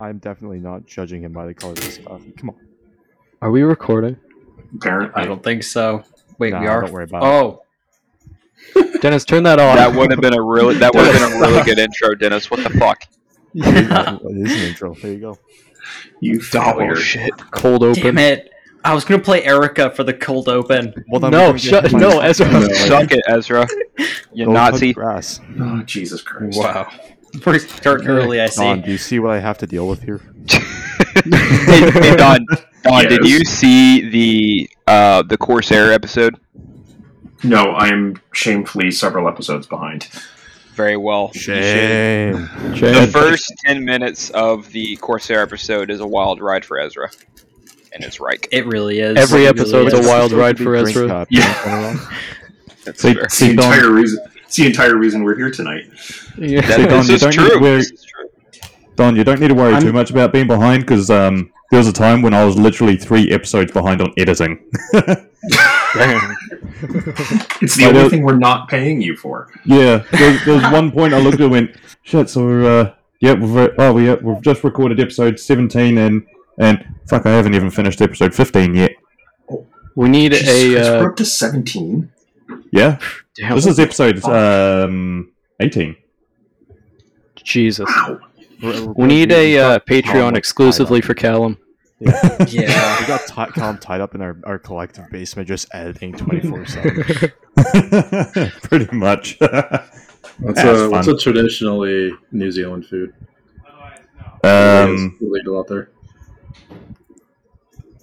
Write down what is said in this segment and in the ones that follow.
I'm definitely not judging him by the color of his stuff. Come on. Are we recording? I Apparently, don't think so. Wait, Nah, we are. Don't worry about it. oh, Dennis, turn that off. That would have been a really that would have been a really good intro, Dennis. What the fuck? Yeah, it is an intro. There you go. you Oh failure. shit! cold open. damn it! I was gonna play Erica for the cold open. Well, then no, we can shut get no, my- Ezra. Suck it, Ezra. You Go touch Nazi. Grass. Oh, Jesus Christ. Wow, we're starting early. I Don, see. do you see what I have to deal with here? hey, hey, Don. Don, did Yes. you see the uh the Corsair episode? No, I am shamefully several episodes behind. Very well. You should. Shame. The Shame. first ten minutes of the Corsair episode is a wild ride for Ezra, and it's Reich. It really is. Every It episode's really a is. wild ride for Drink Ezra. cup, Yeah. drink one along. That's Sleep- fair. It's the sleep on. entire reason. It's the entire reason we're here tonight. Yeah. That- So, Don, this, you is don't need true. to wear- this is true. Don, you don't need to worry I'm- too much about being behind because um, there was a time when I was literally three episodes behind on editing. It's the I only don't- thing we're not paying you for. yeah, there, was- there was one point I looked at and went, "Shit!" So we're uh, yeah, we've re- oh we, uh, we've just recorded episode seventeen and and fuck, I haven't even finished episode fifteen yet. We need Jesus Christ, a. we're Uh, up to seventeen. Yeah, damn, this is episode Oh. um eighteen. Jesus. Wow. We're- we're- We need we've a uh, got Colin, Patreon like, exclusively for Callum. Yeah. tied up. We got Ty- Colin tied up in our, our collective basement, just editing twenty four seven. Pretty much. What's That's a, Uh, what's fun. a traditionally New Zealand food? um, It's illegal out there.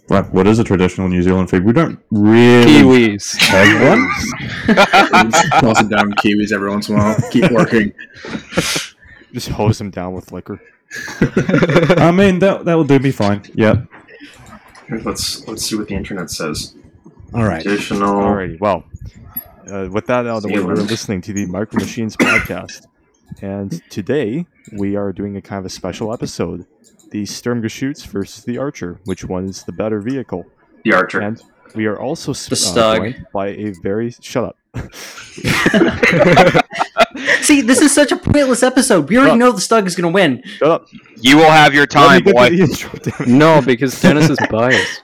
like, what is a traditional New Zealand food? We don't really Kiwis. have one. Tossing down kiwis every once in a while. Keep working. Just hose him down with liquor. I mean, that that will do me fine. Yeah. Here, let's let's see what the internet says. All right. Additional. Alrighty, well, uh, with that out of the way, See you we're later. listening to the Micro Machines podcast, and today we are doing a kind of a special episode: the Sturmgeschütz versus the Archer. Which one is the better vehicle? The Archer. And we are also s- uh, The Stug. joined by a very shut up. See, this is such a pointless episode. We already Look. know the Stug is gonna win. Shut up. You will have your Let me time, get to boy. the intro, damn it. no, because Dennis is biased.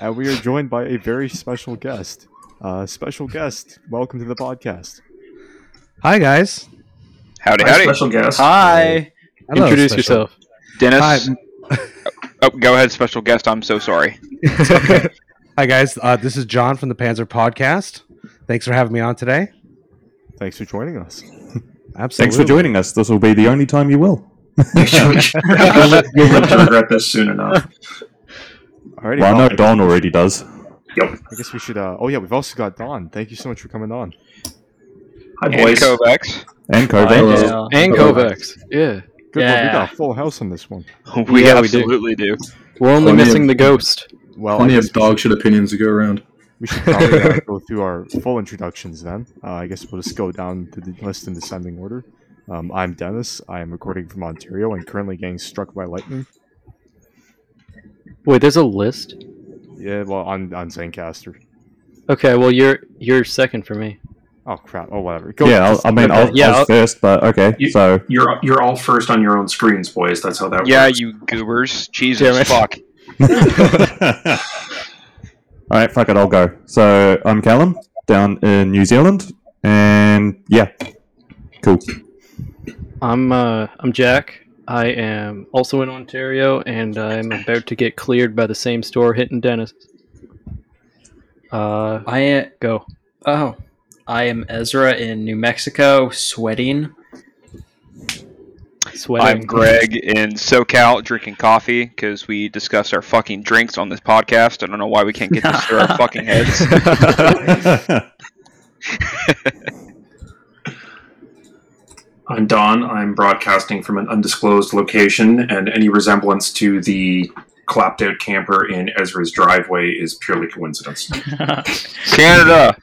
And we are joined by a very special guest. Uh, special guest, welcome to the podcast. Hi guys. Howdy, Our howdy, special guest. Hi. Hello, Introduce special. yourself. Dennis. Hi. Oh, go ahead, special guest. I'm so sorry. Hi guys. Uh, this is John from the Panzer Podcast. Thanks for having me on today. Thanks for joining us. Absolutely. Thanks for joining us. This will be the only time you will. you'll, live, you'll live to regret this soon enough. Alrighty, Well, I know well, Don already does. I guess we should. Uh, oh yeah, we've also got Don. Thank you so much for coming on. Hi, And boys. Kovacs. And Kovac. uh, And Kovax. Yeah. Good one. We Yeah. got a full house on this one. We Yeah, we do. absolutely do. We're only Plenty missing of- the ghost. Well, I Plenty guess of dog shit opinions to go around. we should probably uh, go through our full introductions then. Uh, I guess we'll just go down to the list in descending order. Um, I'm Dennis. I am recording from Ontario and currently getting struck by lightning. Wait, there's a list. Yeah, well, on on Zencaster. Okay, well you're you're second for me. Oh crap! Oh whatever. Go Yeah, I'll, I mean, I'll, yeah, I was I'll- first, but okay. You- so, You're you're all first on your own screens, boys. That's how that Yeah, works. you goobers. Damn it. Jesus fuck. all right, fuck it, I'll go. So, I'm Callum, down in New Zealand, and yeah, cool. I'm uh I'm Jack. I am also in Ontario and I'm about to get cleared by the same store hitting Dennis. Uh I am. go. Oh, I am Ezra in New Mexico, sweating. Sweating. I'm Greg in SoCal drinking coffee because we discuss our fucking drinks on this podcast. I don't know why we can't get this through our fucking heads. I'm Don. I'm broadcasting from an undisclosed location, and any resemblance to the clapped out camper in Ezra's driveway is purely coincidence. Canada.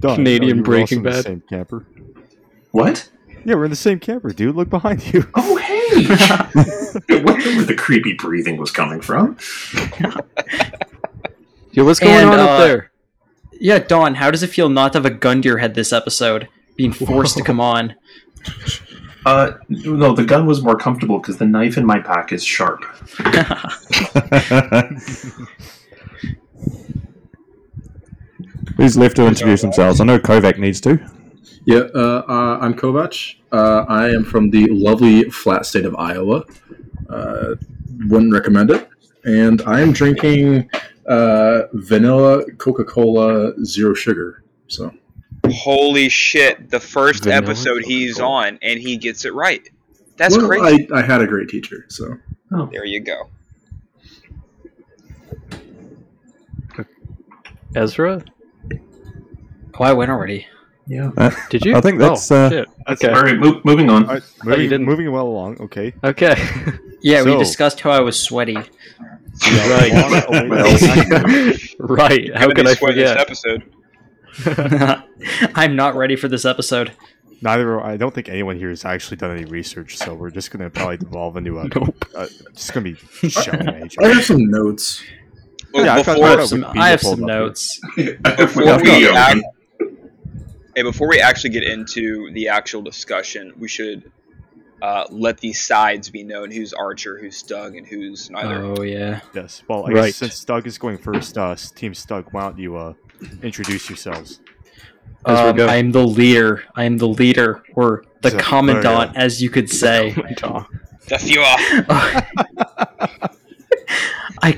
Don, Canadian you were also Breaking in the Bad. Same camper. What? Yeah, we're in the same camper, dude. Look behind you. Oh, hey! I wonder where the creepy breathing was coming from. Yo, what's going And, on up uh, there? Yeah, Dawn. How does it feel not to have a gun to your head this episode? Being forced to come on. Uh, no, the gun was more comfortable because the knife in my pack is sharp. Who's left to introduce themselves? I know Kovac needs to. Yeah, uh, uh, I'm Kovac. Uh, I am from the lovely flat state of Iowa. Uh, wouldn't recommend it. And I am drinking uh, vanilla Coca Cola zero sugar. So Holy shit! The first Vanilla episode he's Coca-Cola. on, and he gets it right. That's Well, crazy. I, I had a great teacher. So There you go. Ezra? Oh, I went already. Yeah. Did you? I think that's, Oh, uh, shit. That's Okay. All right, mo- moving on. All right, you moving, didn't. moving well along. Okay. Okay. Yeah, we So- discussed how I was sweaty. right. right. How Gonna could be I sweating This forget? episode. I'm not ready for this episode. Neither. I don't think anyone here has actually done any research, so we're just gonna probably devolve into a. Nope. Uh, just gonna be shouting at each I other. have some notes. Well, Yeah, I've got- before, Or I have would some, be I have pulled some up here. notes. before I've got we a act, hey, before we actually get into the actual discussion, we should uh, let these sides be known: who's Archer, who's Doug, and who's neither. Oh yeah. Yes. Well, I Right. guess since Doug is going first, uh, Team Stug, why don't you uh, introduce yourselves? As we Um, go. I am the leader. I am the leader, or the So- commandant, there as you could say. The few off. I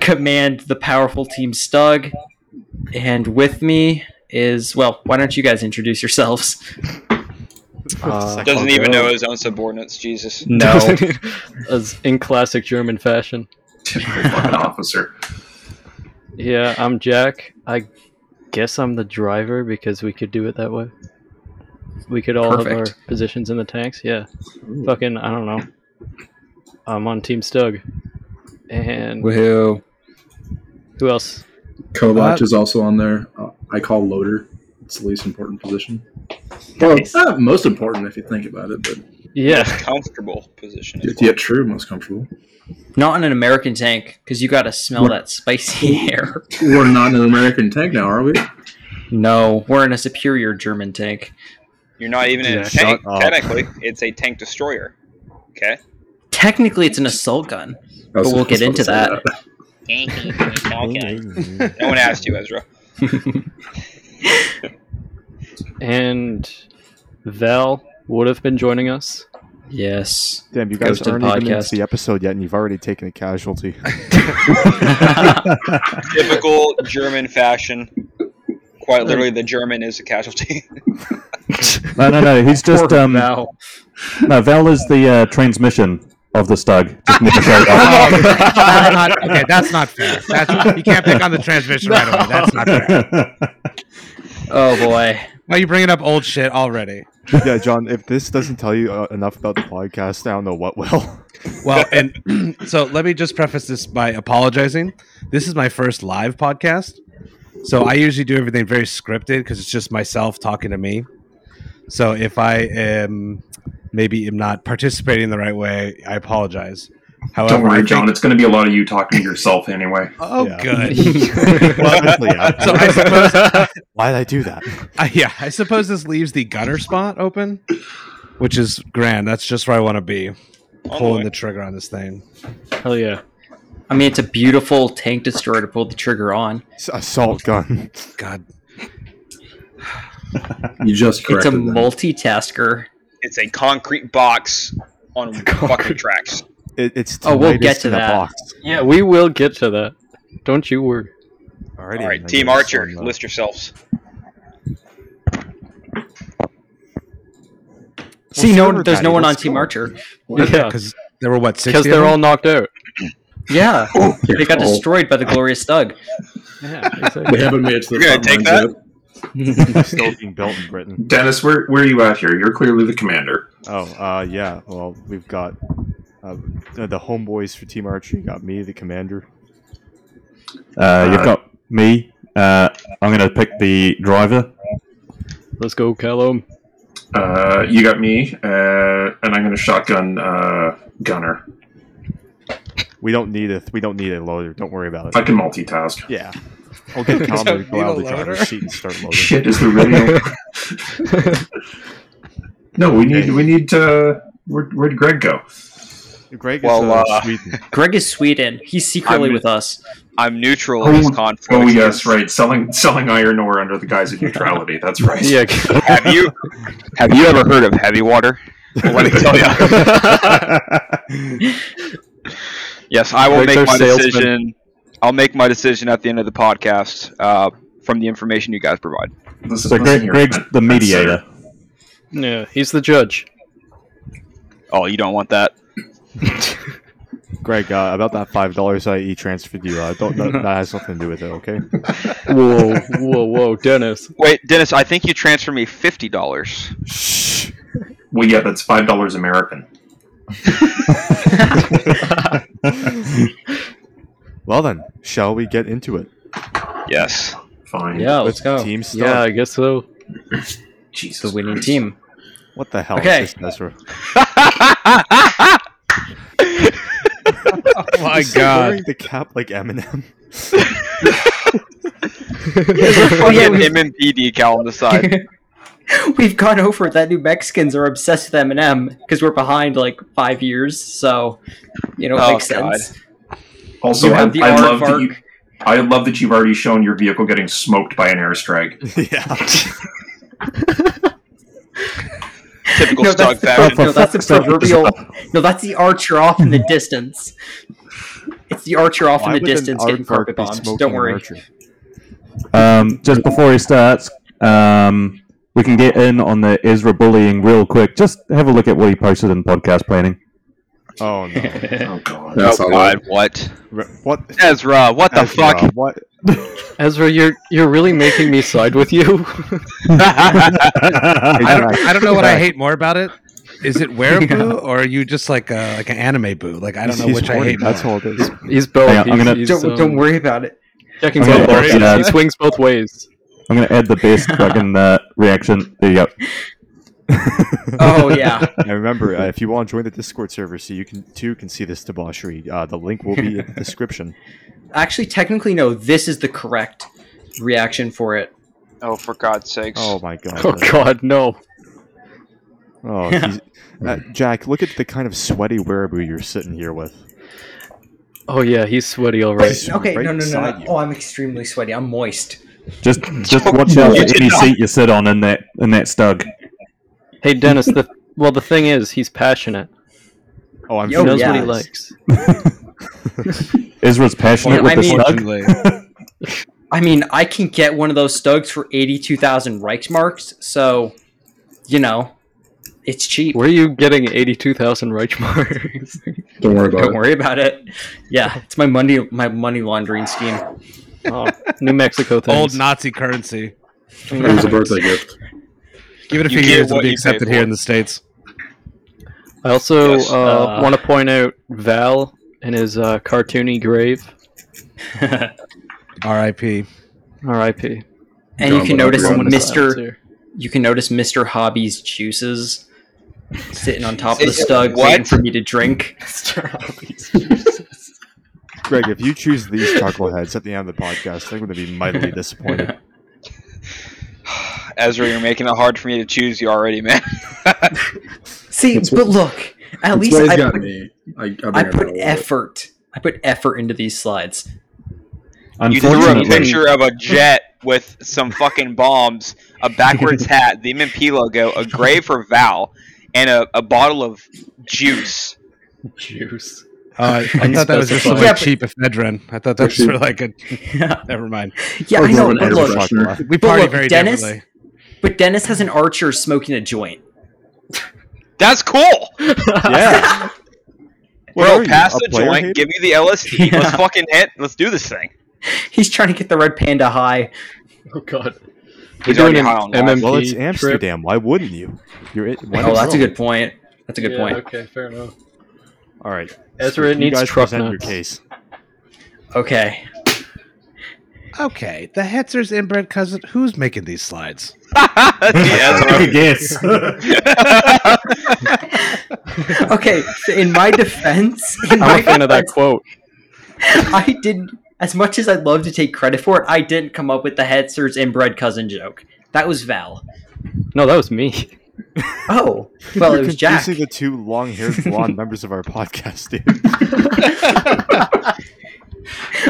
command the powerful team Stug, and with me is well. Why don't you guys introduce yourselves? Uh, Doesn't even know his own subordinates. Jesus. No, As in classic German fashion. Typical fucking officer. Yeah, I'm Jack. I guess I'm the driver because we could do it that way. We could all have Perfect. our positions in the tanks. Yeah. Fucking, I don't know. I'm on Team Stug. And woohoo! who else? Kovac Uh, is also on there. Uh, I call loader. It's the least important position. Well, Nice. it's not most important if you think about it, but Yeah. Comfortable position. as well. yet true, most comfortable. Not in an American tank because you gotta smell that spicy air. We're not in an American tank now, are we? No, we're in a superior German tank. You're not even in Yeah, a shut tank. up. Technically, it's a tank destroyer. Okay. Technically, it's an assault gun. I was But we'll get just about into to say that. okay. No one asked you, Ezra. And Val would have been joining us. Yes. Damn, you guys Ghosted aren't even podcast. into the episode yet, and you've already taken a casualty. Typical German fashion. Quite literally, the German is a casualty. No, no, no. He's just Poor um. Val. No, Val is the uh, transmission of the Stug. Just never showed up. Oh, that's not- okay, that's not fair. That's, you can't pick on the transmission right away. That's not fair. Oh boy. Well, you're bringing up old shit already. yeah, John, if this doesn't tell you uh, enough about the podcast, I don't know what will. Well, and so let me just preface this by apologizing. This is my first live podcast. So I usually do everything very scripted because it's just myself talking to me. So if I am maybe am not participating the right way, I apologize. However, Oh, Don't worry, I think- John. It's going to be a lot of you talking to yourself anyway. Oh, Yeah. good. Honestly, yeah. so I suppose Why did I do that? Uh, yeah, I suppose this leaves the gunner spot open, which is grand. That's just where I want to be, On the way. pulling the trigger on this thing. Hell yeah. I mean, it's a beautiful tank destroyer to pull the trigger on. S- Assault gun. God, You just It's a corrected them. multitasker. It's a concrete box on fucking tracks. It, it's Oh, we'll tinnitus get to in a that. box. Yeah, we will get to that. Don't you worry. Alrighty, All right, I Team guess Archer, I'm, uh, list yourselves. Well, See, no, sure, there's no Daddy, one on let's Team go. Archer. Yeah, because there were what 60 because of they're them? all knocked out. Yeah, they got Oh. destroyed by the glorious Doug. Yeah, They exactly. haven't made it to the You're gonna front take lines that? yet. Still being built in Britain. Dennis, where, where are you at here? You're clearly the commander. Oh, uh, yeah. Well, we've got uh, the the homeboys for Team Archer. You got me, the commander. Uh, you've got me. Uh, I'm gonna pick the driver. Let's go, Callum. Uh, you got me, uh, and I'm going to shotgun uh, Gunner. We don't need a we don't need a loader. Don't worry about If I it. can multitask. Yeah, I'll get Calmer to need go out a of the driver's loader. seat and start loading. Shit, is the radio? no, we need we need uh, Where, where'd Greg go? Greg is Well, uh, uh, Sweden. Greg is Sweden. He's secretly I'm- with us. I'm neutral in Oh, this conflict. Oh yes, right. Selling selling iron ore under the guise of neutrality. That's right. Yeah. Have you have you ever heard of heavy water? Well, let me tell you. Yes, I will Like make their my salesman. decision. I'll make my decision at the end of the podcast uh, from the information you guys provide. Listen- So listen Greg, here, Greg's man. the mediator. Yeah, he's the judge. Oh, you don't want that. Greg, uh, about that five dollars I e transferred you, uh, don't, that, that has nothing to do with it. Okay. Whoa, whoa, whoa, Dennis. Wait, Dennis, I think you transfer me fifty dollars. Shh. Well, yeah, that's five dollars American. Well then, shall we get into it? Yes. Fine. Yeah, let's go. Team stuff. Yeah, I guess so. Jesus. The winning Christ. team. What the hell Okay. is this, Ezra? Oh my Is he god. Wearing the cap like Eminem. Oh, yeah, we- MMP decal on the side. We've gone over it. that New Mexicans are obsessed with M&M because we're behind like five years, so you know it Oh, makes God. sense. Also, You I, have the I love aardvark. that you. I love that you've already shown your vehicle getting smoked by an airstrike. yeah. Typical No, Stug that's the, fashion. Oh, no, for that's the fuck's sake, proverbial. No, that's the archer off in the distance. It's the archer off Why in would the an distance getting aardvark carpet be bombed. smoking Don't an worry. archer? Um, just before he starts, um, we can get in on the Ezra bullying real quick. Just have a look at what he posted in podcast planning. Oh no. Oh God! That's oh all God, what? Re- what? Ezra, what the Ezra, fuck? What? Ezra, you're you're really making me side with you. I don't, I don't know what I hate more about it. Is it wear boo or are you just like a, like an anime boo? Like I don't He's- know he's which I horny, hate. That's more. all it is. He's both. Hang on, I'm he's, gonna- he's, Don't, um, don't worry about it. Checking I'm gonna both block it ways. out. He swings both ways. I'm going to add the best fucking uh, reaction. There you go. Oh yeah, And remember, uh, if you want to join the Discord server, so you can too can see this debauchery. Uh, the link will be in the description. actually, technically, no. This is the correct reaction for it. Oh, for God's sakes! Oh my god. Oh God, no. Oh, he's- uh, Jack, look at the kind of sweaty wearaboo you're sitting here with. Oh yeah, he's sweaty all right. He's Okay, right no, no, no, beside no. you. Oh, I'm extremely sweaty. I'm moist. Just just watch out for any seat you sit on in that in that stug. Hey Dennis, the well the thing is he's passionate. Oh, I'm Yo, He knows what he yes. likes. Ezra's passionate Well, with I the mean- stug. Unfortunately. I mean, I can get one of those stugs for eighty-two thousand Reichsmarks, so you know, it's cheap. Where are you getting eighty-two thousand Reichmarks? Don't worry about Don't it. worry about it. Yeah, it's my money, my money laundering scheme. oh, New Mexico things. Old Nazi currency. It was a birthday gift. Give it a You few get years, it'll what be you pay accepted for. here in the states. I also Yes, uh, uh, want to point out Val and his uh, cartoony grave. R.I.P. R.I.P. and you can Goblet notice of Moment of silence Mister. here. You can notice Mister Hobby's juices sitting on top of the Mister stug, what? waiting for me to drink. Greg, if you choose these chuckleheads at the end of the podcast, they're going to be mightily disappointed. Ezra, you're making it hard for me to choose you already, man. See, That's but look, at That's least why he's I got put, me. I, I, bring I it put up. effort. I put effort into these slides. You threw a Unfortunately, picture of a jet with some fucking bombs, a backwards hat, the MMP logo, a grave for Val, and a, a bottle of juice. Juice. Uh, I thought that was just some Unspecified. Yeah, like but- cheap ephedrine. I thought that was for like a. Never mind. Yeah, Or I know. an But air look, freshener. We uh, But party look, very Dennis- differently. but Dennis has an archer smoking a joint. That's cool, yeah. What are bro. you, Pass a the player joint. hater? Give me the LSD. Let's Yeah. fucking hit. Let's do this thing. He's trying to get the red panda high. Oh God. He's We're already doing an high on life. MMP Well, it's trip. Amsterdam. Why wouldn't you? You're it. why Oh, not? that's a good point. That's a good Yeah, point. Okay, fair enough. All right. Ezra You needs guys truck present your nuts. case. Okay. Okay, the Hetzer's inbred cousin. Who's making these slides? That's the yes. Ezra. Okay. so in my defense, in I'm my a fan of that defense, quote. I didn't. As much as I'd love to take credit for it, I didn't come up with the Hetzer's inbred cousin joke. That was Val. No, that was me. Oh, well, You're it was Jack. confusing the two long-haired blonde members of our podcast, dude.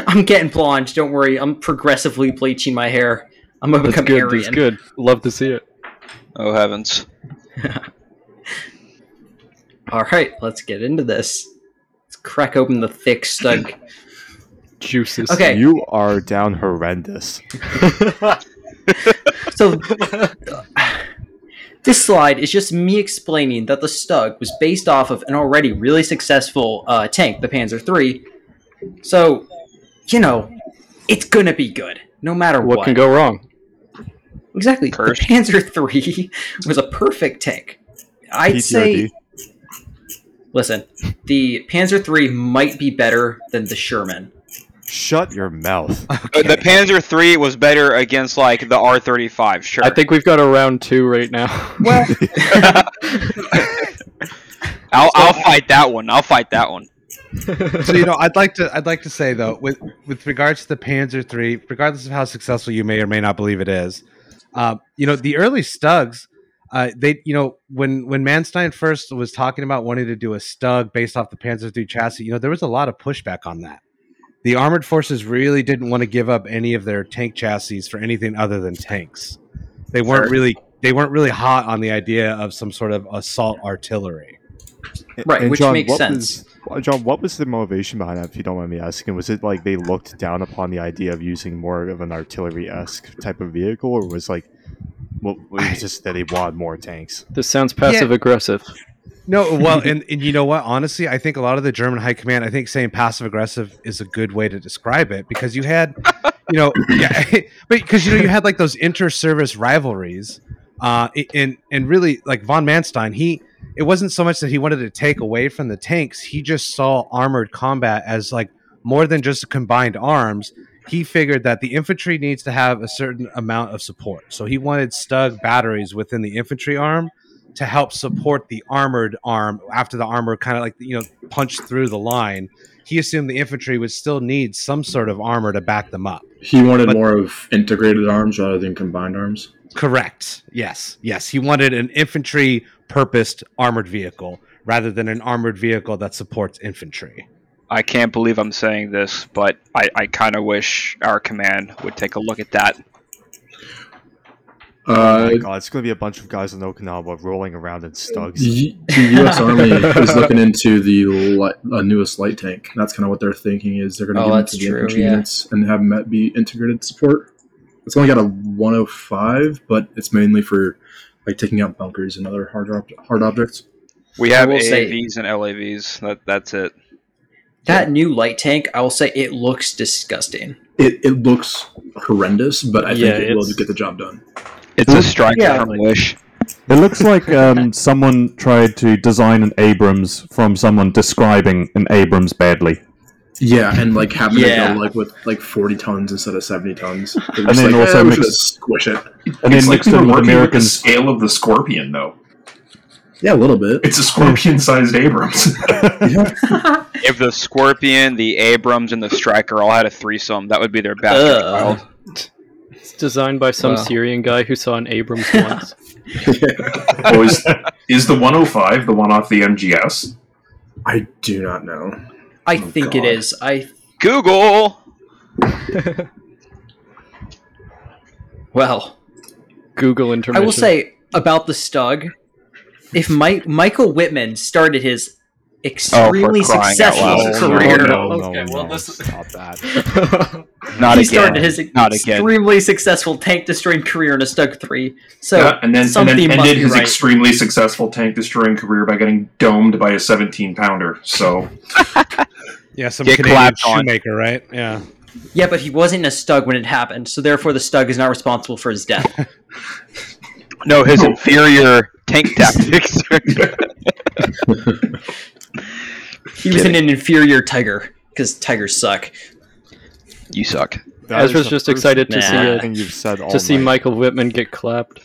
I'm getting blonde. Don't worry. I'm progressively bleaching my hair. I'm gonna That's become good. That's Aryan. good. Love to see it. Oh heavens! All right, let's get into this. Let's crack open the thick stug. Juices. Okay. You are down horrendous. so this slide is just me explaining that the Stug was based off of an already really successful uh, tank, the Panzer III. So, you know, it's gonna be good, no matter what. What can go wrong? exactly? Cursed. The Panzer III was a perfect tank. I'd say. PTRD. Listen, the Panzer III might be better than the Sherman. Shut your mouth. Uh, The Panzer III was better against like the R35. Sure, I think we've got a round two right now. Well, I'll, I'll fight that one. I'll fight that one. so you know, I'd like to I'd like to say though, with with regards to the Panzer III, regardless of how successful you may or may not believe it is, um, you know, the early Stugs, uh, they you know when when Manstein first was talking about wanting to do a Stug based off the Panzer III chassis, you know, there was a lot of pushback on that. The armored forces really didn't want to give up any of their tank chassis for anything other than tanks. They weren't really they weren't really hot on the idea of some sort of assault artillery. Right, And which makes what sense. was- uh, John, what was the motivation behind that, if you don't mind me asking? Was it like they looked down upon the idea of using more of an artillery esque type of vehicle, or was like, well, it was just that they wanted more tanks? This sounds passive aggressive. No, well, and, and you know what? Honestly, I think a lot of the German high command, I think saying passive aggressive is a good way to describe it because you had, you know, yeah, but because you know you had like those inter-service rivalries, uh, i- and and really like von Manstein, he it wasn't so much that he wanted to take away from the tanks, he just saw armored combat as like more than just combined arms. He figured that the infantry needs to have a certain amount of support, so he wanted Stug batteries within the infantry arm to help support the armored arm after the armor kind of like you know punched through the line he assumed the infantry would still need some sort of armor to back them up He wanted But- more of integrated arms rather than combined arms. correct yes yes he wanted an infantry purposed armored vehicle rather than an armored vehicle that supports infantry I can't believe I'm saying this, but I, I kind of wish our command would take a look at that. Uh, My God, oh, it's going to be a bunch of guys in Okinawa rolling around in stugs. Y- the U.S. Army is looking into the li- uh, newest light tank. That's kind of what they're thinking is they're going to Oh, give it that's to the true, infantry yeah. units and have them be integrated support. It's only got a 105, but it's mainly for like taking out bunkers and other hard ob- hard objects. We I have will say- AAVs and LAVs. That that's it. that new light tank, I will say, it looks disgusting. It, it looks horrendous, but I Yeah, think it will it's- get the job done. It's a striker Yeah. from Wish. It looks like um, someone tried to design an Abrams from someone describing an Abrams badly, Yeah, and like having Yeah. to go like with like 40 tons instead of 70 tons. And then also we should mix- just squish it. and it's then like mixed we were in working with with the Americans. scale of the Scorpion, though. Yeah, a little bit. It's a Scorpion-sized Abrams. If the Scorpion, the Abrams, and the Striker all had a threesome, that would be their best. Ugh. child. It's designed by some Wow. Syrian guy who saw an Abrams once. oh, is, is the 105 the one off the MGS? I do not know. I Oh, think God. it is. I Google. well, Google I intermission. will say about the Stug. If Mike Michael Whitman started his extremely Oh, crying out successful loud. Oh, no, career, no, no, Okay, no, well, no. this- Stop that. Not he again. started his Not again. extremely successful tank destroying career in a Stug three. So yeah, and then, and something then must ended be his right. extremely successful tank destroying career by getting domed by a 17 pounder. So yeah some Get Canadian clapped on. shoemaker right yeah yeah, but he wasn't in a Stug when it happened, so therefore the Stug is not responsible for his death. No, his No. inferior tank tactics. He was in an inferior Tiger because Tigers suck. you suck. That Ezra's is the just first excited to see it. thing you've said all to see night. Michael Whitman get clapped.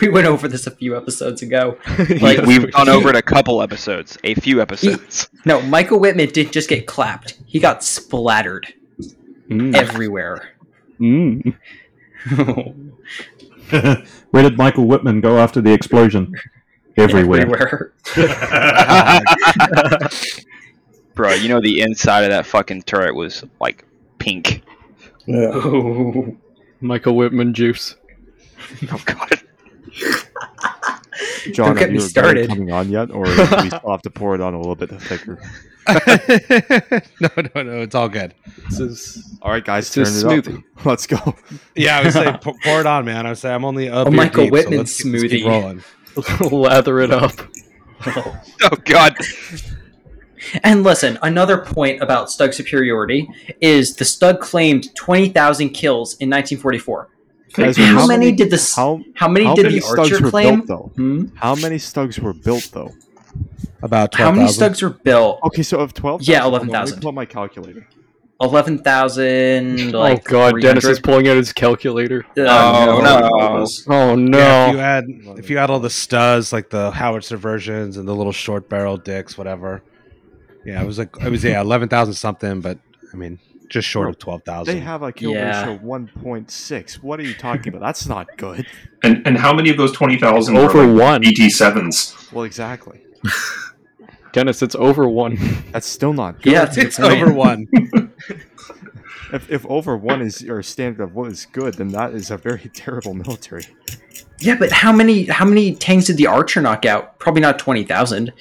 We went over this a few episodes ago. Like Like we've gone over it a couple episodes, a few episodes. No, Michael Whitman didn't just get clapped. He got splattered Mm. everywhere. Mm. Where did Michael Whitman go after the explosion? Everywhere. Everywhere. Bro, you know the inside of that fucking turret was like pink. Yeah. Michael Whitman juice. Oh god. John, get are me you started. coming on yet, or do we still have to pour it on a little bit thicker? no, no, no. It's all good. This is All right, guys, turn it It's a up. Let's go. Yeah, I was like, pour, pour it on, man. I was saying, I'm only up. A here Michael deep, Whitman let's keep- let's keep smoothie. rolling. lather it up. Oh god. And listen, another point about Stug superiority is the Stug claimed 20,000 kills in 1944. Guys, How, many did the s- how, How, many how did many the archer stugs were claim? built though? Hmm? How many stugs were built though? About How many 12,000. Stugs were built? Okay, so of twelve. Yeah, hold Oh, on, let me 11,000. Pull up my calculator. 11,000 like um, oh god, Dennis 300? is pulling out his calculator. Oh, no. Oh no. Yeah, if you add if you add all the studs like the howitzer versions and the little short barrel dicks, whatever. Yeah, it was like it was yeah eleven thousand something, but I mean just short of twelve They thousand. have a kill Yeah. ratio one point six. What are you talking about? That's not good. And, and how many of those 20,000 were Over like one. BT7s? Well, exactly. Dennis, it's over one. That's still not good. Yeah, that's a good it's point. over one. If, if over one is your standard of what is good, then that is a very terrible military. Yeah, but how many how many tanks did the archer knock out? Probably not 20,000.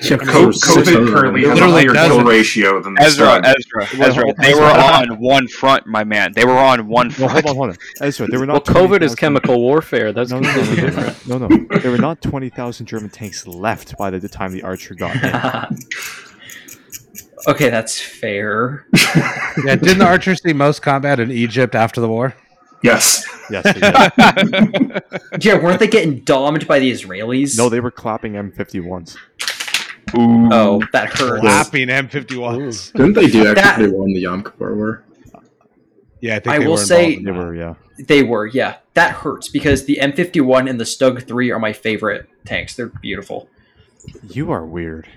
Co- COVID currently has a Literally higher kill dozens. ratio than the Ezra, Stug. Ezra, Ezra. hold- They were on one front, my man. They were on one Well, hold front. on, hold on. Ezra, they were Well, not. COVID is 20,000 chemical warfare. That's No, no, no, completely no, different. no, no, no, no. There were not twenty thousand German tanks left by the time the Archer got in. okay, that's fair. yeah, didn't the archer see most combat in Egypt after the war? Yes. Yes, they did. Yeah, weren't they getting domed by the Israelis? no, they were clapping M51s. Oh, Mm. that hurts. Lapping M fifty ones. Didn't they do That- actually won the Yom Kippur War? Yeah, I think I they will were say- involved in They that. were, yeah. They were, yeah. That hurts because the M51 and the Stug 3 are my favorite tanks. They're beautiful. You are weird.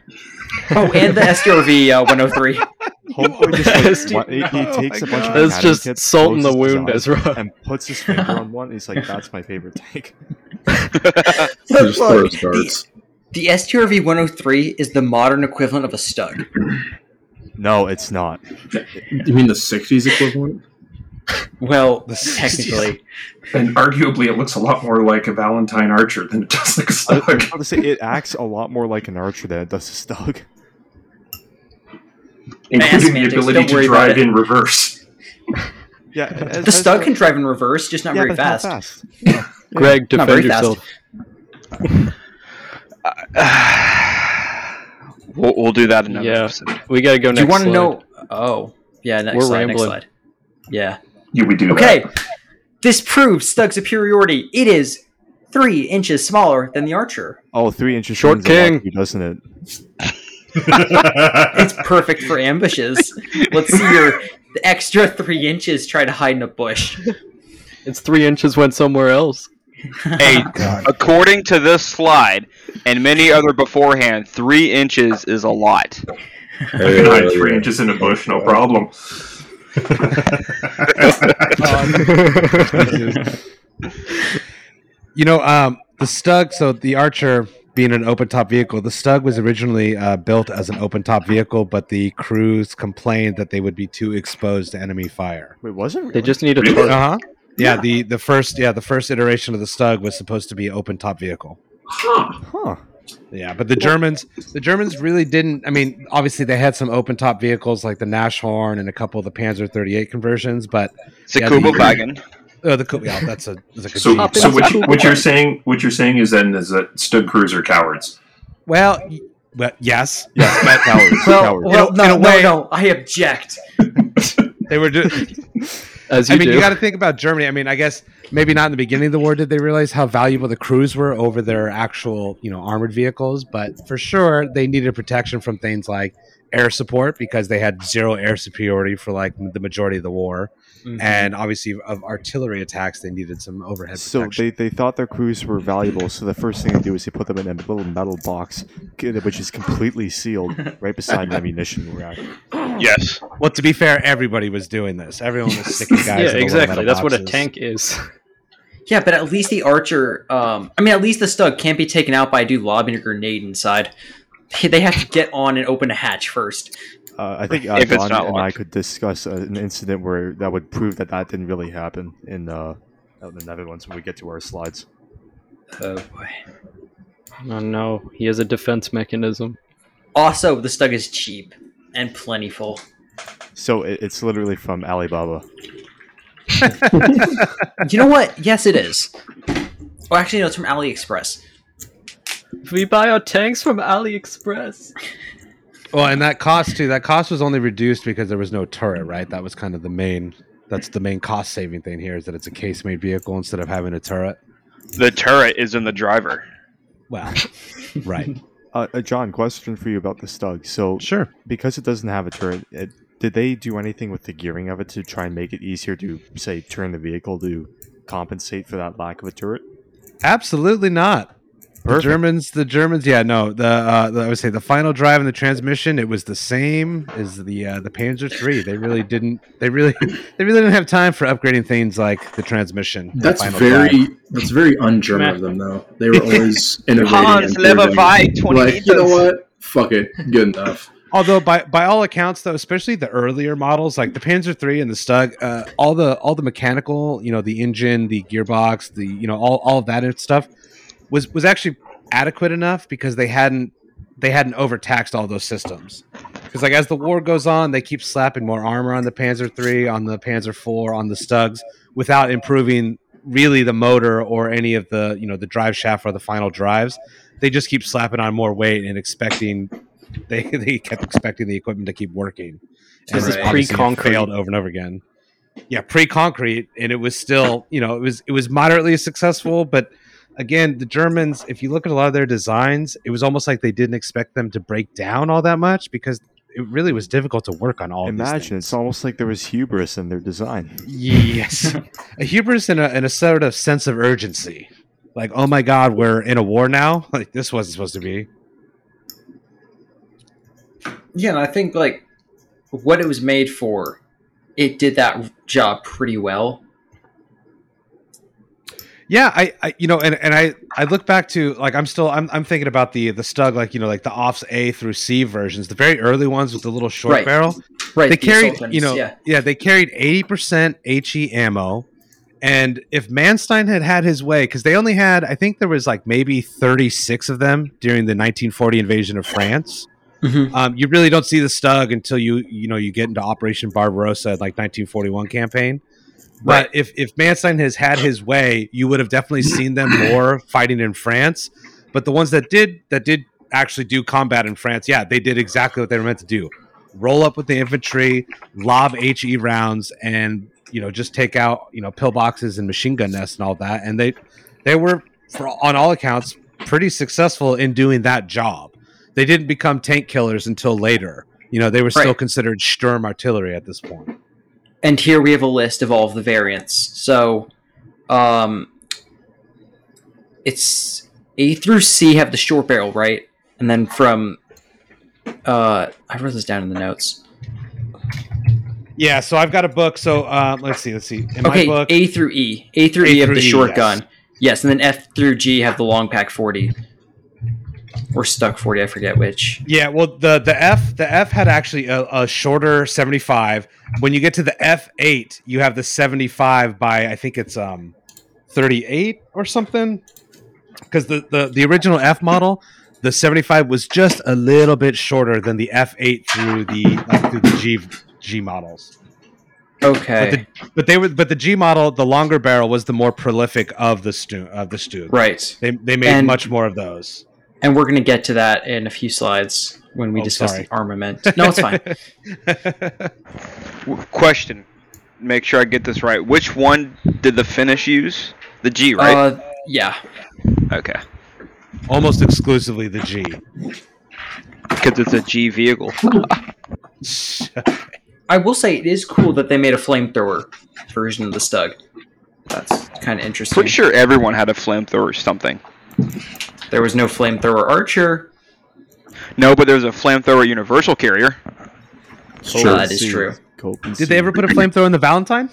Oh, and the SDRV uh, 103. Homeboy just like, he, he Oh takes a bunch of That's Academy just kits, salt in the closes his wound, eyes, Ezra. and puts his finger on one. He's like, "That's my favorite tank." They just throw Look, the, darts. the STRV 103 is the modern equivalent of a Stug. No, it's not. You mean the '60s equivalent? Well, The technically. And arguably, it looks a lot more like a Valentine Archer than it does like I a Uh, was Stug. about to say it acts a lot more like an archer than it does a stug. including the semantics, ability don't worry to about drive it. in reverse. Yeah, as- The as- Stug can drive in reverse, just not yeah, very but how fast. fast. Greg, Not defend very fast. yourself. we'll, we'll do that another Yeah. episode. We gotta go Do next. you want to slide. know? Oh, yeah, next We're slide, next rambling. slide. Yeah. You would do Okay. This proves Stug's superiority. It is three inches smaller than the Archer. Oh, three inches. Short means a lot king. to you, doesn't it? It's perfect for ambushes. Let's see your the extra three inches try to hide in a bush. It's three inches went somewhere else. Hey, according to this slide and many other beforehand, three inches is a lot. that. I can hide three inches in a bush, no problem. You know, um, the Stug. So the Archer being an open top vehicle, the Stug was originally uh, built as an open top vehicle, but the crews complained that they would be too exposed to enemy fire. Wait, was it? Really? They just need a Really? target. Uh huh. Yeah, the the first yeah the first iteration of the Stug was supposed to be open top vehicle. Huh. huh? Yeah, but the Germans the Germans really didn't. I mean, obviously they had some open top vehicles like the Nashorn and a couple of the Panzer 38 conversions, but It's a Yeah, Kuba the- wagon. uh, the co- yeah that's a that's like a So, Jeep. so what, you, what you're saying, what you're saying is then is that Stug crews are cowards. well y- well yes Yeah, cowards. cowards. well, in a- in a way- no, no, I object. they were do- As you I mean, do. you got to think about Germany. I mean, I guess maybe not in the beginning of the war did they realize how valuable the crews were over their actual, you know, armored vehicles, but for sure they needed protection from things like air support because they had zero air superiority for like the majority of the war, Mm. Mm-hmm. and obviously of artillery attacks they needed some overhead So protection. they, they thought their crews were valuable, so the first thing they do is they put them in a little metal box, g- which is completely sealed, right beside an ammunition rack. Yes. well, to be fair, everybody was doing this. Everyone was sticking guys. in yeah, the little exactly. metal That's what a boxes. tank is. Yeah, but at least the archer. Um, I mean, at least the stug can't be taken out by a dude lobbing a grenade inside. They have to get on and open a hatch first. Uh, I think uh, If it's Don not and I launched. could discuss uh, an incident where that would prove that that didn't really happen in uh, out in the Netherlands when we get to our slides. Oh boy. Oh no, he has a defense mechanism. Also, the stug is cheap and plentiful. So it, it's literally from Alibaba. You know what? Yes, it is. Oh, actually, no, it's from AliExpress. We buy our tanks from AliExpress. Well, and that cost too. That cost was only reduced because there was no turret, right? That was kind of the main. That's the main cost saving thing here is that it's a case made vehicle instead of having a turret. The turret is in the driver. Well, right. Uh, uh, John, question for you about the Stug. So Sure. because it doesn't have a turret, it, did they do anything with the gearing of it to try and make it easier to say turn the vehicle to compensate for that lack of a turret? Absolutely not. The Perfect. Germans, the Germans, yeah, no. The, uh, the I would say the final drive and the transmission, it was the same as the uh, the Panzer III. They really didn't, they really, they really didn't have time for upgrading things like the transmission. and That's final very drive. that's very un-German of them, though. They were always innovating. Hans and improving. Leverwey, 20 Like, you know meters. what? Fuck it. Good enough. Although by by all accounts, though, especially the earlier models like the Panzer III and the Stug, uh, all the all the mechanical, you know, the engine, the gearbox, the you know, all all of that stuff was was actually adequate enough because they hadn't they hadn't overtaxed all those systems. Because like as the war goes on, they keep slapping more armor on the Panzer III, on the Panzer IV, on the Stugs, without improving really the motor or any of the you know the drive shaft or the final drives. They just keep slapping on more weight and expecting they they kept expecting the equipment to keep working. This is it obviously pre-concrete. failed over and over again. Yeah, pre-concrete, and it was still you know it was it was moderately successful, but again, the Germans, if you look at a lot of their designs, it was almost like they didn't expect them to break down all that much because it really was difficult to work on all. of these Imagine it's almost like there was hubris in their design. things. yes, a hubris and a, and a sort of sense of urgency, like oh my god, we're in a war now. Like this wasn't supposed to be. Yeah, and I think like what it was made for, it did that job pretty well. Yeah, I, I you know, and, and I I look back to like I'm still I'm I'm thinking about the the Stug like you know like the offs A through C versions, the very early ones with the little short Right. barrel. Right. They the carried assault you know guns, yeah. yeah. they carried eighty percent HE ammo, and if Manstein had had his way, because they only had I think there was like maybe thirty six of them during the 1940 invasion of France. Mhm. Um, you really don't see the Stug until you you know you get into Operation Barbarossa, like 1941 campaign. Right. But if if Manstein has had his way, you would have definitely seen them more fighting in France. But the ones that did that did actually do combat in France, yeah, they did exactly what they were meant to do: roll up with the infantry, lob HE rounds, and you know just take out you know pillboxes and machine gun nests and all that. And they they were for, on all accounts pretty successful in doing that job. They didn't become tank killers until later. You know, they were still Right. considered Sturm artillery at this point. and here we have a list of all of the variants. So, um, it's A through C have the short barrel, right? And then from, uh, I wrote this down in the notes. Yeah, so I've got a book. So uh, let's see, let's see. In okay, my book, A through E, A through A E have through the E, short yes. gun. Yes, and then F through G have the long pack forty, or stuck forty. I forget which. Yeah, well, the the F the F had actually a, a shorter seventy five. When you get to the F eight, you have the seventy five by I think it's um thirty eight or something. Because the, the the original F model, the seventy five was just a little bit shorter than the F eight through the like through the G G models. But Okay, the but they were but the G model, the longer barrel was the more prolific of the stu of the stu. right. They they made And- much more of those. And we're gonna get to that in a few slides when we Oh, discuss sorry. the armament. No, it's fine. W- Question. Make sure I get this right. Which one did the Finnish use? The G, right? Uh, yeah. okay. Almost exclusively the G. Because it's a G vehicle. I will say it is cool that they made a flamethrower version of the Stug. That's kind of interesting. Pretty sure everyone had a flamethrower or something. There was no flamethrower archer. No, but there's a flamethrower universal carrier. It's Uh, that is true. Cope and Did they see. ever put a flamethrower in the Valentine?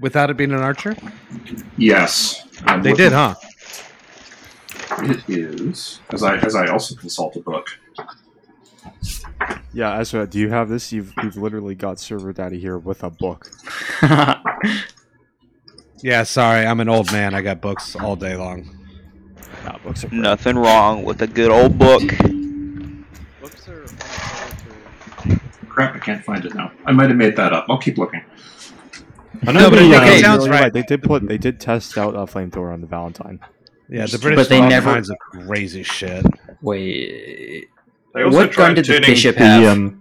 without it being an archer? Yes, I'm They looking- did, huh? It is as I as I also consult a book. Yeah, Ezra, do you have this? You've you've literally got server daddy here with a book. Yeah, sorry, I'm an old man. I got books all day long. Nah, books are great. Nothing wrong with a good old book. Crap, I can't find it now. I might have made that up. I'll keep looking. I No, but I think uh, it you're sounds really right. They did put they did test out a flamethrower on the Valentine. Yeah, the But British they do all never- kinds of crazy shit. Wait. They also What gun tried did the tuning- bishop have? the, um,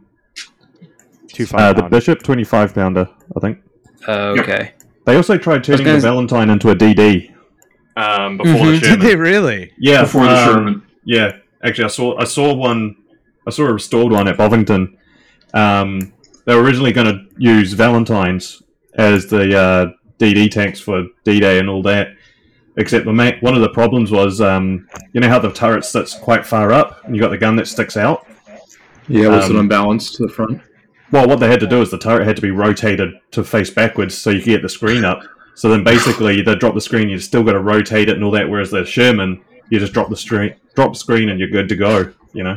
Two five. uh, the bishop 25 pounder, I think. Oh, okay. They also tried turning gonna the s- Valentine into a DD. um, before Mhm. the Did they Sherman. really? Yeah, Before Um, the Sherman. Yeah, actually, I saw I saw one. I saw a restored one at Bovington. Um, they were originally going to use Valentines as the uh, DD tanks for D-Day and all that. Except the ma- one of the problems was, um, you know how the turret sits quite far up, and you got the gun that sticks out. Yeah, was it Um, unbalanced to the front? Well, what they had to do is the turret had to be rotated to face backwards so you could get the screen up. So then basically they drop the screen, you've still got to rotate it and all that. Whereas the Sherman, you just drop the screen, drop the screen, and you're good to go. You know.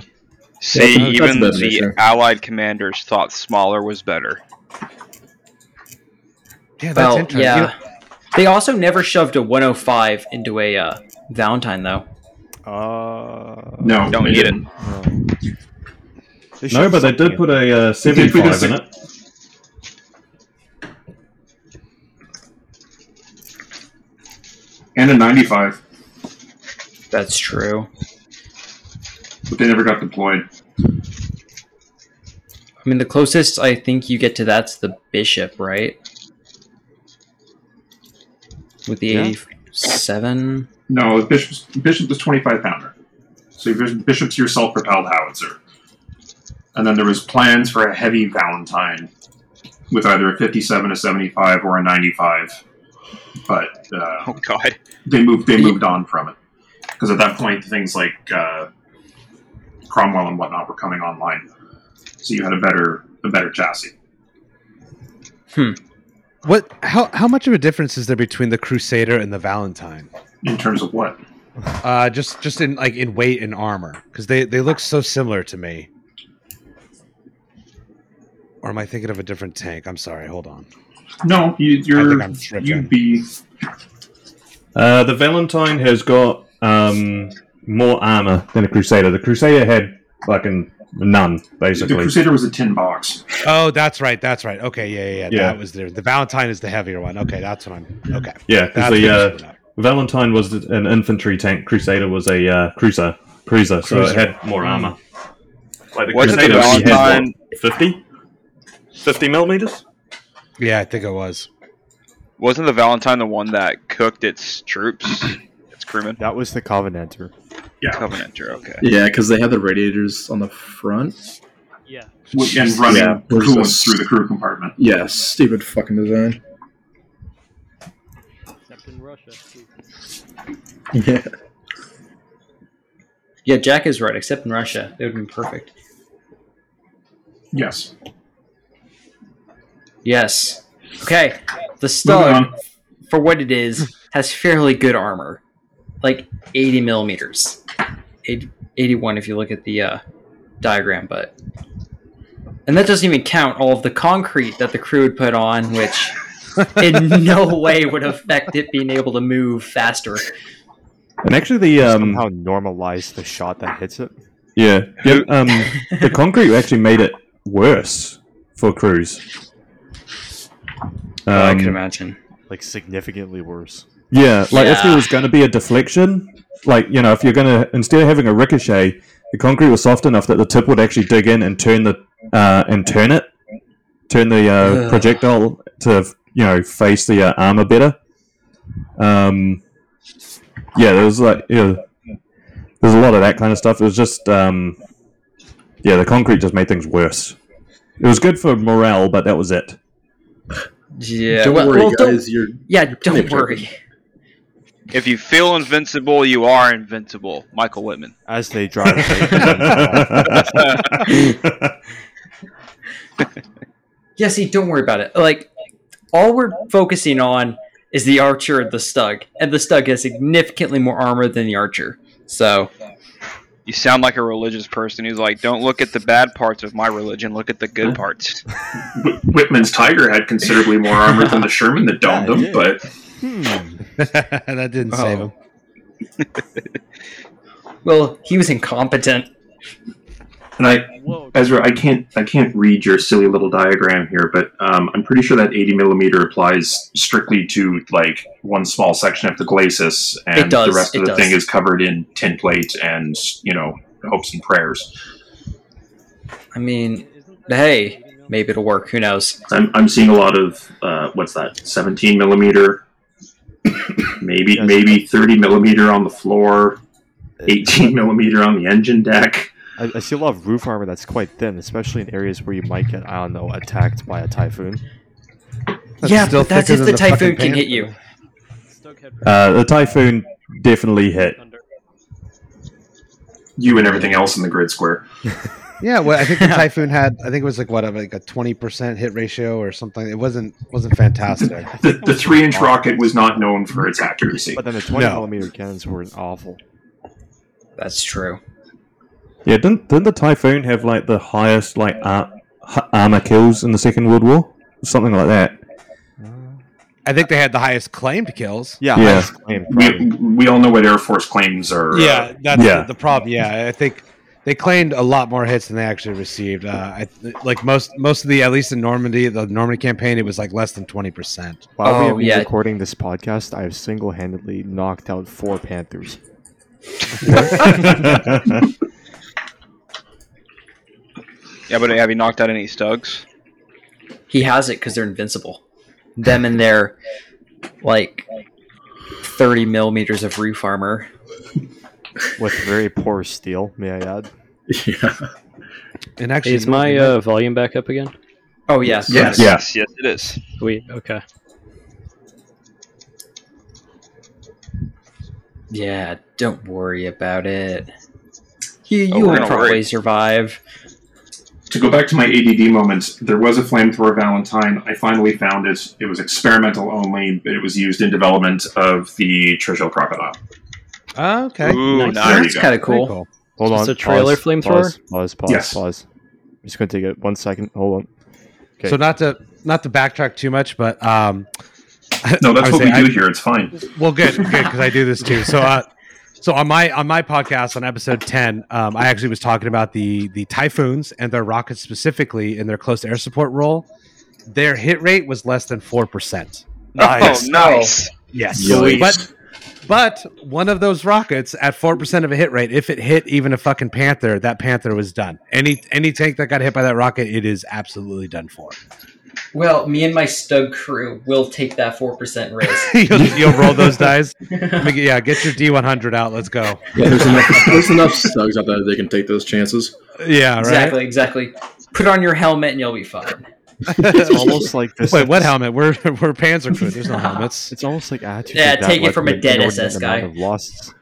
See, that's- that's even better, the sure. Allied commanders thought smaller was better. Yeah, that's Well, interesting. You know- yeah. They also never shoved a 105 into a uh, Valentine, though. Uh, No, Don't they need it. didn't. no. They No, should but they did something put a uh, Did we seventy-five just- in it. And a 95, That's true. but they never got deployed. I mean, the closest I think you get to that's the bishop, right? With the Yeah. 87? No, the bishop's bishop was 25 pounder. So your bishop- bishop's your self-propelled howitzer. And then there was plans for a heavy Valentine with either a 57, a 75, or a 95. But uh, Oh God, they moved they moved on from it because at that point things like uh, Cromwell and whatnot were coming online, so you had a better a better chassis. What? How how much of a difference is there between the Crusader and the Valentine? In terms of what? Uh, just just in like in weight and armor, because they they look so similar to me. Or am I thinking of a different tank? I'm sorry. Hold on. No, you, you're think I'm tripping. you'd be Uh, the Valentine has got um, more armor than a Crusader. The Crusader had fucking none, the basically. Crusader was a tin box. Oh, that's right. That's right. Okay. Yeah. Yeah. yeah. Yeah. That was there. The Valentine is the heavier one. Okay. That's what I'm. Okay. yeah, 'cause That's the what I'm uh, screwing up. Valentine was an infantry tank. Crusader was a uh, cruiser. Cruiser, so it had more Hmm. armor. Like the wasn't the Crusader only had Valentine? what, 50? 50 millimeters? yeah, I think it was. Wasn't the Valentine the one that cooked its troops, its crewmen? That was the Covenanter. Covenanter. Okay. Yeah, because they had the radiators on the front. Yeah. and running Yeah, there's coolant this- through the crew compartment. Yeah, stupid fucking design. Except in Russia. Yeah. Yeah, Jack is right, except in Russia. It would have been perfect. Yes. Yes. Okay. The Moving Stug, for what it is, has fairly good armor. Like 80 millimeters. Eight- 81 if you look at the uh, diagram, but. And that doesn't even count all of the concrete that the crew would put on, which in no way would affect it being able to move faster. And actually, the. Um, Somehow normalized the shot that hits it. yeah. yeah um, the concrete actually made it worse for crews. Oh, I Um, can imagine. Like significantly worse. Yeah, like if Yeah. there was going to be a deflection, like you know, if you're going to instead of having a ricochet, the concrete was soft enough that the tip would actually dig in and turn the uh, and turn it, turn the uh, Ugh. projectile to you know face the uh, armor better. Um, yeah, there was like yeah, there's a lot of that kind of stuff. It was just um, yeah, the concrete just made things worse. It was good for morale, but that was it. Yeah. don't well- worry, well, don't- guys. You're yeah, plenty don't of worry. If you feel invincible, you are invincible. Michael Whitman. As they drive away from Uh, the Yeah, see, don't worry about it. Like, all we're focusing on is the archer and the stug, and the stug has significantly more armor than the archer. So You sound like a religious person who's like, don't look at the bad parts of my religion, look at the good parts. Wh- Whitman's tiger had considerably more armor than the Sherman that domed him, but Hmm. that didn't save him. well, he was incompetent. and I Ezra, I can't I can't read your silly little diagram here, but um, I'm pretty sure that 80 millimeter applies strictly to like one small section of the glacis, and does, the rest of it the does. thing is covered in tin plate and you know hopes and prayers. I mean, hey, maybe it'll work. Who knows? I'm, I'm seeing a lot of uh, what's that 17 millimeter, maybe Yes. maybe 30 millimeter on the floor, 18 millimeter on the engine deck. I, I see a lot of roof armor that's quite thin, especially in areas where you might get, I don't know, attacked by a typhoon. yeah, but that's thicker if than the fucking typhoon can pan- hit you. Uh, the typhoon definitely hit. You and everything else in the grid square. Yeah, well, I think the typhoon had. I think it was like what, like a twenty percent hit ratio or something. It wasn't wasn't fantastic. The, the three inch rocket was not known for its accuracy. But then the 20 No. millimeter cannons were awful. That's true. Yeah, didn't, didn't the typhoon have like the highest like ar- h- armor kills in the Second World War, something like that? I think they had the highest claimed kills. Yeah, Yeah. highest claim, We, probably. we all know what Air Force claims are. Yeah, that's Yeah. The, the problem. Yeah, I think they claimed a lot more hits than they actually received. Uh, I, like most most of the at least in Normandy, the Normandy campaign, it was like less than twenty percent. While we Oh, have been yeah. recording this podcast, I have single handedly knocked out four Panthers. yeah, but have you knocked out any stugs? He has it because they're invincible. Them and their like thirty millimeters of roof armor. With very poor steel, may I add. Yeah. And actually, Is my uh, volume back up again? Oh yes, Yes. Yeah. Yes, yes, it is. Sweet. Okay. yeah. Don't worry about it. You Oh, you we're will not probably worried. survive. To go back to my ADD moments, there was a flamethrower Valentine. I finally found it. It was experimental only, but it was used in development of the Treasure Crocodile. oh, okay, Ooh, Nice. There nice. you That's go. kind of Very cool. Hold So on. it's a trailer pause, flamethrower? Pause, pause, pause, Yes. pause. I'm just going to take it one second. Hold on. Okay. So not to not to backtrack too much, but um, No, that's I would what say we I- do here. It's fine. Well, good, good, because I do this too. So, uh, so on my on my podcast on episode ten, um, I actually was talking about the the typhoons and their rockets specifically in their close air support role. Their hit rate was less than four percent. Oh, nice. Yes, Yikes. but but one of those rockets at four percent of a hit rate, if it hit even a fucking panther, that panther was done. Any any tank that got hit by that rocket, it is absolutely done for. Well, me and my stug crew will take that four percent raise. you'll, you'll roll those dice. Yeah, get your D one hundred out. Let's go. Yeah, there's enough, there's enough stugs out there that they can take those chances. Yeah, right. Exactly, exactly. Put on your helmet and you'll be fine. it's almost like this. Wait, what helmet? We're we're Panzer crew. There's no helmets. It's almost like attitude. Yeah, of that, take it like, from a the dead inordinate SS amount guy. of Losses.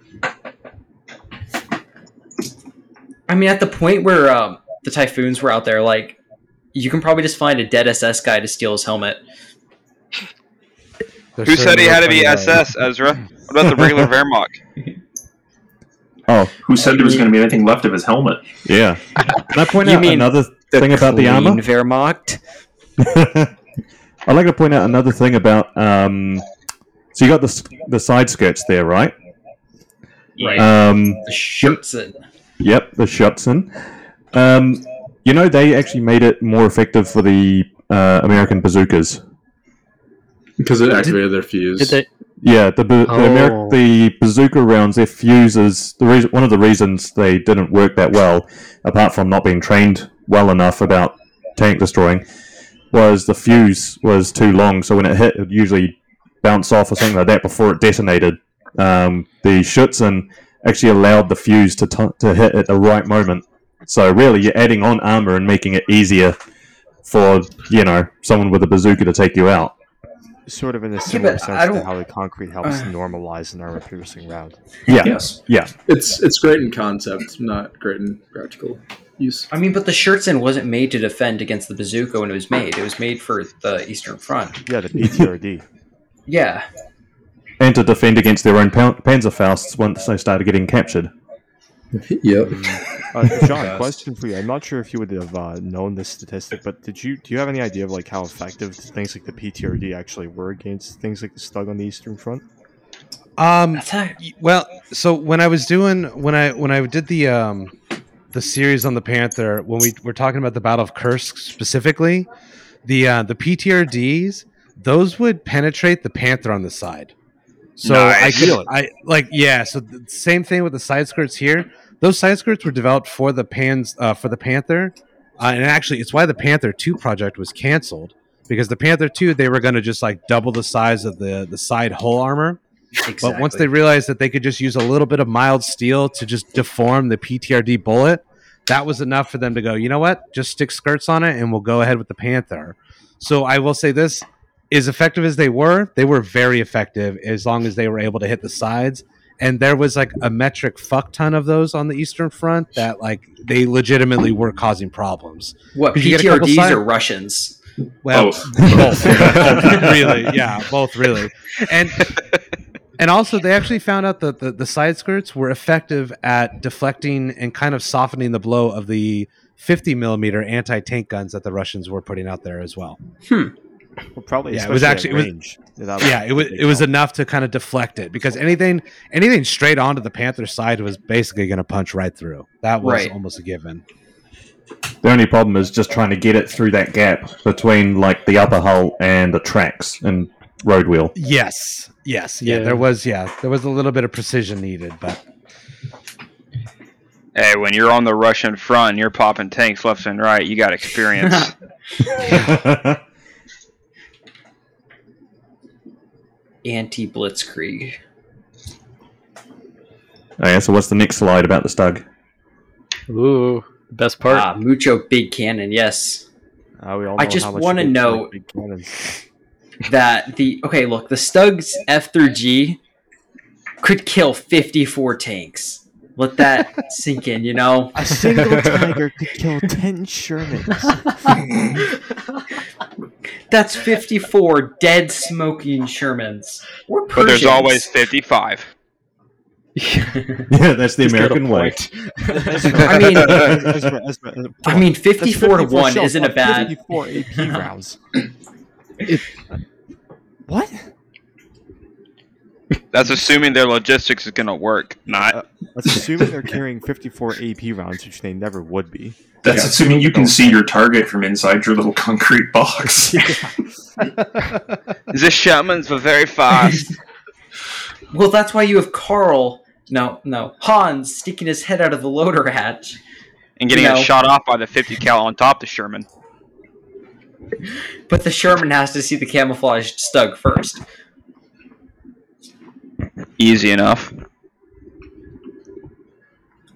I mean, at the point where um, the typhoons were out there, like you can probably just find a dead SS guy to steal his helmet. Who said he had E to be SS, Ezra? What about the regular Wehrmacht? oh, Who said there was going to be anything left of his helmet? yeah. Can I point You out mean another thing about the armor? Clean Wehrmacht. I'd like to point out another thing about. Um, so you got the s- the side skirts there, right? Right. Um, the shirts and Yep, the Schutzen. Um, you know, they actually made it more effective for the uh, American bazookas. Because it activated their fuse. Did they? Yeah, the ba- the, Oh. Ameri- the bazooka rounds, their fuses. The reason, one of the reasons they didn't work that well, apart from not being trained well enough about tank destroying, was the fuse was too long. So when it hit, it would usually bounce off or something like that before it detonated. Um, the Schutzen actually allowed the fuse to t- to hit at the right moment. So really, you're adding on armor and making it easier for you know someone with a bazooka to take you out. Sort of in a similar but I sense to don't- how the concrete helps normalize an armor piercing round. Yeah, Yes. yeah. It's it's great in concept, not great in practical. use. I mean, but the Schertzen wasn't made to defend against the bazooka when it was made. It was made for the Eastern Front. Yeah, the PTRD. Yeah, and to defend against their own pan- Panzerfausts once they started getting captured. Yep. Uh, John, Fast. question for you. I'm not sure if you would have uh, known this statistic, but did you do you have any idea of like how effective things like the PTRD actually were against things like the Stug on the Eastern Front? Um, that's how. Y- well so when i was doing when i when i did the um the series on the panther when we were talking about the battle of kursk specifically the uh the ptrds those would penetrate the panther on the side so Nice. i could i like yeah so the same thing with the side skirts here those side skirts were developed for the pans uh, for the panther uh, and actually it's why the panther 2 project was canceled because the panther 2 they were going to just like double the size of the the side hull armor Exactly. but once they realized that they could just use a little bit of mild steel to just deform the PTRD bullet, that was enough for them to go, you know what? Just stick skirts on it and we'll go ahead with the Panther. So I will say this as effective as they were, they were very effective as long as they were able to hit the sides. And there was like a metric fuck ton of those on the Eastern Front that like they legitimately were causing problems. what Could you get a couple PTRDs side- or Russians? Well, Both. both, both, really, yeah, both really, and and also they actually found out that the, the side skirts were effective at deflecting and kind of softening the blow of the 50 millimeter anti tank guns that the Russians were putting out there as well. Well, probably. Yeah, it was especially at actually- it was- range. That Yeah, it was a big it was help. enough to kind of deflect it because anything anything straight onto the Panther side was basically going to punch right through. That was Right. almost a given. The only problem is just trying to get it through that gap between like the upper hull and the tracks and road wheel. Yes, yes, yeah. Yeah. There was yeah, there was a little bit of precision needed, but Hey, when you're on the Russian front, and you're popping tanks left and right. You got experience. Anti Blitzkrieg. Oh, yeah, so what's the next slide about the Stug? Ooh, the best part. Ah, mucho big cannon. Yes, Uh, we all I know just how much wanna they- know- big cannons. that the okay. Look, the Stugs F through G could kill fifty-four tanks. Let that sink in. You know. A single tiger could kill ten Shermans. That's 54 dead smoking Shermans. Or but there's Pershings. always 55. Yeah, that's the He's got a American way. point. I mean, Ezra, Ezra, uh, Ezra, I mean, 54 to 1 shells, isn't a not bad. 54 AP rounds. what? That's assuming their logistics is going to work. Not. Uh, That's assuming they're carrying 54 AP rounds, which they never would be. That's assuming you can see your target from inside your little concrete box. The Shermans were very fast. Well, that's why you have Carl. No, no. Hans sticking his head out of the loader hatch. and getting No. it shot off by the 50 cal on top of Sherman. But the Sherman has to see the camouflaged Stug first. Easy enough.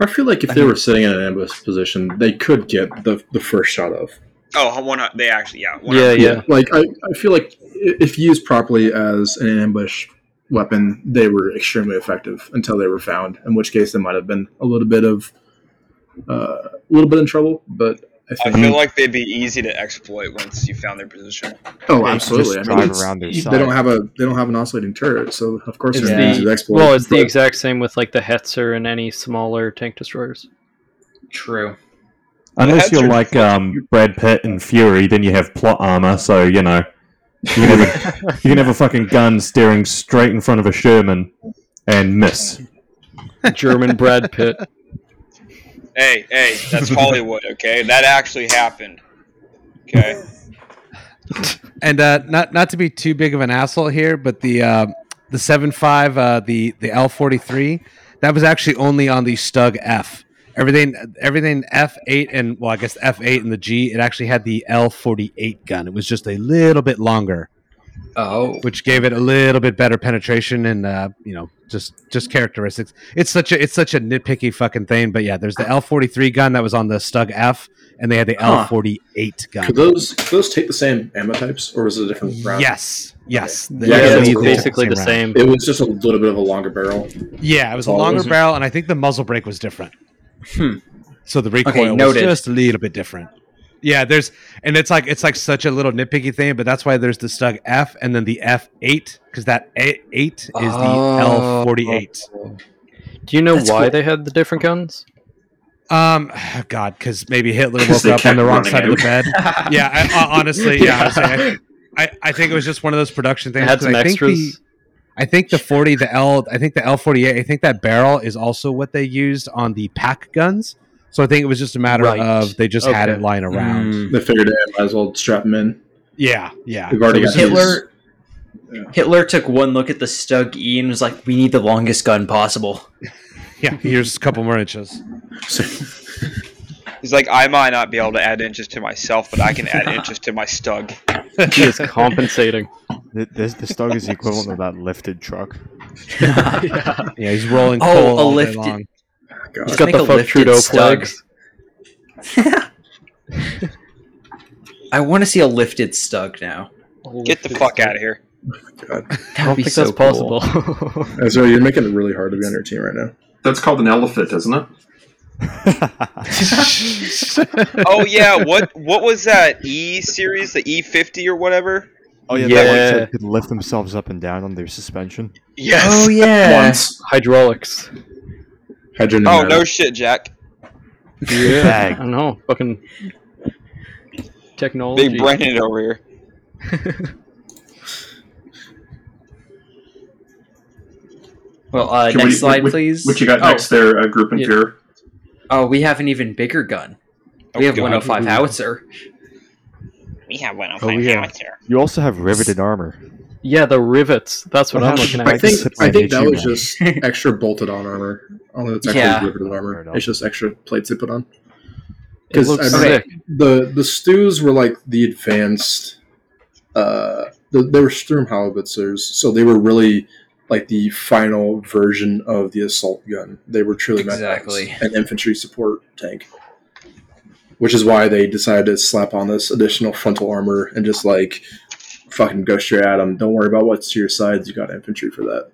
I feel like if they were sitting in an ambush position, they could get the, the first shot of. Oh, one. hun- They actually, yeah. One, Yeah, yeah. Like, I, I feel like i- if used properly as an ambush weapon, they were extremely effective until they were found, in which case they might have been a little bit of. Uh, a little bit in trouble, but I I think. feel like they'd be easy to exploit once you found their position. oh, They absolutely! I Just mean, drive it's- around their they side. don't have a they don't have an oscillating turret, so of course It's they're the- going to exploit. Well, it's the but- exact same with like the Hetzer and any smaller tank destroyers. True. Unless That's you're your- like um, Brad Pitt and Fury, then you have plot armor, so you know you can have a, you can have a fucking gun staring straight in front of a Sherman and miss. German Brad Pitt. Hey, hey, that's Hollywood. Okay, that actually happened. Okay, And uh, not not to be too big of an asshole here, but the uh, the seven five, uh, the the L forty three, that was actually only on the Stug F. Everything everything F eight and well, I guess F eight and the G, it actually had the L forty eight gun. It was just a little bit longer, Oh. which gave it a little bit better penetration and uh, you know just just characteristics. It's such a it's such a nitpicky fucking thing, but yeah, there's the L forty three gun that was on the Stug F, and they had the Huh. L forty eight gun. Could those could those take the same ammo types, or was it a different round? Yes. Yes. Yeah, Yeah, that's it's cool. basically the same. It was just a little bit of a longer barrel. round. Yeah, it was a Oh, longer is it? barrel, and I think the muzzle brake was different. Hmm. So the recoil Okay, was noted. just a little bit different. Yeah, there's and it's like it's like such a little nitpicky thing, but that's why there's the snug F and then the F eight because that A- eight is the L forty eight. Do you know That's why cool. they had the different guns? Um, God, because maybe Hitler 'Cause woke they up on the kept wrong running side of out. the bed. yeah, I, I, honestly, yeah, honestly, I, I I think it was just one of those production They things. had 'cause some I think the- extras. I think the 40, the L, I think the L48, I think that barrel is also what they used on the pack guns. So I think it was just a matter Right. of they just had Okay. Mm. it lying around. They figured it. Might as well strap him in. Yeah, yeah. We've already So it was got just- Hitler. Yeah. Hitler took one look at the Stug E and was like, "We need the longest gun possible." Yeah, here's a couple more inches. He's like, I might not be able to add inches to myself, but I can add inches to my stug. he is compensating. Th- This, this dog is the equivalent of that lifted truck. Yeah, he's rolling Oh, coal a all day lifted- long. He's Just got make the a fuck lifted Trudeau Stug. flags. I want to see a lifted Stug now. Get the fuck out of here. That I would don't be think so that's cool. possible. And so you're making it really hard to be on your team right now. That's called an elephant, isn't it? Oh yeah, what what was that E series, the E fifty or whatever? oh yeah, that one Yeah. said could lift themselves up and down on their suspension. Yes. Oh yeah. Once. Hydraulics. Hydrogen Oh pneumatic. no shit, Jack. Yeah. I Bag. don't know. Fucking technology. Big Brandon over here. Well, uh, Can next we- slide, what- please. What you got oh, next there, uh, group and Yeah. fear? Oh, we have an even bigger gun. Oh, We have God. 105 howitzer. We have one on Oh, yeah. You also have riveted armor. Yeah, the rivets. That's what I'm Well, looking I I at. Right. think just hit my I think that issue was now. just extra bolted on armor. Although it's actually Yeah. riveted armor. Fair enough. It's just extra plates they put on. It 'Cause looks I sick. the the stews were like the advanced uh the, they were Sturm howitzers so they were really like the final version of the assault gun they were truly meant Exactly. as an infantry support tank which is why they decided to slap on this additional frontal armor and just like fucking go straight at them don't worry about what's to your sides you got infantry for that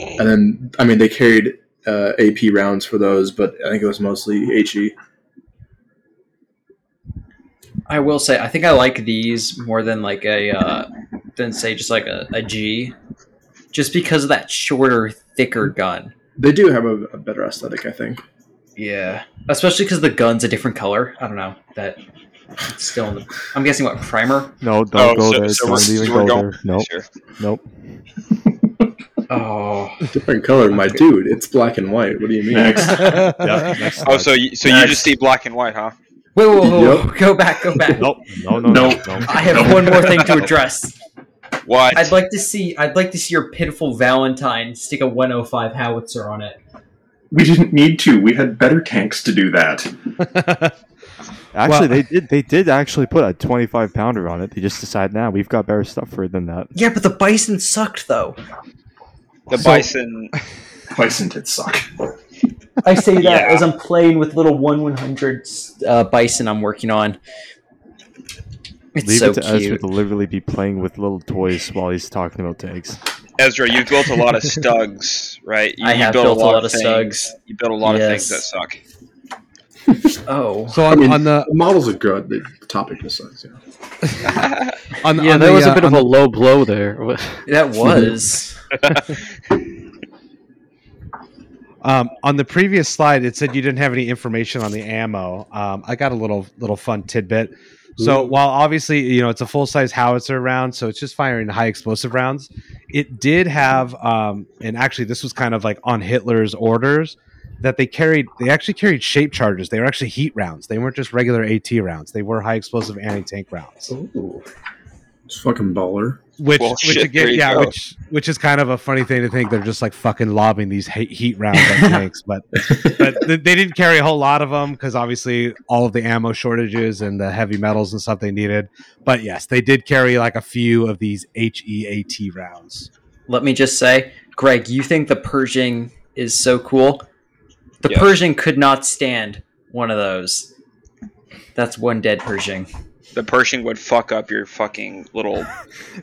and then i mean they carried uh, ap rounds for those but i think it was mostly E. he I will say, I think I like these more than like a, uh, than say just like a, a G, just because of that shorter, thicker gun. They do have a, a better aesthetic, I think. Yeah, especially because the gun's a different color. I don't know that. It's still, in the, I'm guessing what primer. No, don't Oh, go so- there. so we're- don't even we're go going- there. Nope, Sure. nope. Oh, Different color, my dude. It's black and white. What do you mean? Next. next Oh, slide. so you, so you Next. just see black and white, huh? wait, whoa, whoa, whoa. go back, go back. Nope. No, no, no, Nope. no. I have one more thing to address. What? I'd like to see, I'd like to see your pitiful Valentine stick a 105 howitzer on it. We didn't need to. We had better tanks to do that. Actually, Well- they did. They did actually put a 25 pounder on it. They just decided now we've got better stuff for it than that. Yeah, but the bison sucked though. the So- bison. Bison did suck. I say that Yeah. as I'm playing with little one one hundred uh, bison I'm working on. It's Leave so it to Ezra cute. to literally be playing with little toys while he's talking about tanks. Ezra, you built a lot of stugs, right? You, I you have built a lot of things. stugs. You built a lot of things Yes. that suck. Oh, So I on, mean, on the the models are good. The topic just sucks. Yeah. on, Yeah, on that the, was uh, a bit on of a low blow there. that was Um, on the previous slide, it said you didn't have any information on the ammo. Um, I got a little little fun tidbit. So while obviously you know it's a full size howitzer round, so it's just firing high explosive rounds. It did have, um, and actually this was kind of like on Hitler's orders that they carried. They actually carried shape charges. They were actually heat rounds. They weren't just regular AT rounds. They were high explosive anti tank rounds Ooh. It's fucking baller. which Well, which shit, there again, you yeah, go. which which is kind of a funny thing to think they're just like fucking lobbing these heat, heat rounds at tanks, but but th- they didn't carry a whole lot of them because obviously all of the ammo shortages and the heavy metals and stuff they needed. But yes, they did carry like a few of these HEAT rounds. let me just say, Greg, you think the Pershing is so cool? The Yes. Pershing could not stand one of those. That's one dead Pershing. The Pershing would fuck up your fucking little. You,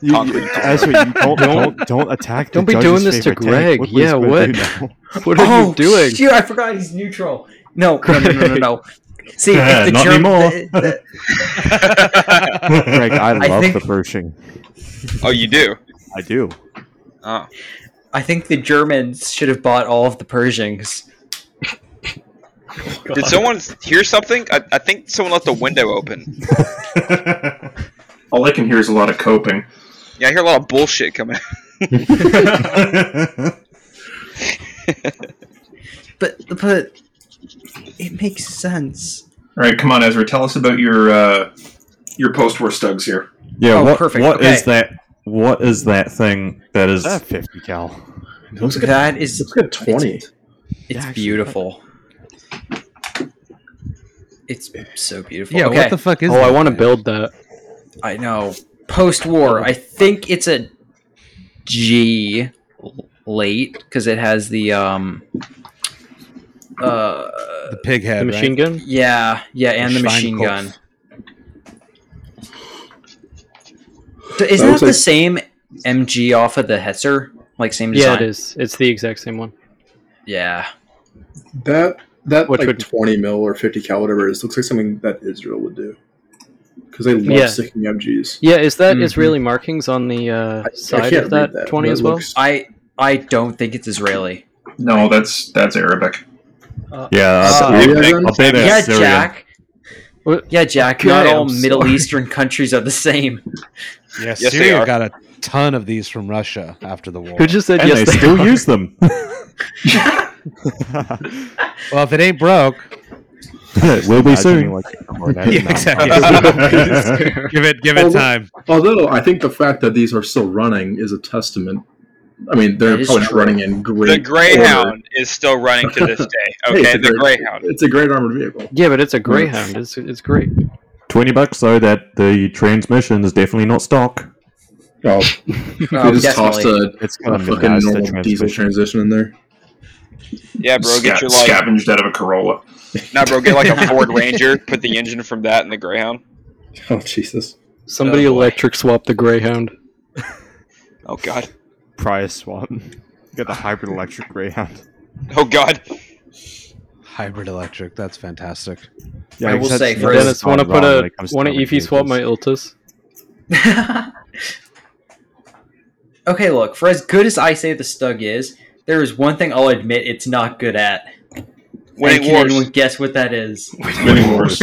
you, Concrete. Ezra, you don't, don't don't attack. The Don't be judge's doing this to favorite Greg. Tank. Look what he's Yeah, gonna what? Oh, do now. what are you doing? shoot, I forgot he's neutral. No, no, no, no, no. no. See, Yeah, if the not Germ- anymore. the- the- Greg, I I love think- the Pershing. Oh, you do? I do. Oh. I think the Germans should have bought all of the Pershings. Did someone hear something? I, I think someone left the window open. All I can hear is a lot of coping. Yeah, I hear a lot of bullshit coming. But but it makes sense. All right, come on, Ezra. Tell us about your uh, your post-war stugs here. Yeah. Oh, what, perfect, what is okay. that? What is that thing that is? Is that a 50 cal? It looks like a, That is looks like a twenty. Yeah, it's actually, beautiful. It's so beautiful. Yeah, okay. what the fuck is Oh, that? I want to build that. I know. Post war, I think it's a G l- late because it has the um uh the pig head, The machine right? gun. yeah yeah and the Schweinkopf. machine gun. So is that, That looks the like- same MG off of the Hetzer? Like same Yeah, design? it is. It's the exact same one. Yeah. That that Which like would- twenty mil or fifty cal whatever it is looks like something that Israel would do because they love Yeah. sticking MGs. Yeah, is that Mhm. Israeli markings on the uh, I- I side can't of that, read that, twenty but as it well? looks- I I don't think it's Israeli. No, that's that's Arabic. yeah. I- Uh, I- Syria then? I'll bet Yeah, that's Syrian. Jack. What? Yeah, Jack. Okay, Not I'm all Middle sorry. Eastern countries are the same. Um, Yeah, Yes, they Syria are. got a ton of these from Russia after the war. Who just said And yes? they they still are? use them. well, if it ain't broke, Will be Imagine soon. Like a cornet Yeah, now. exactly. give it give Oh, it look. time. Although I think the fact that these are still running is a testament. I mean, they're That is probably not true. running in great. The order. Greyhound is still running to this day. Hey, Okay, it's a the great- Greyhound. It's a great armored vehicle. Yeah, but it's a Greyhound. It's it's great. Twenty bucks though. That the transmission is definitely not stock. Oh, Oh, they just tossed definitely. a, It's kind a of fucking minimized the normal diesel transmission. transition in there. Yeah, bro, get Sca- your like scavenged out of a Corolla. now, bro, get like a Ford Ranger. Put the engine from that in the Greyhound. Oh Jesus! Somebody Oh, boy. electric swapped the Greyhound. Oh god. Prius swap. Got the hybrid electric Greyhound. Oh god. Hybrid electric, that's fantastic. Yeah, I will guess say that's- First- Dennis, want to gone put wrong when a it comes to want to electric EV swap my vehicles. Iltis? okay, look. For as good as I say the Stug is, there is one thing I'll admit it's not good at. Winning and can wars. anyone guess what that is? Winning wars.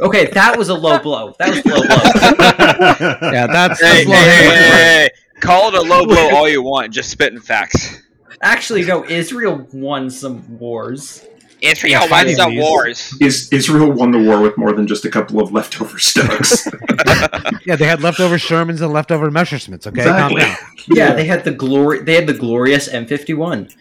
Okay, that was a low blow. That was a low blow. Yeah, that's, Hey, hey, that's low hey, hanging hey, fruit. hey, hey. Call it a low blow all you want. Just spitting facts. Actually, no. Israel won some wars. Israel Yeah, wins the fighting these. wars. Is Israel won the war with more than just a couple of leftover stugs? Yeah, they had leftover Shermans and leftover Messerschmitts, okay? Calm Exactly. down. Yeah, they had the glory. They had the glorious M51.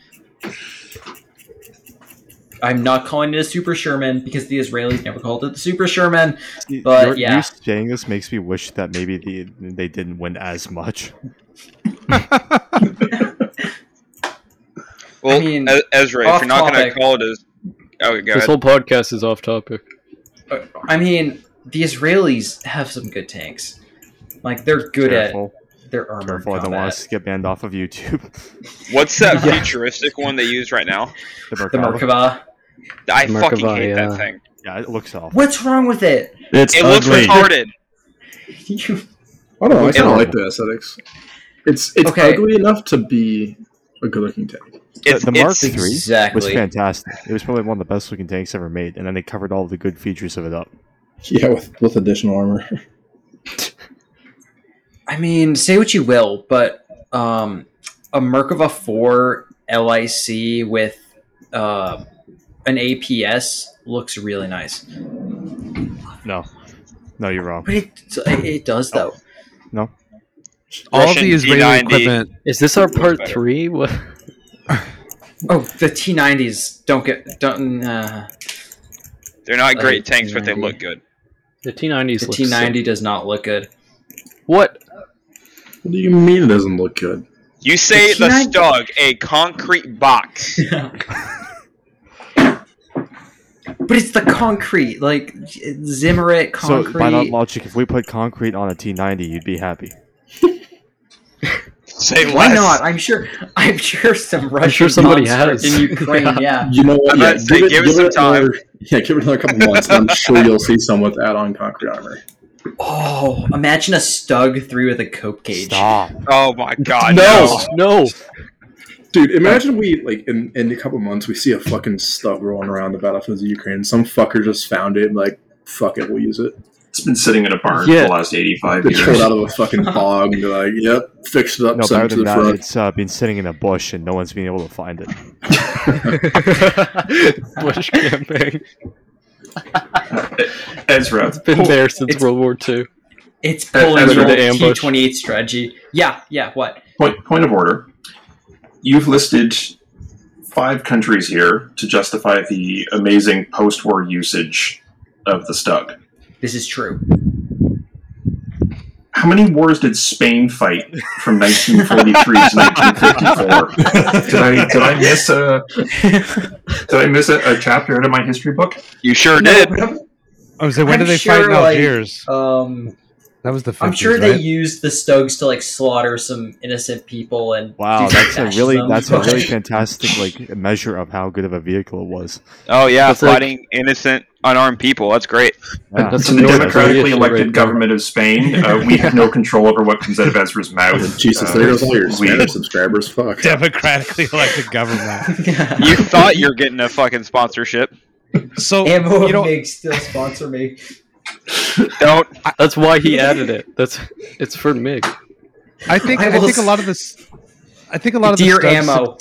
I'm not calling it a Super Sherman because the Israelis never called it the Super Sherman. You- But, your- yeah. you saying this makes me wish that maybe the, they didn't win as much. Well, I mean, E- Ezra, if off you're not going topic. to call it as. Oh, go This ahead. whole podcast is off topic. I mean, the Israelis have some good tanks. Like they're good Careful, at their armor careful! I don't want combat. us to get banned off of YouTube. What's that Yeah. futuristic one they use right now? the The Merkava. Merkava. I Merkava, fucking hate yeah. that thing. Yeah, it looks awful. What's wrong with it? It's It looks ugly. retarded. You- Oh no, I It's kind of horrible. like the aesthetics. It's it's Okay. ugly enough to be a good looking tank. It's, the Mark it's, III was exactly. fantastic. It was probably one of the best looking tanks ever made, and then they covered all the good features of it up. Yeah, with with additional armor. I mean, say what you will, but um, a Merkava 4 LIC with uh, an APS looks really nice. No, no, you're wrong. But it, it does, though. All Russian the Israeli D90. equipment. Is this our part better. three? What? Oh, the T90s don't get. don't. Uh, they're not great Like, tanks, but they 90. look good. The T90s. the look T90 sick. does not look good. What? What do you mean it doesn't look good? You say The the T9 Stug, a concrete box. but it's the concrete, like Zimmerit So by that concrete. logic, if we put concrete on a T90, you'd be happy. Say Why less. not? I'm sure. I'm sure some Russian sure somebody monster has. in Ukraine. yeah. You know what? I'm Yeah, about to say, give it some time. another- yeah, give it another couple months. and I'm sure you'll see some with add-on concrete armor. Oh, imagine a Stug three with a cope cage. Stop. Oh my god. No, no. Dude, imagine we like in, in a couple months we see a fucking stub rolling around the battlefields of Ukraine. Some fucker just found it and like, fuck it, we'll use it. It's been sitting in a barn Yeah. for the last 85 They pulled years. out of a fucking bog and be like, yep, fixed it up, No, sent better it to than the that, front. it's uh, been sitting in a bush and no one's been able to find it. Bush campaign. Ezra, It's been there since It's- World War II. It's pulling That's the right. The T ambush. twenty eight strategy. Yeah, yeah. What? point, point of order. You've listed five countries here to justify the amazing post war usage of the Stug. This is true. How many wars did Spain fight from 1943 to 1954? Did I, did I miss a did I miss a, a chapter out of my history book? You sure No, did. I'm saying, when I'm did they sure, fight in like, Algiers? Um, that was the 50s, I'm sure right? they used the Stugs to like slaughter some innocent people and Wow, do that's a smashes really them, that's a but- really fantastic like measure of how good of a vehicle it was. Oh yeah, That's like- fighting innocent unarmed people. That's great. Yeah. That's To the North democratically Korea shit elected right there. government of Spain, uh, we have no control over what comes out of Ezra's mouth. Jesus, Uh, there goes all your we- Spanish subscribers. Fuck. Democratically elected government. You thought you're getting a fucking sponsorship. So Ammo you know, Mig still sponsor me. Don't. That's why he added it. That's it's for Mig. I think I I, will think a s- lot of this. I think a lot of Dear the Stugs- ammo.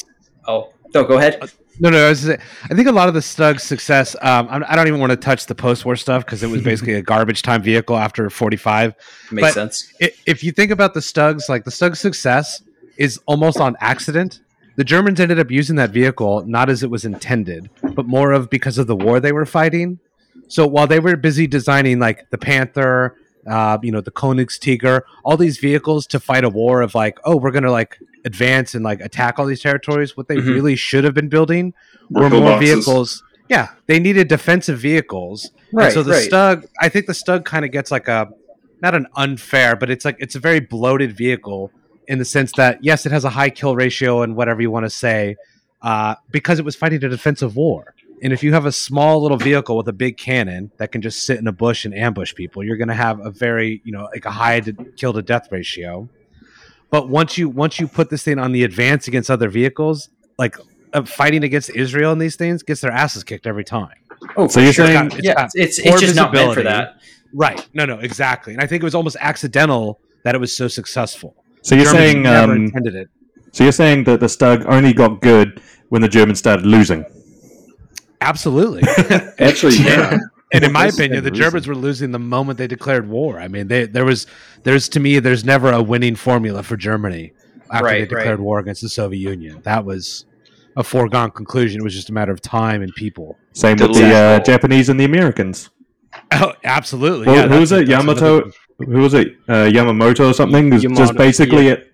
Oh, no, go ahead. No, no. I, was just saying- I think a lot of the Stug's success. Um, I'm, I don't even want to touch the post-war stuff because it was basically a garbage time vehicle after 45. Makes but- sense. I- If you think about the Stugs, like the Stug's success is almost on accident. The Germans ended up using that vehicle not as it was intended, but more of because of the war they were fighting. So while they were busy designing like the Panther, uh, you know, the Koenigstigger, all these vehicles to fight a war of like, oh, we're gonna like advance and like attack all these territories. What they Mhm. really should have been building were Workable more boxes. vehicles. Yeah, they needed defensive vehicles. And Right, so the right. Stug, I think the Stug kind of gets like a not an unfair, but it's like it's a very bloated vehicle in the sense that yes, it has a high kill ratio and whatever you want to say, uh, because it was fighting a defensive war. And if you have a small little vehicle with a big cannon that can just sit in a bush and ambush people, you're going to have a very you know like a high to kill to death ratio. But once you once you put this thing on the advance against other vehicles, like uh, fighting against Israel and these things gets their asses kicked every time. Oh, So you're sure. saying- It's yeah, got it's poor it's just not meant for visibility. that. Right. No, no, exactly. And I think it was almost accidental that it was so successful. So you're Germans saying never um, intended it. so you're saying that the Stug only got good when the Germans started losing. Absolutely. Actually, yeah. and in my That's opinion, the the reason. Germans were losing the moment they declared war. I mean, they, there was there's to me there's never a winning formula for Germany after Right, they declared right. war against the Soviet Union. That was a foregone conclusion. It was just a matter of time and people. Same with the uh, Japanese and the Americans. Oh, absolutely. Well, yeah, who was that's- it? that's another Yamato? one. Who was it? Uh, Yamamoto or something? Who's Yamato, just basically at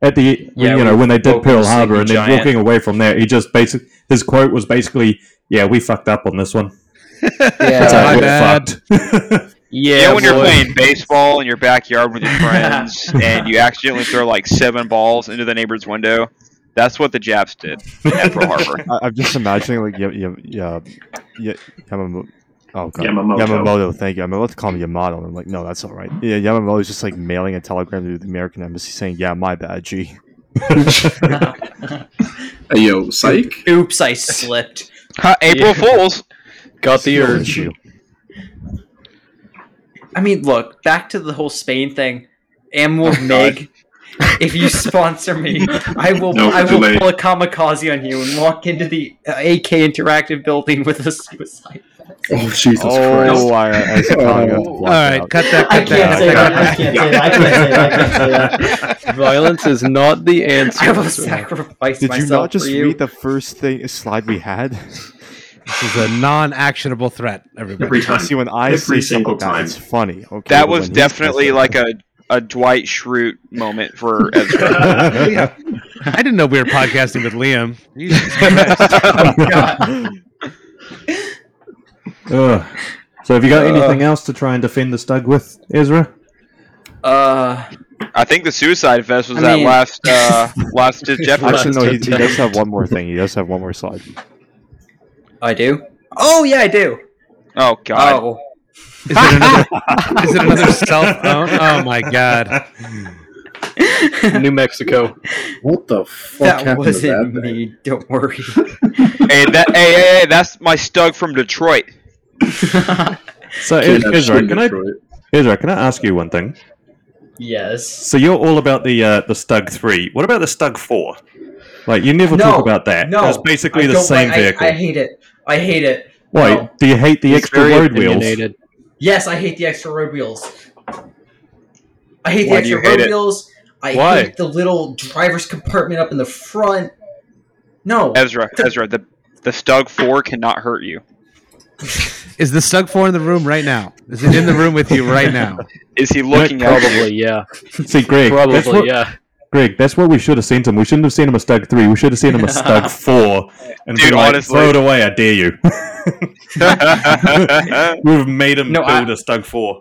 at the Yeah, you know when they did Boku Pearl City Harbor and then Giant. walking away from there, he just basic his quote was basically, "Yeah, we fucked up on this one." Uh, It's my like, we're bad. fucked. Yeah, Yeah, when you're playing baseball in your backyard with your friends and you accidentally throw like seven balls into the neighbor's window. That's what the Japs did at Pearl Harbor. I, I'm just imagining like yeah yeah yeah, yeah Yamamo- oh god Yamamoto. Yamamoto thank you I'm about to call him Yamato I'm like no that's all right yeah Yamamoto's just like mailing a telegram to the American embassy saying yeah my bad G Hey, yo, psych. Oops, I slipped. Ha, April Yeah. Fools. Got the Still urge. issue. I mean, look, back to the whole Spain thing. Ammo Mig. If you sponsor me, I will. No, I too will late. pull a kamikaze on you and walk into the uh, AK Interactive building with a suicide. Oh, Jesus Christ. oh I, I, I probably got All blocked Oh, All right, out. cut that. I Cut can't that. say that. I can't say that. I can't say that. I can't say that. Violence is not the answer. I will sacrifice did myself you not just for you. read the first thing slide we had This is a non-actionable threat, everybody. I Every time. see when I Every see single something like time. that, it's funny okay That but when was he says definitely that- like a, a Dwight Schrute moment for Ezra. Yeah. I didn't know we were podcasting with Liam. Jesus Christ. Ugh. So have you got anything else to try and defend the Stug with, Ezra? Uh, I think the Suicide Fest was I that mean- last uh, last ditch effort. Actually, no, he, he does have one more thing. He does have one more slide. I do. Oh yeah, I do. Oh God! Oh, Is it another, is it another cell phone? Oh my god. New Mexico. What the fuck that happened to that wasn't thing? me. Don't worry. Hey, that, hey, hey, hey, that's my stug from Detroit. So, Kid Iz- had Izra, shit can I, destroyed. Izra, can I ask you one thing? yes. So you're all about the uh, the Stug three. What about the Stug four? Like you never No, talk about that. no, it's basically I the don't same like- I- vehicle. I, hate it. I hate it. Why? no. Do you hate the He's extra very road wheels? opinionated. Yes, I hate the extra road wheels. I hate Why the do extra you road hate it? wheels. I Why? hate the little driver's compartment up in the front. No. Ezra, Ezra, the the stug four cannot hurt you. Is the Stug 4 in the room right now? Is it in the room with you right now? Is he looking at you? Probably, yeah. See, Greg, that's Probably, what, yeah. Greg, that's what we should have sent him. We shouldn't have sent him a Stug three. We should have sent him a Stug four. And Dude, been like, honestly- throw it away. I dare you. We've made him No, I- build a Stug four.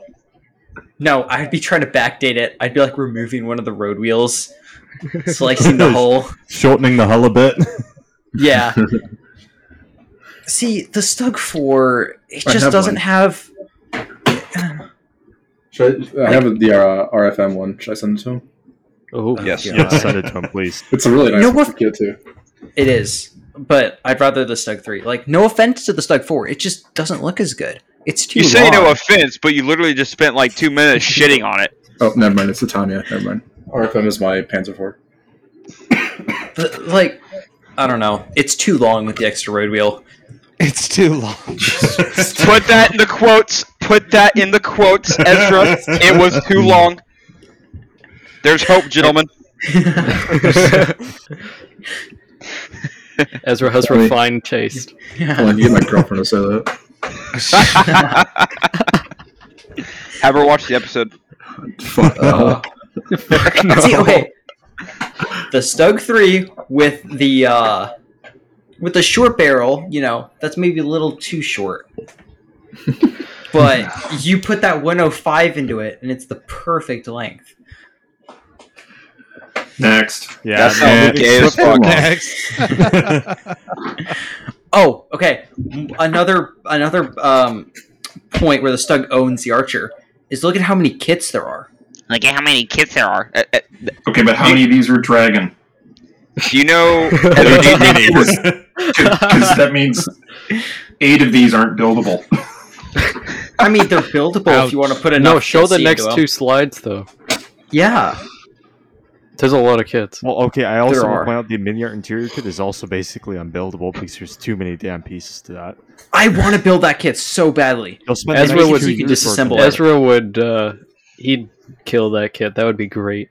No, I'd be trying to backdate it. I'd be like removing one of the road wheels, slicing the hole. Shortening the hull a bit. Yeah. See, the Stug 4, it I just have doesn't one. have. Should I, I have the uh, RFM one. Should I send it to him? Oh, Yes. God. Yeah, send it to him, please. It's a really nice know one what- to get to. It is. But I'd rather the Stug 3. Like, no offense to the Stug 4, it just doesn't look as good. It's too You say long. no offense, but you literally just spent like two minutes shitting on it. Oh, never mind. It's the Tamiya. Never mind. RFM is my Panzer IV. The- like, I don't know. It's too long with the extra road wheel. It's too long. Put that in the quotes. Put that in the quotes, Ezra. It was too long. There's hope, gentlemen. Ezra has Sorry. refined taste. I want to get my girlfriend to say that. Have her watch the episode. Fuck no. See, okay. The Stug 3 with the uh with the short barrel, you know, that's maybe a little too short. but you put that 105 into it and it's the perfect length. Next. Yeah, That sounds man, gay as it's so fuck. long. Next. Oh, okay. Another another um point where the Stug owns the archer is look at how many kits there are. Like how many kids there are? Uh, uh, Okay, but how many of these are dragon? do you know? Ezra, do you think- Many. Because that means eight of these aren't buildable. I mean, they're buildable if you want to put enough. No, show the kits next into two them. slides, though. Yeah, There's a lot of kids. Well, okay. I also There want to are. point out the mini art interior kit is also basically unbuildable because there's too many damn pieces to that. I want to build that kit so badly. You'll spend Ezra the next was- two you can years working disassemble on it. it. Ezra would, uh, he'd kill that kid. That would be great.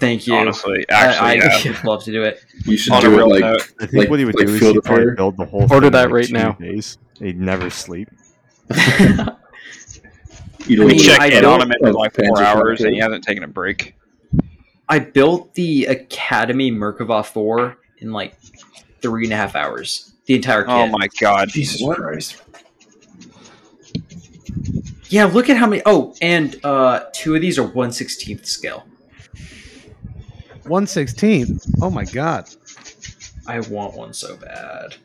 Thank you. Honestly, I, I actually, yeah. would love to do it. You should On a do it real like note, I think like- what he would like do is Field he'd of probably Fire. build the whole thing Order in, that like, right two now. Days. He'd never sleep. eat a we little mean, check I in don't- on him after like Panzer four hours, IV. and he hasn't taken a break. I built the Academy Merkava 4 in like three and a half hours. The entire kit. Oh my god! Jesus Christ. Yeah, look at how many. Oh, and uh, two of these are 116th scale. 116. Oh my god. I want one so bad.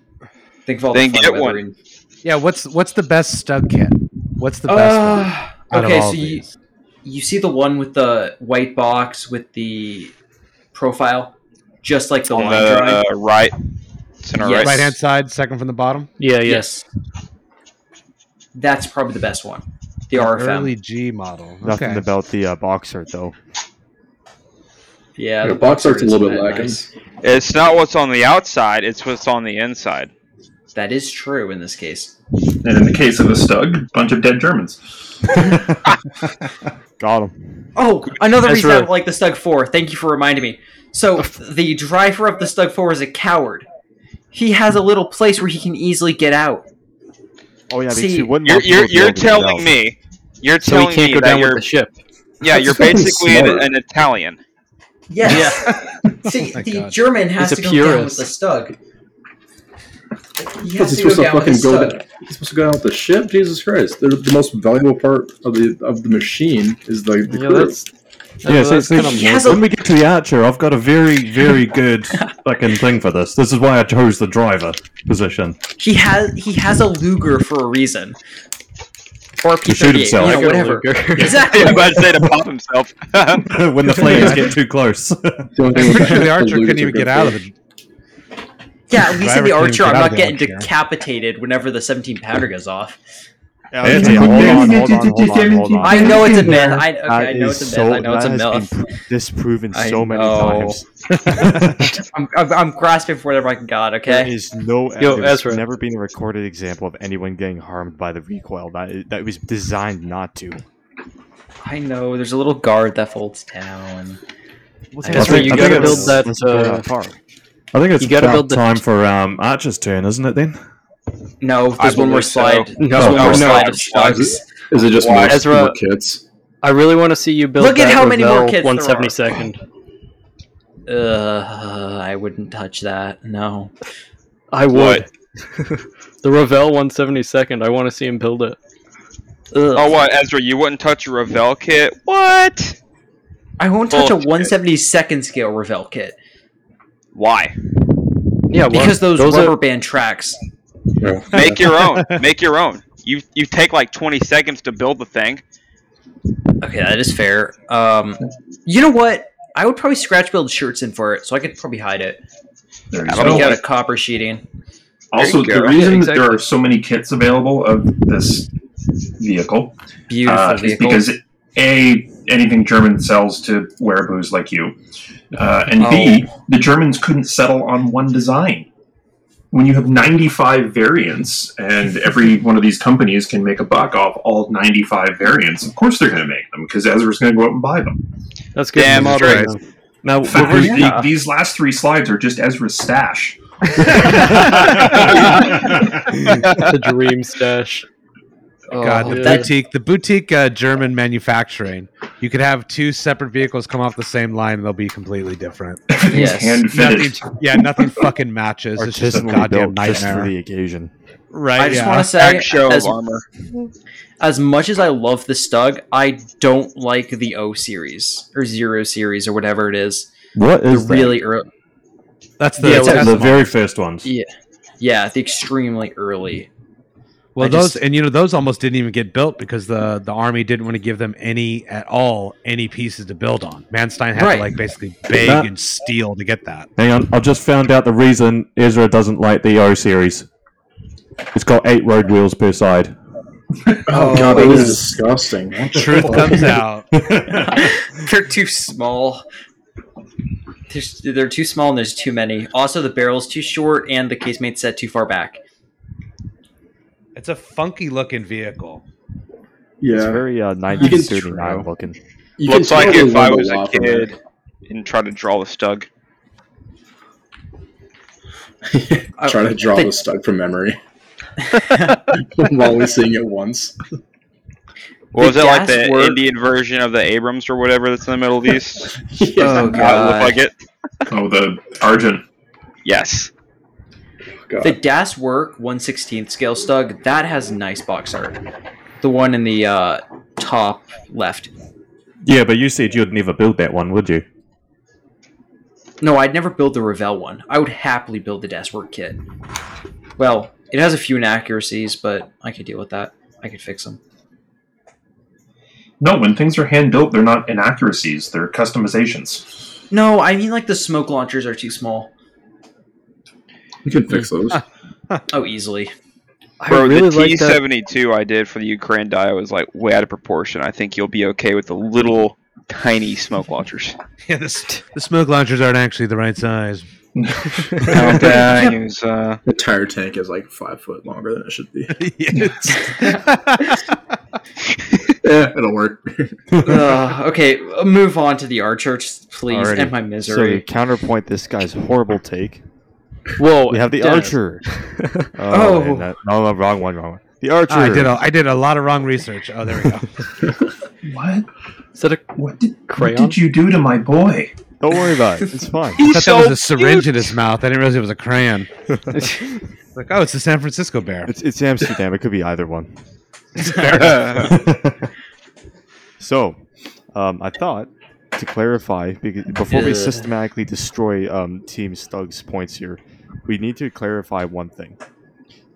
Think of all Then the fun get weather one. in- Yeah, what's what's the best Stug kit? What's the best one? Uh, out of okay, all so you, these? you see the one with the white box with the profile, just like the On line the drawing? uh, right, center Yes. right. Right hand side, second from the bottom. Yeah, yeah. Yes. That's probably the best one. The RFM. Early G model. Nothing okay. about the uh, box art though. Yeah, Yeah, the box box art's art's a little bit lacking. It's not what's on the outside; it's what's on the inside. That is true in this case. And in the case of a stug, bunch of dead Germans. Got him. Oh, another That's reason I right. don't like the Stug 4. Thank you for reminding me. So, the driver of the Stug 4 is a coward. He has a little place where he can easily get out. Oh yeah, because See, you wouldn't. You're want people you're, to be you're able to get telling out. me, you're So telling he can't me go that down with you're the ship. yeah, That's you're fucking basically an, smart. an Italian. Yes. See, Oh my the God. German has He's to a go down with purist. the Stug. He has Because he's to go supposed to down with the fucking go. Stug. down- He's supposed to go out with the ship. Jesus Christ! They're the most valuable part of the of the machine is like the Yeah, crew. that's Yeah, so, that's so kinda He has when we get to the archer, I've got a very, very good fucking thing for this. This is why I chose the driver position. He has he has a Luger for a reason. Or a P38, shoot himself. you know, I got a whatever. Luger. Exactly. I'm about to say to pop himself. when the flames get too close. I'm I'm pretty sure the archer couldn't even get out of it. Yeah, at least in Driver the can't Archer, I'm get out not of the getting Archer. decapitated whenever the 17 pounder goes off. Yeah, It's okay, a hold myth. on, hold on, hold on, hold on. I know it's a myth. There. I, okay, That I know it's a myth. is I know it's a that has myth. been pr- disproven I so many know. times. I'm, I'm, I'm grasping for whatever I can got, There okay? is no. Yo, there's Ezra. never been a recorded example of anyone getting harmed by the recoil. That that was designed not to. I know, there's a little guard that folds down. I that's where think- you I gotta think build it's- that. Let's go Uh, that far. I think it's You gotta about build the- time for um, Archer's turn, isn't it? Then No, there's one more believe so. slide. There's one no, more no, slide I'm of slugs. Is it just Why, more, Ezra- more kids? I really want to see you build. Look at that how many more Ravel kids there are. 172nd. Uh, I wouldn't touch that. No. I would. What? the Ravel 172nd. I want to see him build it. Ugh. Oh, what, Ezra? You wouldn't touch a Ravel kit? What? I won't touch a Bullshit. 172nd scale Revel kit Why? Yeah, because those, are- rubber band tracks. Make your own. Make your own. You you take like 20 seconds to build the thing. Okay, that is fair. Um, you know what? I would probably scratch build shirts in for it, so I could probably hide it. There I you don't We know. go. got a copper sheeting. Also, There you the go. reason Yeah, that there exactly. are so many kits available of this vehicle, Beautiful uh, is vehicle. because a anything German sells to wearaboos like you, uh, and b the Germans couldn't settle on one design. When you have 95 variants, and every one of these companies can make a buck off all 95 variants, of course they're going to make them because Ezra's going to go out and buy them. That's good. Damn model. straight. now In fact, we're- the- these last three slides are just Ezra's stash. the dream stash. God, Oh, the yeah. boutique, the boutique uh, German manufacturing. You could have two separate vehicles come off the same line, and they'll be completely different. Everything's Yes. hand Nothing, fitted. yeah, nothing fucking matches. It's just a Artisanally goddamn built just for nightmare, the occasion. right? I just yeah. want to say, Back show as, of armor. as much as I love the Stug, I don't like the O series or Zero series or whatever it is. what The is that? really early, That's the, Yeah, that's well, the the very first ones? yeah, yeah, the extremely early. Well, I those just- and you know those almost didn't even get built because the the army didn't want to give them any at all any pieces to build on. Manstein had Right. to like basically beg That- and steal to get that. Hang on, I've just found out the reason Ezra doesn't like the O series. It's got eight road wheels per side. Oh, god, that is disgusting. Truth comes out. They're too small. There's, they're too small and there's too many. Also, the barrel's too short and the casemate's set too far back. It's a funky looking vehicle. It's Yeah, very uh, can 1939 try. looking. you can Looks like totally if I learn was a lot from it. kid and tried to draw the stug. Uh, Try to draw the- the stud from memory while we're seeing it once. What was The it like gas the work- Indian version of the Abrams or whatever that's in the Middle East? Oh, Uh, look God. like it? Oh, the Argent. Yes. God. The Das Work 116th scale stug, that has nice box art. The one in the uh, top left. Yeah, but you said you'd never build that one, would you? No, I'd never build the Ravel one. I would happily build the Das Work kit. Well, it has a few inaccuracies, but I could deal with that. I could fix them. No, when things are hand built, they're not inaccuracies; they're customizations. No, I mean like the smoke launchers are too small. You can fix those. Oh, easily. Bro, really the like T that- seventy two I did for the Ukraine die was like way out of proportion. I think you'll be okay with the little tiny smoke launchers. Yeah, this, the smoke launchers aren't actually the right size. Oh, How about you, uh, The tire tank is like five foot longer than it should be. yeah, it'll work. Ugh, okay, move on to the archer, just please, Alrighty. and my So to misery. counterpoint this guy's horrible take, Whoa, we have the Dennis, archer. Oh. and that- no, no, wrong one, wrong one. The archer. Ah, I did a, I did a lot of wrong research. Oh, there we go. What? Is that a What did, what crayon? did you do to my boy? Don't worry about it. It's fine. I thought He's that was so a syringe in his mouth. I didn't realize it was a crayon. like, oh, it's the San Francisco bear. It's, it's Amsterdam. It could be either one. cute. So, um, I thought to clarify, because before we Yeah. systematically destroy um, Team Stug's points here, we need to clarify one thing.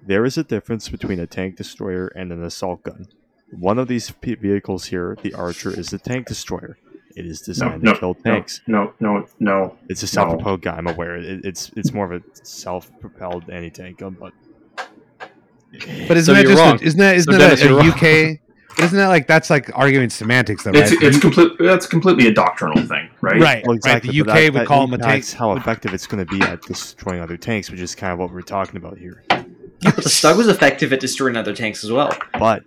There is a difference between a tank destroyer and an assault gun. One of these p- vehicles here, the Archer, is the tank destroyer. It is designed no, to kill no. tanks. No, no, no. It's a self-propelled guy. I'm aware. It, it's it's more of a self-propelled anti-tank gun, but But So isn't that you're just wrong. A, isn't that isn't So that Dennis, a, you're a wrong. UK? Isn't that like that's like arguing semantics though, right? It's it's complete. That's completely a doctrinal thing, right? right, Well, right. The but UK that- would that call them a tank. impacts How effective it's going to be at destroying other tanks, which is kind of what we're talking about here. But the Stug was effective at destroying other tanks as well. But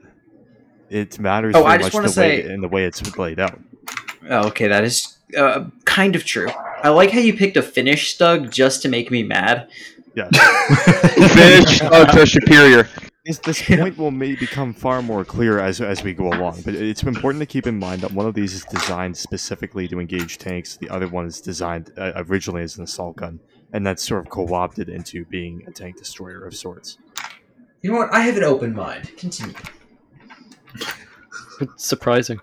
it matters Oh, very I just much wanna the way say- in the way it's laid out. Oh, okay, that is uh, kind of true. I like how you picked a Finnish Stug just to make me mad. Yeah, Finnish Oh, thugs are superior. this, this point will may become far more clear as as we go along. But it's important to keep in mind that one of these is designed specifically to engage tanks. The other one is designed uh, originally as an assault gun, and that's sort of co-opted into being a tank destroyer of sorts. You know what? I have an open mind. Continue. It's surprising.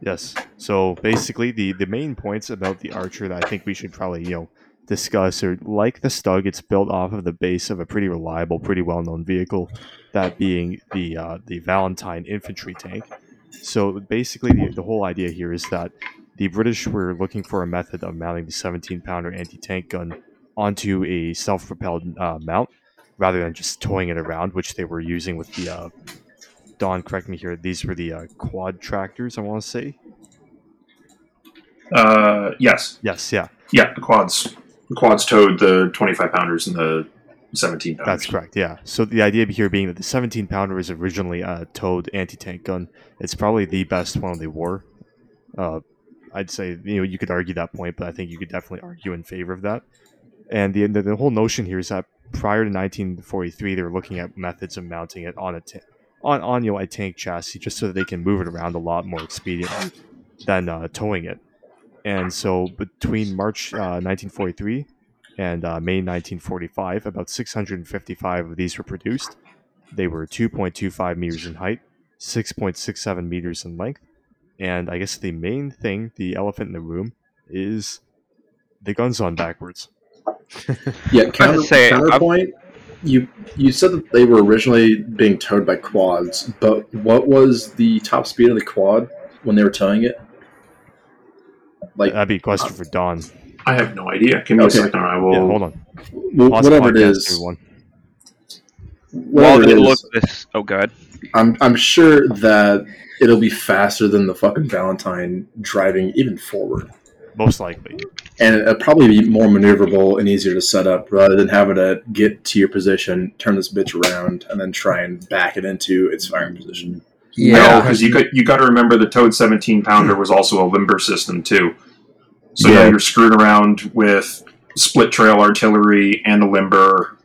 Yes. So basically, the the main points about the Archer that I think we should probably you know discuss are like the Stug, it's built off of the base of a pretty reliable, pretty well known vehicle, that being the uh, the Valentine infantry tank. So basically, the, the whole idea here is that the British were looking for a method of mounting the 17 pounder anti tank gun onto a self propelled uh, mount rather than just towing it around, which they were using with the. Uh, Don, correct me here. These were the uh, quad tractors, I want to say. Uh, yes. Yes, yeah, Yeah. The quads. The quads towed the twenty-five pounders and the seventeen pounders. that's correct. Yeah. So the idea here being that the 17 pounder is originally a towed anti tank gun. It's probably the best one they wore. Uh, I'd say you know you could argue that point, but I think you could definitely argue in favor of that. And the the, the whole notion here is that prior to 1943, they were looking at methods of mounting it on a ta- on on you know, a tank chassis just so that they can move it around a lot more expediently than uh, towing it. And so between March uh, 1943 and uh, May 1945, about 655 of these were produced. They were 2.25 meters in height, 6.67 meters in length, and I guess the main thing, the elephant in the room, is the guns on backwards. Yeah, counter, say, I'm- counterpoint. You you said that they were originally being towed by quads, but what was the top speed of the quad when they were towing it? Like That'd be a question for Don. I have no idea. Give me Okay. a second. and I will. Yeah, hold on. w- Pause the whatever it podcast, is, everyone. whatever While it they is, look this, oh god, I'm I'm sure that it'll be faster than the fucking Valentine driving even forward, Most likely. and it'll probably be more maneuverable and easier to set up rather than having to get to your position, turn this bitch around, and then try and back it into its firing position. No, because you got you got to remember the Toad 17 pounder was also a limber system too. So now Yeah. you're screwed around with split trail artillery and a limber,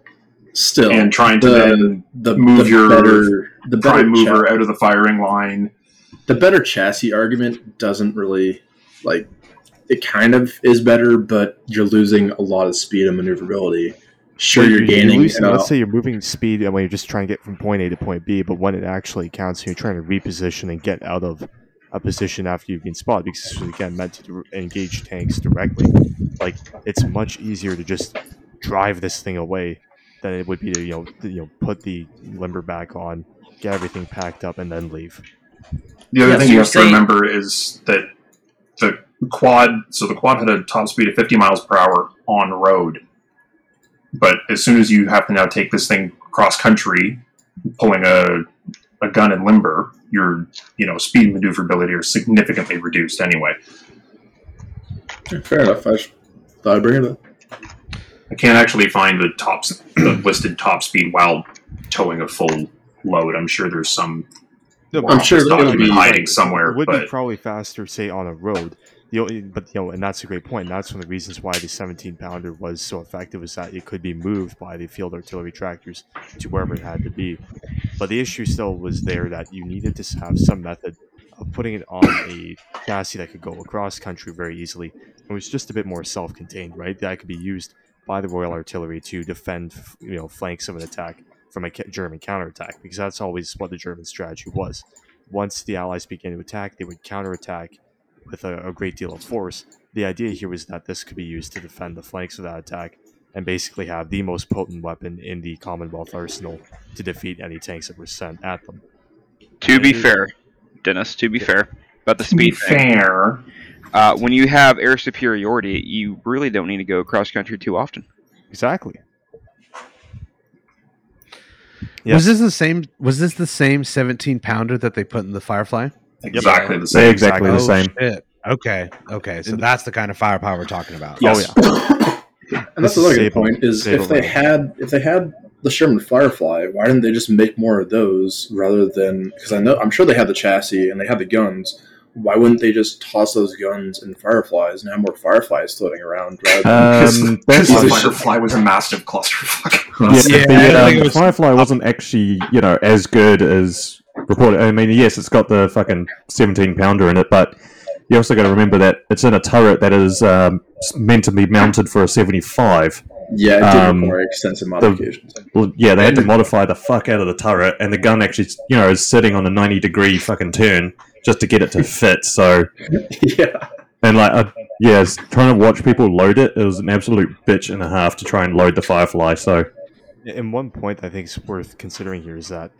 Still, and trying to then the, the move the your better, the better prime mover cha- out of the firing line. the better chassis argument doesn't really like it kind of is better but you're losing a lot of speed and maneuverability sure Wait, you're gaining losing- uh, let's say you're moving speed and when you're just trying to get from point A to point B, but when it actually counts, you're trying to reposition and get out of a position after you've been spotted because this was again meant to dir- engage tanks directly. Like it's much easier to just drive this thing away than it would be to you know to, you know put the limber back on, get everything packed up, and then leave. The other Yeah, thing so you you're have to saying- remember is that the quad, so the quad had a top speed of 50 miles per hour on road. But as soon as you have to now take this thing cross country, pulling a, a gun and limber, your you know speed and maneuverability are significantly reduced anyway. fair enough i just thought i'd bring it up I can't actually find the tops the listed top speed while towing a full load. I'm sure there's some I'm sure it's they're gonna document be- hiding somewhere, It would be but probably faster, say, on a road. The only, but you know, and that's a great point. and That's one of the reasons why the 17 pounder was so effective is that it could be moved by the field artillery tractors to wherever it had to be. But the issue still was there that you needed to have some method of putting it on a chassis that could go across country very easily. It was just a bit more self-contained, right? That could be used by the Royal Artillery to defend, f- you know, flanks of an attack from a ca- German counterattack because that's always what the German strategy was once the allies began to attack, they would counterattack with a, a great deal of force. The idea here was that this could be used to defend the flanks of that attack and basically have the most potent weapon in the Commonwealth arsenal to defeat any tanks that were sent at them. To be fair, Dennis, to be fair, about the To be speed thing. fair, Uh, when you have air superiority, you really don't need to go cross country too often. Exactly. Was this the same? Was this the same 17 pounder that they put in the Firefly? exactly the Say same. exactly the Oh, same. shit. Okay. Okay. So that's the kind of firepower we're talking about. Yes. And that's This another is good Sable- point. Is Sable if they Rail. had if they had the Sherman Firefly, why didn't they just make more of those rather than because I know I'm sure they had the chassis and they had the guns. Why wouldn't they just toss those guns and Fireflies and have more Fireflies floating around? Rather than, Um, that's Because the it's- Firefly was a massive clusterfuck. yeah, I the, don't um, think it was- Firefly wasn't actually, you know, as good as reported. I mean, yes, it's got the fucking 17 pounder in it, but you also got to remember that it's in a turret that is um, s- meant to be mounted for a 75. yeah, it did Um, require extensive modifications. Well, yeah, they had to modify the fuck out of the turret, and the gun actually, you know, is sitting on a 90 degree fucking turn just to get it to fit. So, yeah, and like, uh, yeah, s- trying to watch people load it, it was an absolute bitch and a half to try and load the Firefly. So, And one point I think is worth considering here is that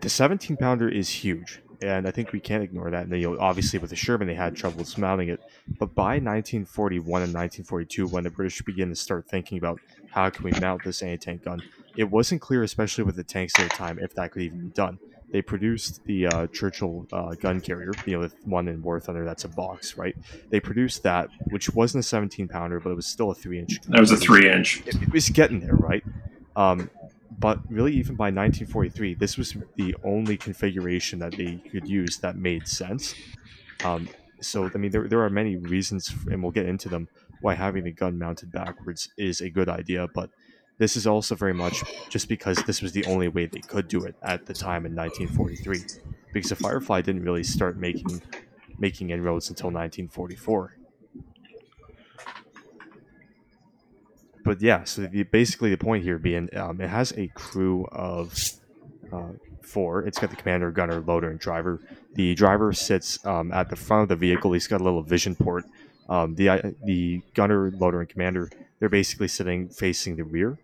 the 17 pounder is huge, and I think we can't ignore that. And then, you know, obviously with the Sherman, they had trouble mounting it. But by 1941 and 1942, when the British began to start thinking about how can we mount this anti-tank gun, it wasn't clear, especially with the tanks at the time, if that could even be done. They produced the uh, Churchill uh, gun carrier, you know, the one in War Thunder that's a box, right? They produced that, which wasn't a 17 pounder, but it was still a three-inch That was a three inch. it, it was getting there, right? Um, but really, even by 1943, this was the only configuration that they could use that made sense. Um, so, I mean, there, there are many reasons, f- and we'll get into them, why having the gun mounted backwards is a good idea. But this is also very much just because this was the only way they could do it at the time in 1943, because the Firefly didn't really start making making inroads until 1944. but yeah, so the, basically the point here being um, it has a crew of uh, four. It's got the commander, gunner, loader, and driver. The driver sits um, at the front of the vehicle. He's got a little vision port. Um, the the gunner, loader, and commander they're basically sitting facing the rear.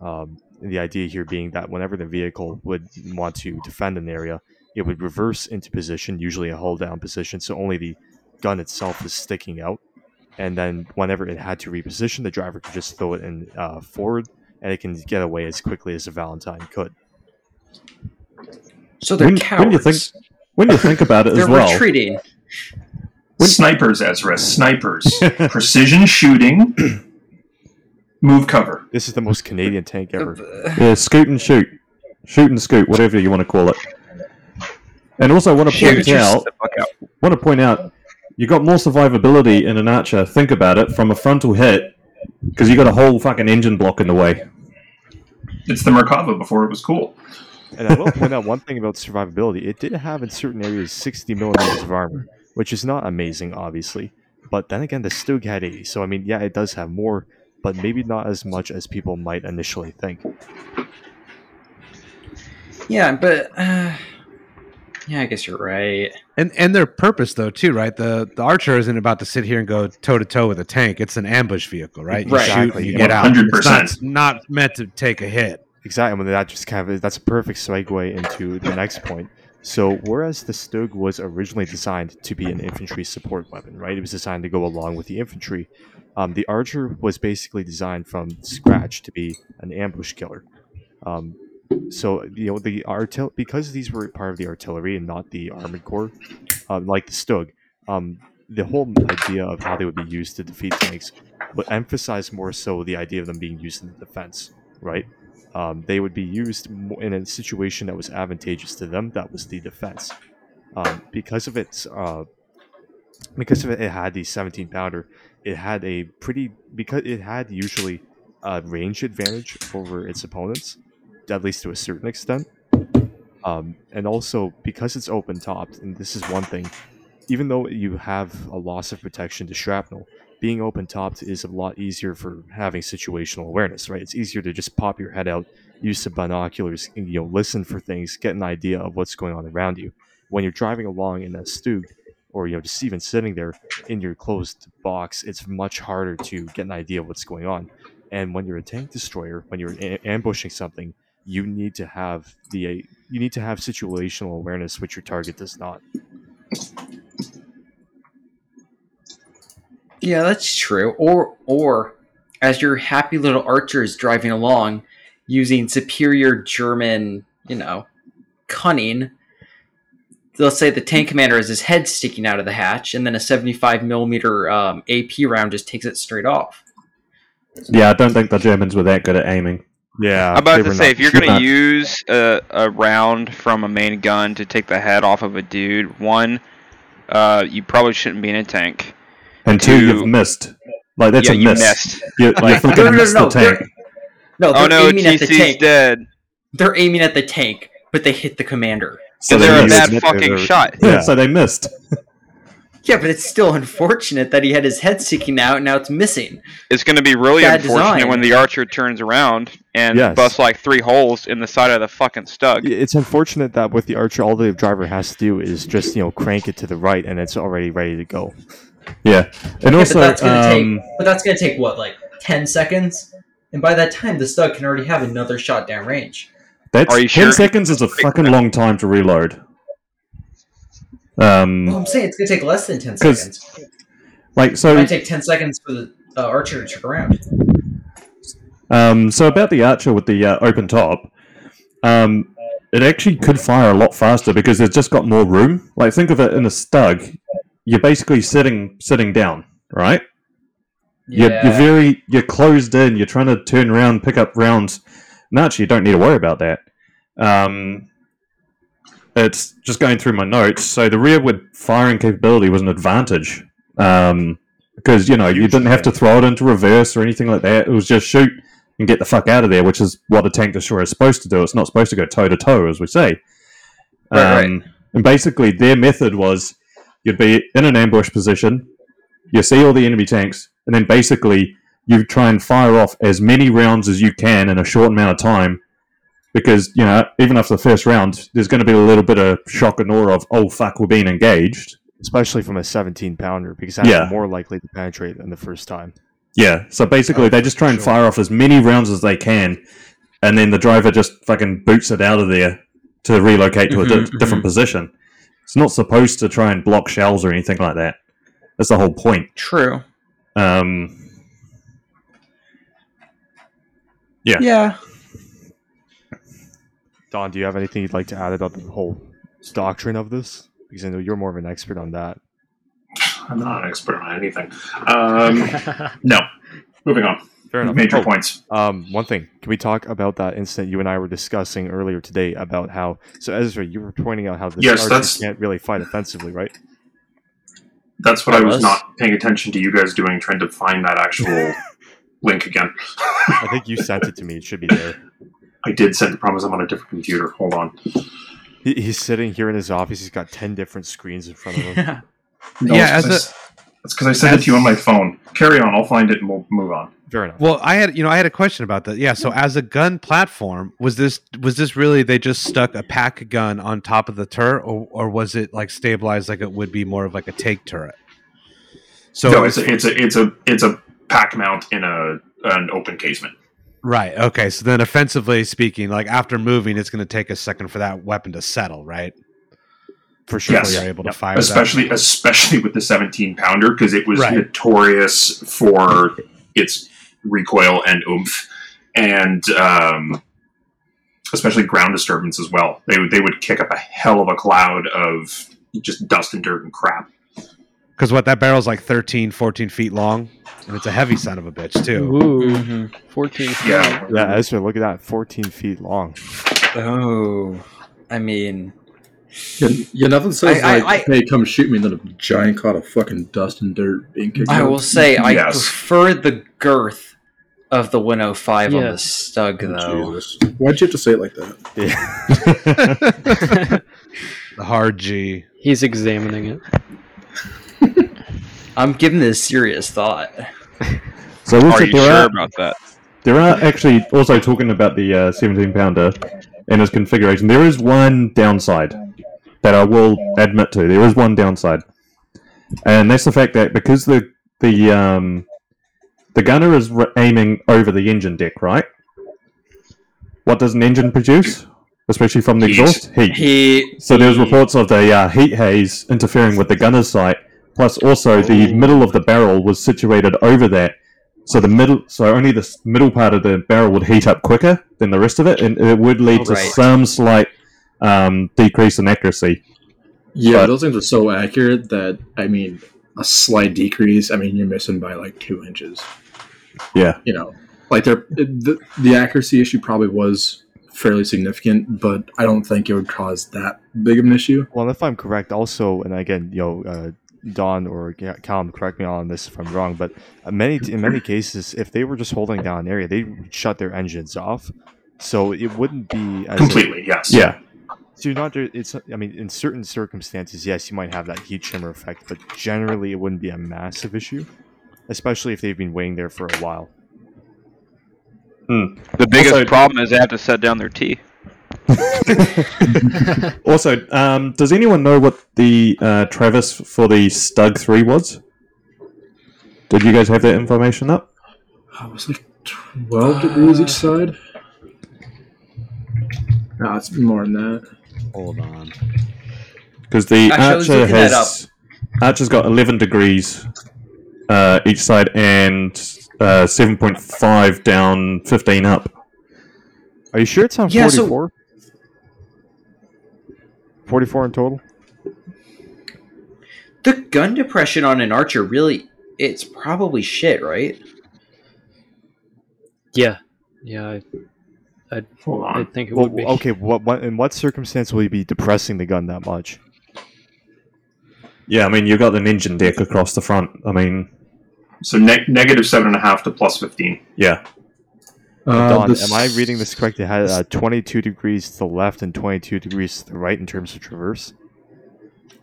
Um, the idea here being that whenever the vehicle would want to defend an area, it would reverse into position, usually a hull down position, so only the gun itself is sticking out and then whenever it had to reposition, the driver could just throw it in uh, forward, and it can get away as quickly as a Valentine could. So they're When- cowards. when do you when you think about it they're as well, retreating. Snipers, Ezra. Snipers. Precision shooting. Move cover. This is the most Canadian tank ever. Uh, Yeah, scoot and shoot, shoot and scoot, whatever you want to call it. And also, want to point out, want to point out, you got more survivability in an archer. Think about it from a frontal hit, because you got a whole fucking engine block in the way. It's the Merkava before it was cool. And I will point out one thing about survivability: it did have in certain areas 60 millimeters of armor, which is not amazing, obviously. But then again, the Stug had 80, so I mean, yeah, it does have more, but maybe not as much as people might initially think. yeah, but uh, yeah, I guess you're right. And and their purpose though too, right? The the archer isn't about to sit here and go toe to toe with a tank. It's an ambush vehicle, right? You Right. shoot, Exactly, you yeah. get out. It's 100%. not, it's not meant to take a hit. Exactly. and that just kind of that's a perfect segue into the next point. So, whereas the Stug was originally designed to be an infantry support weapon, right? It was designed to go along with the infantry. Um, the Archer was basically designed from scratch to be an ambush killer. Um, so, you know, the artil- because these were part of the artillery and not the armored corps, um, like the Stug, um, the whole idea of how they would be used to defeat tanks would emphasize more so the idea of them being used in the defense, right? um, they would be used mo- in a situation that was advantageous to them. That was the defense, um, because of its uh, because of it, it had the 17 pounder. It had a pretty because it had usually a range advantage over its opponents, at least to a certain extent. Um, and also because it's open topped, and this is one thing, even though you have a loss of protection to shrapnel, being open topped is a lot easier for having situational awareness, right? It's easier to just pop your head out, use some binoculars, and, you know, listen for things, get an idea of what's going on around you. when you're driving along in a Stug, or you know, just even sitting there in your closed box, it's much harder to get an idea of what's going on. And when you're a tank destroyer, when you're a- ambushing something, you need to have the uh, you need to have situational awareness, which your target does not. Yeah, that's true. Or or as your happy little archer is driving along using superior German, you know, cunning, let's say the tank commander has his head sticking out of the hatch, and then a 75 millimeter um, AP round just takes it straight off. Yeah, I don't think the Germans were that good at aiming. Yeah, I'm about they to were say, not- if you're going not- to use a, a round from a main gun to take the head off of a dude, one, uh, you probably shouldn't be in a tank. And two, Two- you've missed. Like that's yeah, a you miss. missed. You, you Like- fucking No, no, missed no, the they're- tank. No, they're Oh no, aiming at the TC's tank. dead. They're aiming at the tank, but they hit the commander. So So they're a you missed. bad admit they fucking were- shot. Yeah, so they missed. Yeah, but it's still unfortunate that he had his head sticking out and now it's missing. It's going to be really Bad unfortunate design. when the archer turns around and Yes. busts like three holes in the side of the fucking stug. Yeah, It's unfortunate that with the Archer, all the driver has to do is just you know crank it to the right, and it's already ready to go. Yeah, and Yeah, also, but that's gonna um, take but that's gonna take what, like ten seconds? And by that time the stug can already have another shot down range. that's Are you ten sure? seconds is a fucking long time to reload. Um, Well, I'm saying it's gonna take less than ten 'Cause- seconds. like It so, might take ten seconds for the uh, archer to turn around. um, so about the archer with the uh, open top, um, it actually could fire a lot faster because it's just got more room. Like think of it in a stug, you're basically sitting sitting down, right? You're, you're very you're closed in. You're trying to turn around, pick up rounds. And actually, you don't need to worry about that. Um, it's just going through my notes. So the rearward firing capability was an advantage um, because you know you didn't have to throw it into reverse or anything like that. It was just shoot and get the fuck out of there, which is what a tank destroyer is supposed to do. It's not supposed to go toe to toe, as we say. Right, Um, And basically, their method was you'd be in an ambush position, you see all the enemy tanks, and then basically you try and fire off as many rounds as you can in a short amount of time. Because, you know, even after the first round, there's going to be a little bit of shock and awe of, oh, fuck, we're being engaged. especially from a 17 pounder because that's Yeah. more likely to penetrate than the first time. Yeah. So Oh, basically, they just try and Sure. fire off as many rounds as they can, and then the driver just fucking boots it out of there to relocate to a di- Mhm, Mm-hmm, mhm. different position. It's not supposed to try and block shells or anything like that. That's the whole point. True. Um, Yeah. Yeah. Don, do you have anything you'd like to add about the whole doctrine of this? Because I know you're more of an expert on that. I'm not an expert on anything. Um, no. Moving on. Fair enough. Major Oh, points. Um, one thing, can we talk about that incident you and I were discussing earlier today about how? So Ezra, you were pointing out how this Yes, archer that's- can't really fight offensively, right? That's what I was Us? not paying attention to you guys doing, trying to find that actual link again. I think you sent it to me. It should be there. I did send the promise I'm on a different computer. Hold on. He, he's sitting here in his office. He's got ten different screens in front of him. Yeah, it's 'cause as I a- s- it's because I sent it to you on my phone. Carry on. I'll find it and we'll move on. Fair enough. Well, I had you know I had a question about that. Yeah, so as a gun platform, was this was this really they just stuck a pack gun on top of the turret, or, or was it like stabilized like it would be more of like a take turret? So no, it's a, it's a it's a it's a pack mount in a an open casement. right, okay. So then, offensively speaking, like after moving, it's going to take a second for that weapon to settle, right? For sure. Yes. Before you're able to fire. that. especially especially with the 17 pounder because it was Right. notorious for its recoil and oomph and um, especially ground disturbance as well they would they would kick up a hell of a cloud of just dust and dirt and crap Because what that barrel's like 13, 14 feet long, and it's a heavy son of a bitch too. Ooh, 14. yeah Yeah, Ezra, look at that. Fourteen feet long. Oh, I mean, Yeah, yeah, nothing says I- I- like, "Hey, come shoot me!" Than a giant cloud of fucking dust and dirt being kicked. I out. will say I Yes. prefer the girth of the 105 on the Yes. stug though. Jesus. Why'd you have to say it like that? The hard G. He's examining it. I'm giving this serious thought. So also Are you there sure are about that? there are actually also talking about the uh, 17 pounder and its configuration. There is one downside, that I will admit to. There is one downside, and that's the fact that because the the um, the gunner is r aiming over the engine deck, right? What does an engine produce, especially from the Heat. exhaust? Heat. He So there's reports of the uh, heat haze interfering with the gunner's sight. Plus, also the middle of the barrel was situated over that, so the middle, so only the s- middle part of the barrel would heat up quicker than the rest of it, and it would lead to Right. some slight um, decrease in accuracy. Yeah, But- those things are so accurate that I mean, a slight decrease. I mean, you're missing by like two inches. Yeah. you know, like they're the, the accuracy issue probably was fairly significant, but I don't think it would cause that big of an issue. Well, if I'm correct, also, and again, you know, uh, Don or Ga- Calum, correct me on this if I'm wrong, but uh, many in many cases, if they were just holding down an area, they would shut their engines off, so it wouldn't be as Completely, yes. Yeah, So you're not. It's. I mean, in certain circumstances, yes, you might have that heat shimmer effect, but generally, it wouldn't be a massive issue, especially if they've been waiting there for a while. The biggest Also- problem is they have to set down their tea. Also, um, does anyone know what the uh, Travis for the Stug Three was? Did you guys have that information up? Oh, was like twelve degrees Uh, each side. No, it's more than that. Hold on. Because the Actually, I was Archer looking that has Archer's got eleven degrees uh, each side and uh, seven point five down, fifteen up. Are you sure it's on Yeah, so- 44? 44 in total. the gun depression on an archer really it's probably shit, right? Yeah, yeah, Hold I, I on. think it Well, would be. okay. What, what? In what circumstance will you be depressing the gun that much? Yeah, I mean you've got an engine deck across the front. I mean, So neg negative seven and a half to plus fifteen. yeah, Uh, Don, this- am I reading this correct? It had uh, 22 degrees to the left and 22 degrees to the right in terms of traverse.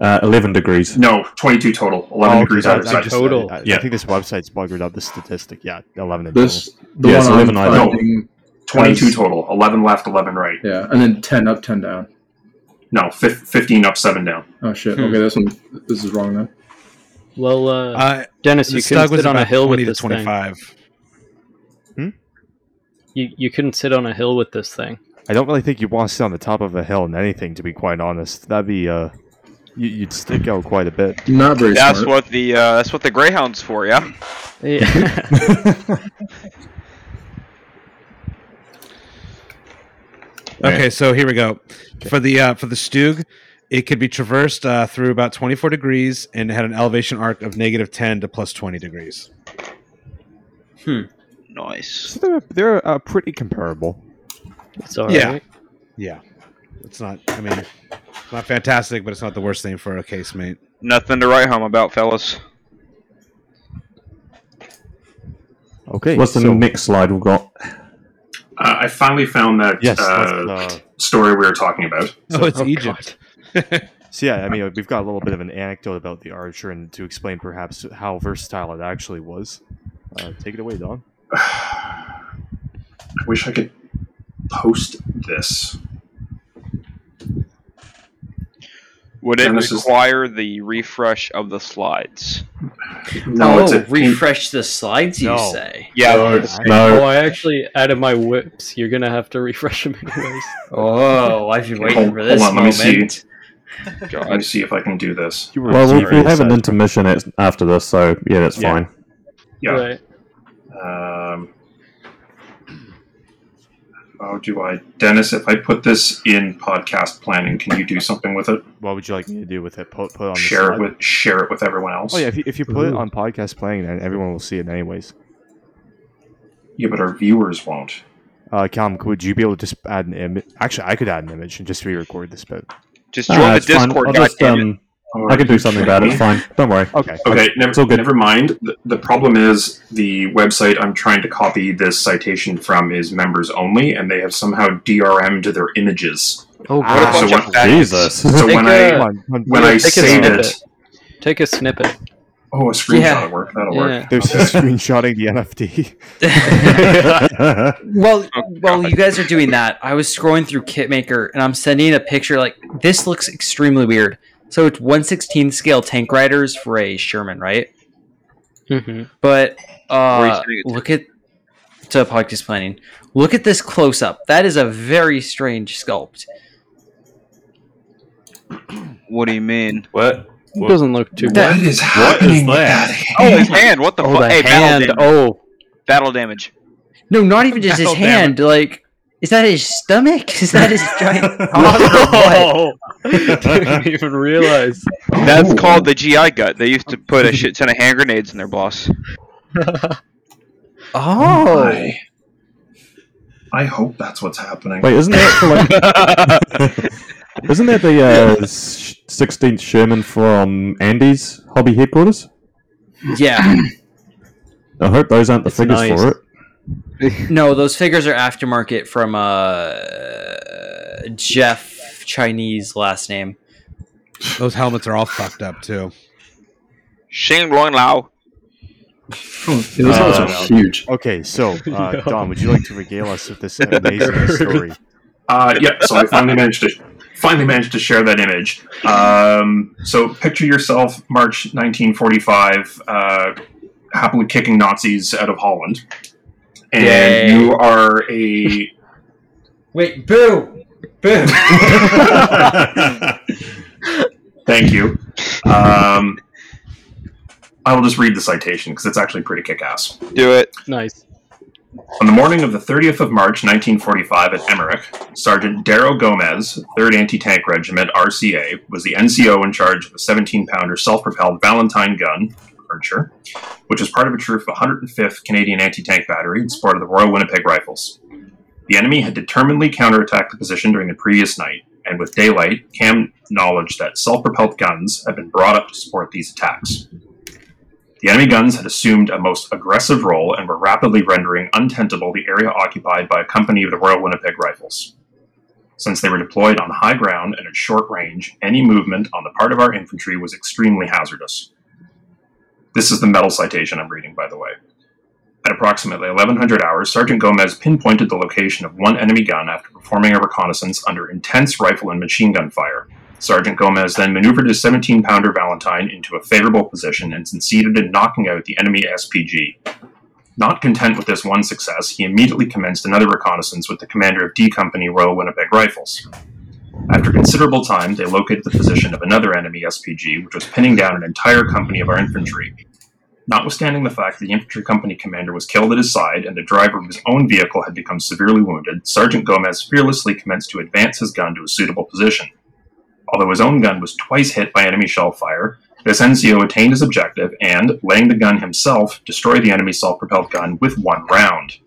uh, eleven degrees. No, twenty-two total. Eleven Oh, okay, degrees that- either I side. just- Total. I, I Yeah. think this website's buggered up the statistic. Yeah, 11 in This the Yeah, it's one 11 I'm either. finding- Twenty-two total. Eleven left, eleven right. Yeah, and then ten up, ten down. No, fif- fifteen up, seven down. Oh shit. Hmm. Okay, this one this is wrong then. Well, uh, Uh, Dennis, the you couldn't Stug was sit on a about hill with 20 to this thing. 25. You you couldn't sit on a hill with this thing. I don't really think you'd want to sit on the top of a hill in anything, to be quite honest. That'd be uh, you, you'd stick out quite a bit. Not very That's smart. what the uh, that's what the Greyhound's for, yeah. Yeah. Okay, so here we go. For the uh, for the Stug, it could be traversed uh, through about 24 degrees and had an elevation arc of negative 10 to plus 20 degrees. Nice. So they're they're uh, pretty comparable. it's all right. Yeah. Yeah, it's not. I mean, it's not fantastic, but it's not the worst thing for a casemate. Nothing to write home about, fellas. Okay. What's the so- next slide we've got? Uh, I finally found that Yes. uh, that's, uh, story we were talking about. oh, it's Egypt. so yeah, I mean, we've got a little bit of an anecdote about the archer, and to explain perhaps how versatile it actually was. Uh, take it away, Don. I wish I could post this. Would it And this is- require the refresh of the slides? No, oh, it's a, refresh the slides, you say. Yeah. Oh, No, I actually added my whips. You're gonna have to refresh them anyways. Oh, I've been waiting Hold- for this hold on, let me moment. see. let me God. see if I can do this. You were well, we'll, we'll serious have an at- intermission at, after this, so yeah, that's Yeah. fine. Yeah. Right. Um, how do I, Dennis? If I put this in podcast planning, can you do something with it? What would you like me to do with it? Put, put it on the Share it slide? with share it with everyone else. Oh yeah, if you, if you put it on podcast playing, then everyone will see it anyways. Yeah, but our viewers won't. Uh, Calum, would you be able to just add an image? Actually, I could add an image and just re-record this bit. Just Ah, join the it's fine. Discord, I'll just, goddammit. um, I can do something about it. It's fine. Don't worry. Okay. Okay, never, It's all good. never mind. The, the problem is the website I'm trying to copy this citation from is members only, and they have somehow DRM to their images. Oh, What a Ah, God. bunch so of what- fags. Jesus. So Take when a- I Come on, come on. when I Take a save it, snippet. Take a snippet. oh, a screenshot Yeah. will work. That'll work. Yeah. There's just screenshotting the NFT. Well, Oh, well, God. you guys are doing that. I was scrolling through Kitmaker and I'm sending a picture like this looks extremely weird. So it's 116 scale tank riders for a Sherman, right? hmm But Where uh, he's doing it to. look at to podcast planning. Look at this close up. That is a very strange sculpt. What do you mean? What? It doesn't look too bad. what is is happening? with that? that? Oh, his hand. What the Oh, fuck? the Hey, hand. battle damage. Oh, Battle damage. No, not even just his Oh, damn hand. Like, is that his stomach? Is that his giant? what? didn't even realize. That's called the GI gut. They used to put a shit ton of hand grenades in their boss. Oh, I, I hope that's what's happening. Wait, isn't that for like, isn't that the uh, s- 16th Sherman from Andy's hobby headquarters? yeah. I hope those aren't the It's figures nice. for it. No, those figures are aftermarket from uh, Jeff Chinese last name. Those helmets are all fucked up too. Shane Loin Lao. Yeah, those Uh, helmets are huge. Okay, so uh, Don, would you like to regale us with this amazing story? Uh, yeah, so I finally managed to finally managed to share that image. Um, so picture yourself, March 1945, uh, happily kicking Nazis out of Holland, and Yay. you are a Wait, boo, boo. thank you. Um, I will just read the citation because it's actually pretty kick-ass. Do it. Nice. On the morning of the 30th of March 1945 at Emmerich, Sergeant Darrow Gomez, 3rd Anti Tank Regiment, RCA, was the NCO in charge of a 17 pounder self propelled Valentine gun, Archer, which was part of a troop of 105th Canadian Anti Tank Battery and supported the Royal Winnipeg Rifles. The enemy had determinedly counterattacked the position during the previous night, and with daylight, Cam acknowledged that self propelled guns had been brought up to support these attacks. The enemy guns had assumed a most aggressive role and were rapidly rendering untenable the area occupied by a company of the Royal Winnipeg Rifles. Since they were deployed on high ground and at short range, any movement on the part of our infantry was extremely hazardous. This is the medal citation I'm reading, by the way. At approximately 1100 hours, Sergeant Gomez pinpointed the location of one enemy gun after performing a reconnaissance under intense rifle and machine gun fire. Sergeant Gomez then maneuvered his 17 pounder Valentine into a favorable position and succeeded in knocking out the enemy SPG. Not content with this one success, he immediately commenced another reconnaissance with the commander of D Company Royal Winnipeg Rifles. After considerable time, they located the position of another enemy SPG, which was pinning down an entire company of our infantry. Notwithstanding the fact that the infantry company commander was killed at his side and the driver of his own vehicle had become severely wounded, Sergeant Gomez fearlessly commenced to advance his gun to a suitable position. Although his own gun was twice hit by enemy shell fire, this NCO attained his objective and, laying the gun himself, destroyed the enemy self-propelled gun with one round.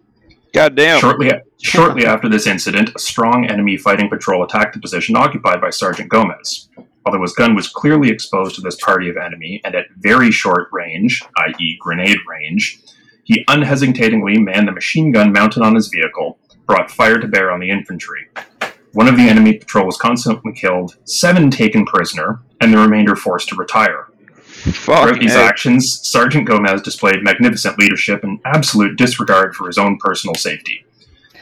Goddamn. Shortly, shortly after this incident, a strong enemy fighting patrol attacked the position occupied by Sergeant Gomez. Although his gun was clearly exposed to this party of enemy and at very short range, i.e., grenade range, he unhesitatingly manned the machine gun mounted on his vehicle, brought fire to bear on the infantry. One of the enemy patrol was consequently killed, seven taken prisoner, and the remainder forced to retire. Throughout Fuck. these hey. actions, Sergeant Gomez displayed magnificent leadership and absolute disregard for his own personal safety.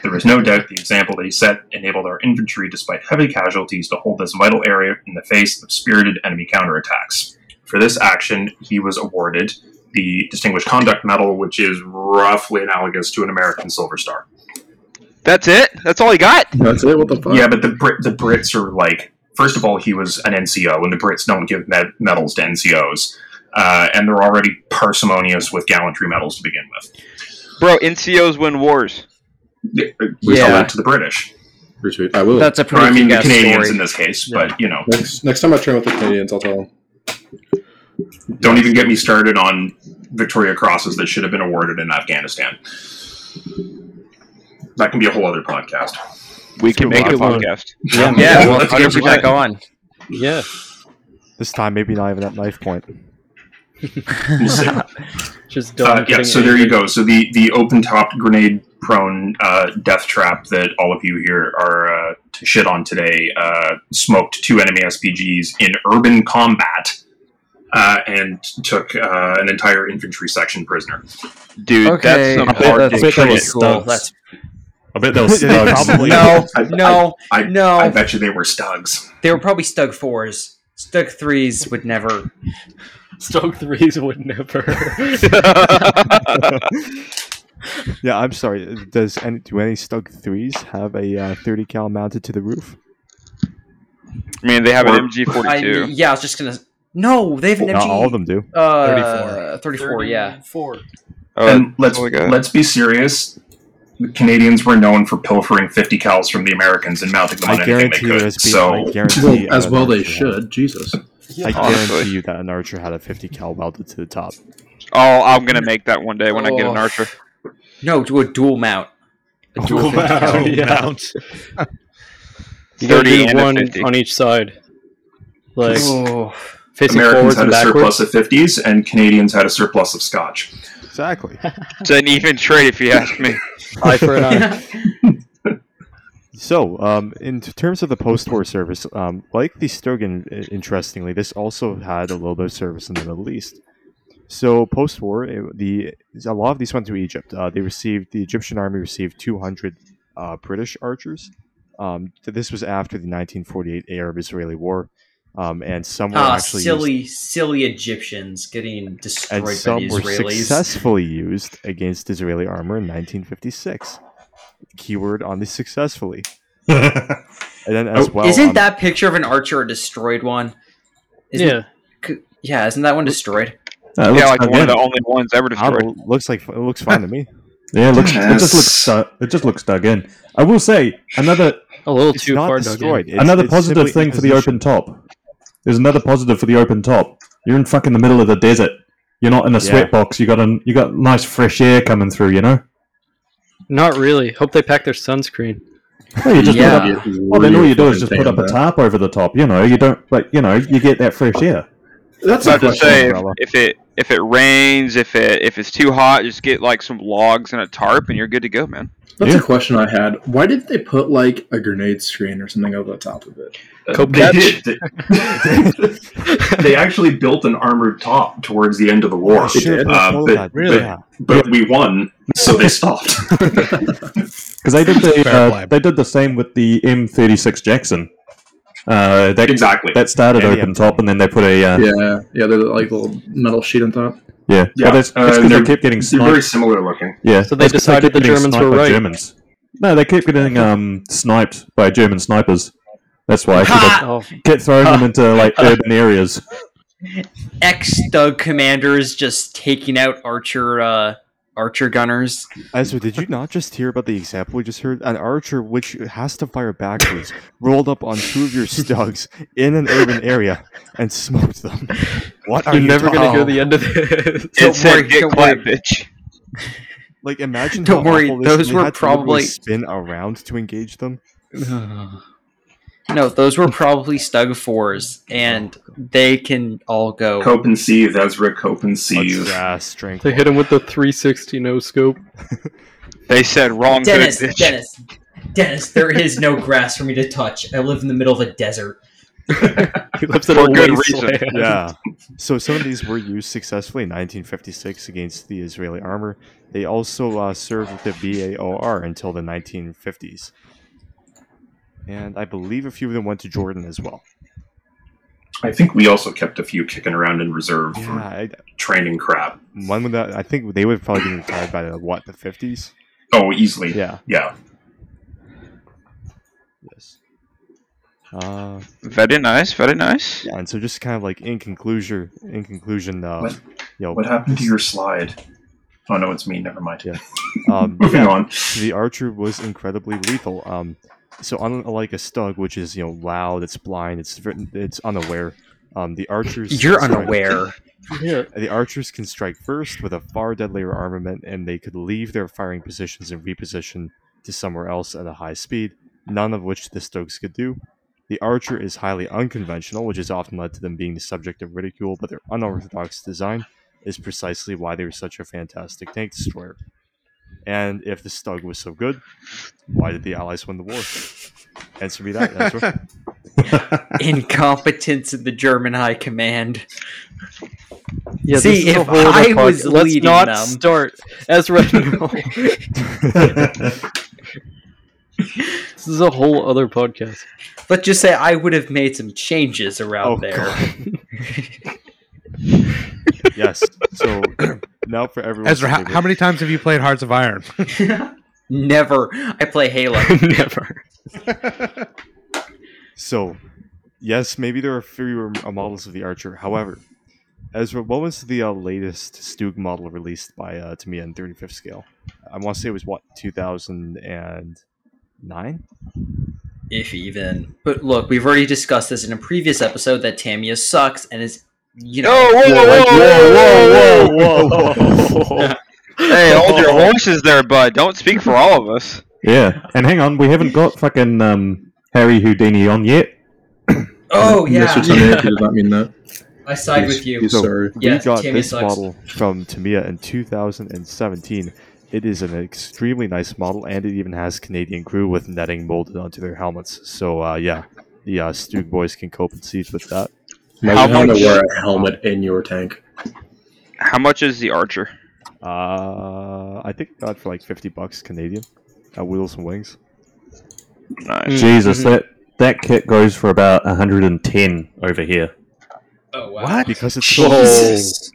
There is no doubt the example that he set enabled our infantry, despite heavy casualties, to hold this vital area in the face of spirited enemy counterattacks. For this action, he was awarded the Distinguished Conduct Medal, which is roughly analogous to an American Silver Star. That's it? That's all he got? That's it. What the fuck? Yeah, but the Brit, the Brits are like. First of all, he was an NCO, and the Brits don't give med- medals to NCOs, uh, and they're already parsimonious with gallantry medals to begin with. Bro, NCOs win wars. We yeah. Yeah. that to the British, Retweet. I will. That's a or pretty. I mean the kick-ass Canadians story. in this case. But you know, next, next time I train with the Canadians, I'll tell them. don't even get me started on Victoria Crosses that should have been awarded in Afghanistan. That can be a whole other podcast. We can make a live one. podcast. Yeah, Yeah, we'll Let's have to get you back on. yeah. This time, maybe not even at knife point. We'll see. Just Uh, done. yeah, so there you go. So the the open topped grenade prone uh, death trap that all of you here are uh, to shit on today uh, smoked two enemy SPGs in urban combat uh, and took uh, an entire infantry section prisoner. Dude, Okay, that's some that's hard dick pretty shit. cool. That's I bet they'll stugs. Probably. No, I- no, I- no. I bet you they were stugs. they were probably Stug fours. Stug threes would never. Stoke threes would never. yeah, I'm sorry. Does any do any Stug threes have a uh, 30 cal mounted to the roof? I mean, they have Or- an I, MG42. yeah, I was just gonna. No, they have an Not MG. all of them do. Uh, 34. 34, yeah. Four. Oh, and let's oh my God. let's be serious. The Canadians were known for pilfering 50 cals from the Americans and mounting them on I anything they guarantee could. there's been. so I guarantee Well, as uh, well they Archer had- should. Jesus. I Honestly. guarantee you that an archer had a 50 cal welded to the top. oh, I'm gonna make that one day when I get Oh. an archer. No, do a dual mount. A dual Dual fifty cal. Oh, yeah. You gotta 30 do and a one 50. on each side. Like, Oh. facing forwards Americans had and a backwards. surplus of 50s, and Canadians had a surplus of Scotch. Exactly. It's an even trade, if you ask me. Eye for an eye. So, um, in t- terms of the post-war service, um, like the Sturgeon, i- interestingly, this also had a little bit of service in the Middle East. So, post-war, it- the a lot of these went to Egypt. Uh, they received the Egyptian army received 200 uh, British archers. Um, th- this was after the 1948 Arab-Israeli War, um, and some were Ah, actually silly, used, silly Egyptians getting destroyed and by the some were Israelis. successfully used against Israeli armor in 1956. Keyword on the successfully, and then as well Oh, Isn't um, that picture of an archer a destroyed one? Isn't- Yeah. Yeah, isn't that one destroyed? Uh, it yeah, looks- like one again, of the only ones ever I don't destroyed. know, looks like it looks fine to me. Yeah, it, looks, it Yes. just looks stu- it just looks dug in. I will say another A little It's too not far destroyed. destroyed. It's- another it's positive simply thing for the imposition. open top. There's another positive for the open top. You're in fucking the middle of the desert. You're not in a Yeah. sweatbox. You got an, you got nice fresh air coming through. You know. Not really. Hope they pack their sunscreen. Well, you just Yeah. put up, well, then all you do is just put up a tarp over the top. You know. You don't. But you know, you get that fresh air. That's I a was about to question. say if, umbrella. if it if it rains, if it if it's too hot, just get like some logs and a tarp, and you're good to go, man. That's Yeah. a question I had. Why did they put like a grenade screen or something over the top of it? Coke Uh, They did. They- they actually built an armored top towards the end of the war. Oh, They should have Uh, told but, that. really? Yeah. but we won, so they stopped. Because they did the Fair uh, play. they did the same with the M36 Jackson. Uh, that exactly. that started Yeah, yeah. open top, and then they put a uh, yeah. Yeah, yeah, they're like little metal sheet on top. yeah. Yeah, Well, that's uh, because they they're- kept getting They're very sniped. similar looking. Yeah. So they that's 'cause decided kept the getting Germans sniped were by right. Germans. No, they kept getting um, sniped by German snipers. That's why. 'cause they Oh, kept throwing them into like urban areas. Ex Doug commanders just taking out archer, uh, archer gunners. Ezra, did you not just hear about the example we just heard? An archer which has to fire backwards rolled up on two of your stugs in an urban area and smoked them. What are you're you never talking- gonna hear the end of this. Don't it said worry, get don't clapped, worry. bitch. Like imagine. Don't how worry, awful this- those they were had to literally probably- spin around to engage them. No, those were probably Stug fours, and they can all go. Cope and Seethe, Ezra Cope and A Seethe. drass drink. They hit him with the 360 no scope. They said wrong hood, Dennis, bitch. Dennis, Dennis, there is no grass for me to touch. I live in the middle of a desert. He lives in For a good wasteland. yeah. So some of these were used successfully in 1956 against the Israeli armor. They also uh, served with the VAOR until the 1950s. And I believe a few of them went to Jordan as well. I think we also kept a few kicking around in reserve Yeah, for I, training crap. one would I think they would probably be retired by the, what the 50s. Oh, easily. Yeah. Yeah. Yes. Uh, Very nice, very nice. yeah, and so just kind of like in conclusion, in conclusion, uh, What- you know, What happened to your slide? Oh, no, it's me. Never mind. Yeah. um, Moving yeah, on. the archer was incredibly lethal. Um, so unlike a stug, which is you know loud, it's blind, it's ver- it's unaware. Um, the archers You're can strike- unaware. Yeah. The archers can strike first with a far deadlier armament, and they could leave their firing positions and reposition to somewhere else at a high speed. None of which the Stokes could do. The archer is highly unconventional, which has often led to them being the subject of ridicule. But their unorthodox design is precisely why they were such a fantastic tank destroyer. And if the Stug was so good, why did the Allies win the war? Answer me that, Ezra. Incompetence in the German High Command. Yeah, See, this is a if whole other I podcast. was Let's leading not them- start. Ezra, no. This is a whole other podcast. Let's just say I would have made some changes around Oh, there. yes. So now for everyone. Ezra, how, how many times have you played Hearts of Iron? Never. I play Halo. Never. So, yes, maybe there are fewer uh, models of the Archer. However, Ezra, what was the uh, latest Stug model released by uh, Tamiya in 35th scale? I want to say it was what 2009. if even. But look, we've already discussed this in a previous episode that Tamiya sucks and is, you know, Oh, whoa, whoa, whoa, whoa, whoa, whoa, Hey, hold your horses there, bud. Don't speak for all of us. Yeah, and hang on, we haven't got fucking um, Harry Houdini on yet. oh Mr. yeah, Tanaka did not mean that. I side He's- with you. he's sorry. we Yes, got Tamiya this sucks. model from Tamiya in 2017. It is an extremely nice model, and it even has Canadian crew with netting molded onto their helmets. So, uh, yeah, the uh, Stug boys can cope and seethe with that. Now How you want to much- wear a helmet in your tank. How much is the archer? Uh, I think I got it for like 50 bucks Canadian at Wheels and Wings. Nice. Jesus, Mm-hmm. that that kit goes for about 110 over here. Oh wow. What? Because it's so Jesus.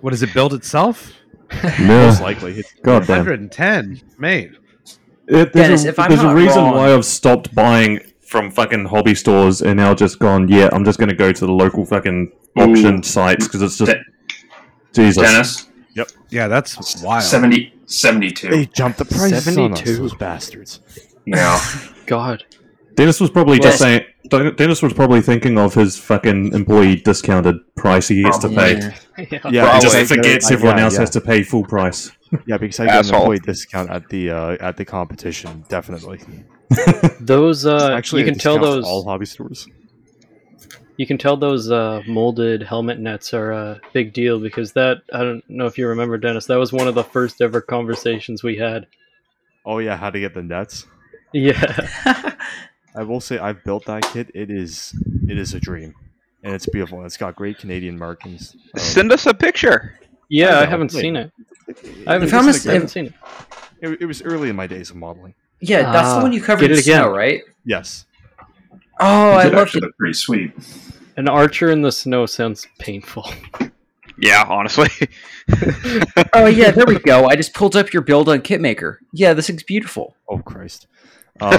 What does it build itself? most No, likely. It's, goddamn. 110, mate. It, there's Dennis, a, if I'm there's a not reason wrong- why I've stopped buying from fucking hobby stores and now just gone. Yeah, I'm just going to go to the local fucking Mm. auction sites because it's just De- Jesus. Dennis, Yeah, that's wild. 70, 72. they jumped the prices on us, 72. those bastards. Yeah. God. Dennis was probably Well- just saying. Den- Dennis was probably thinking of his fucking employee discounted price he gets to pay. Oh, Yeah. Yeah, He Probably. just forgets I- everyone yeah, else yeah. has to pay full price. Yeah, because I got an Asshole. employee discount at the uh, at the competition. Definitely. Those uh Actually, you a can tell discount for those all hobby stores. you can tell those uh molded helmet nets are a big deal because that I don't know if you remember Dennis, that was one of the first ever conversations we had. Oh yeah, how to get the nets? Yeah. I will say I've built that kit. It is it is a dream, and it's beautiful. And it's got great Canadian markings. Um, Send us a picture. I Yeah, I, know, haven't wait. seen it. I haven't, If I'm a- I haven't seen it. it, it was early in my days of modeling. Yeah, that's the Ah, one you covered get in it again. snow, right? Yes, Oh, I It love actually it. looked pretty sweet. An archer in the snow sounds painful. Yeah, honestly. Oh yeah, there we go. I just pulled up your build on Kitmaker. Yeah, this looks beautiful. Oh Christ! Um,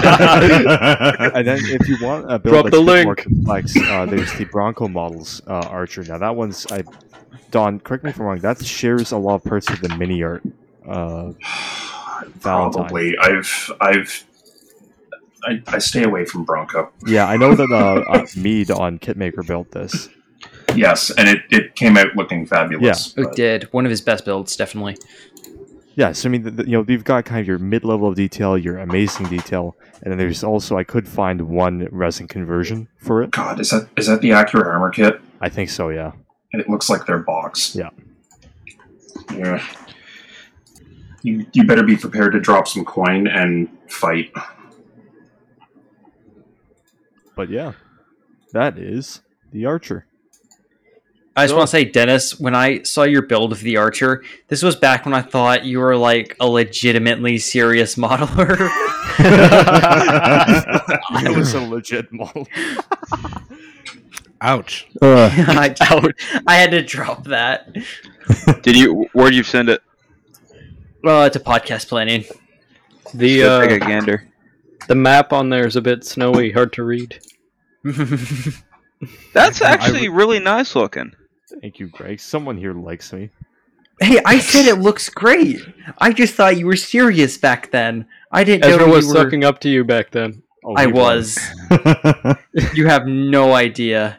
and then if you want a build Drop that's the a bit more link. complex, uh, there's the Bronco models uh, Archer. Now that one's I, Don, correct me if I'm wrong. That shares a lot of parts of the mini art. Uh, Valentine. Probably. I've I've I, I stay away from Bronco. yeah, I know that uh, uh, Mead on Kitmaker built this. Yes, and it, it came out looking fabulous. It but- did one of his best builds, definitely. Yeah, so I mean, the, the- you know, you've got kind of your mid-level detail, your amazing detail, and then there's also I could find one resin conversion for it. God, is that is that the accurate armor kit? I think so. Yeah. It looks like their box. Yeah. Yeah. You you better be prepared to drop some coin and fight. But yeah, that is the Archer. I just No. want to say, Dennis, when I saw your build of the Archer, this was back when I thought you were like a legitimately serious modeler. I was a legit model. Ouch. Uh, I, I had to drop that. Did you? Where did you send it? Well, it's a podcast planning. The Go take uh, a gander. the map on there is a bit snowy, hard to read. That's I- I actually really nice looking. Thank you, Greg. Someone here likes me. hey, I said it looks great. I just thought you were serious back then. I didn't Ezra know was you were. sucking up to you back then. Oh, I he won. was. you have no idea.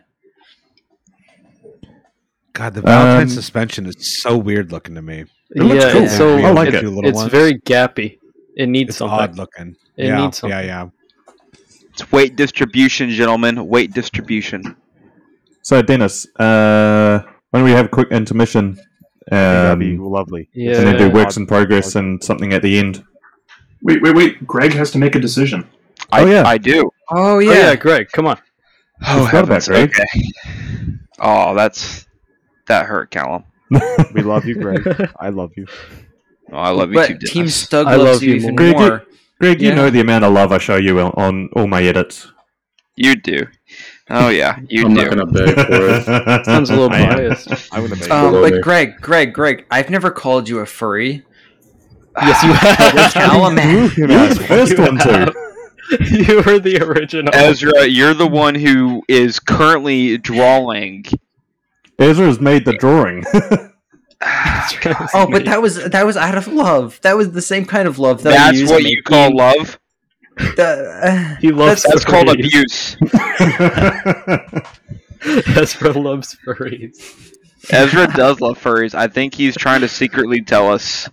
God, the Valentine Um, suspension is so weird looking to me. It looks yeah, cool. it's so I like it- it. Two little It's ones. very gappy. It needs It's something. odd looking. It yeah, needs something. yeah, yeah. It's weight distribution, gentlemen. Weight distribution. so, Dennis, uh, why don't we have a quick intermission? That'd be Um, lovely. Yeah. Oh, and then do works in progress and something at the end. Wait, wait, wait. Greg has to make a decision. I, Oh, yeah. I do. Oh Oh, yeah. yeah, Greg, come on. Oh, Forgot about heavens, Greg. okay. Oh, that's that hurt, Callum. We love you, Greg. I love you. Oh, I love you but too, Dennis. Team Stug I loves love you you even more. more. Greg, Yeah. you know the amount of love I show you on, on all my edits. You do. Oh yeah, you I'm do. not going to beg for it. Sounds a little I am. biased. I would have Um, Hello but there. Greg, Greg, Greg, I've never called you a furry. Yes, you That's have. how I'm at. You were the first one to. you were the original. Ezra, you're the one who is currently drawing. Ezra's made the drawing. Oh, but that was that was out of love. That was the same kind of love that I That's used what to you make call love. the- uh, he loves. That's called furries. abuse. Ezra loves furries. Ezra does love furries. I think he's trying to secretly tell us.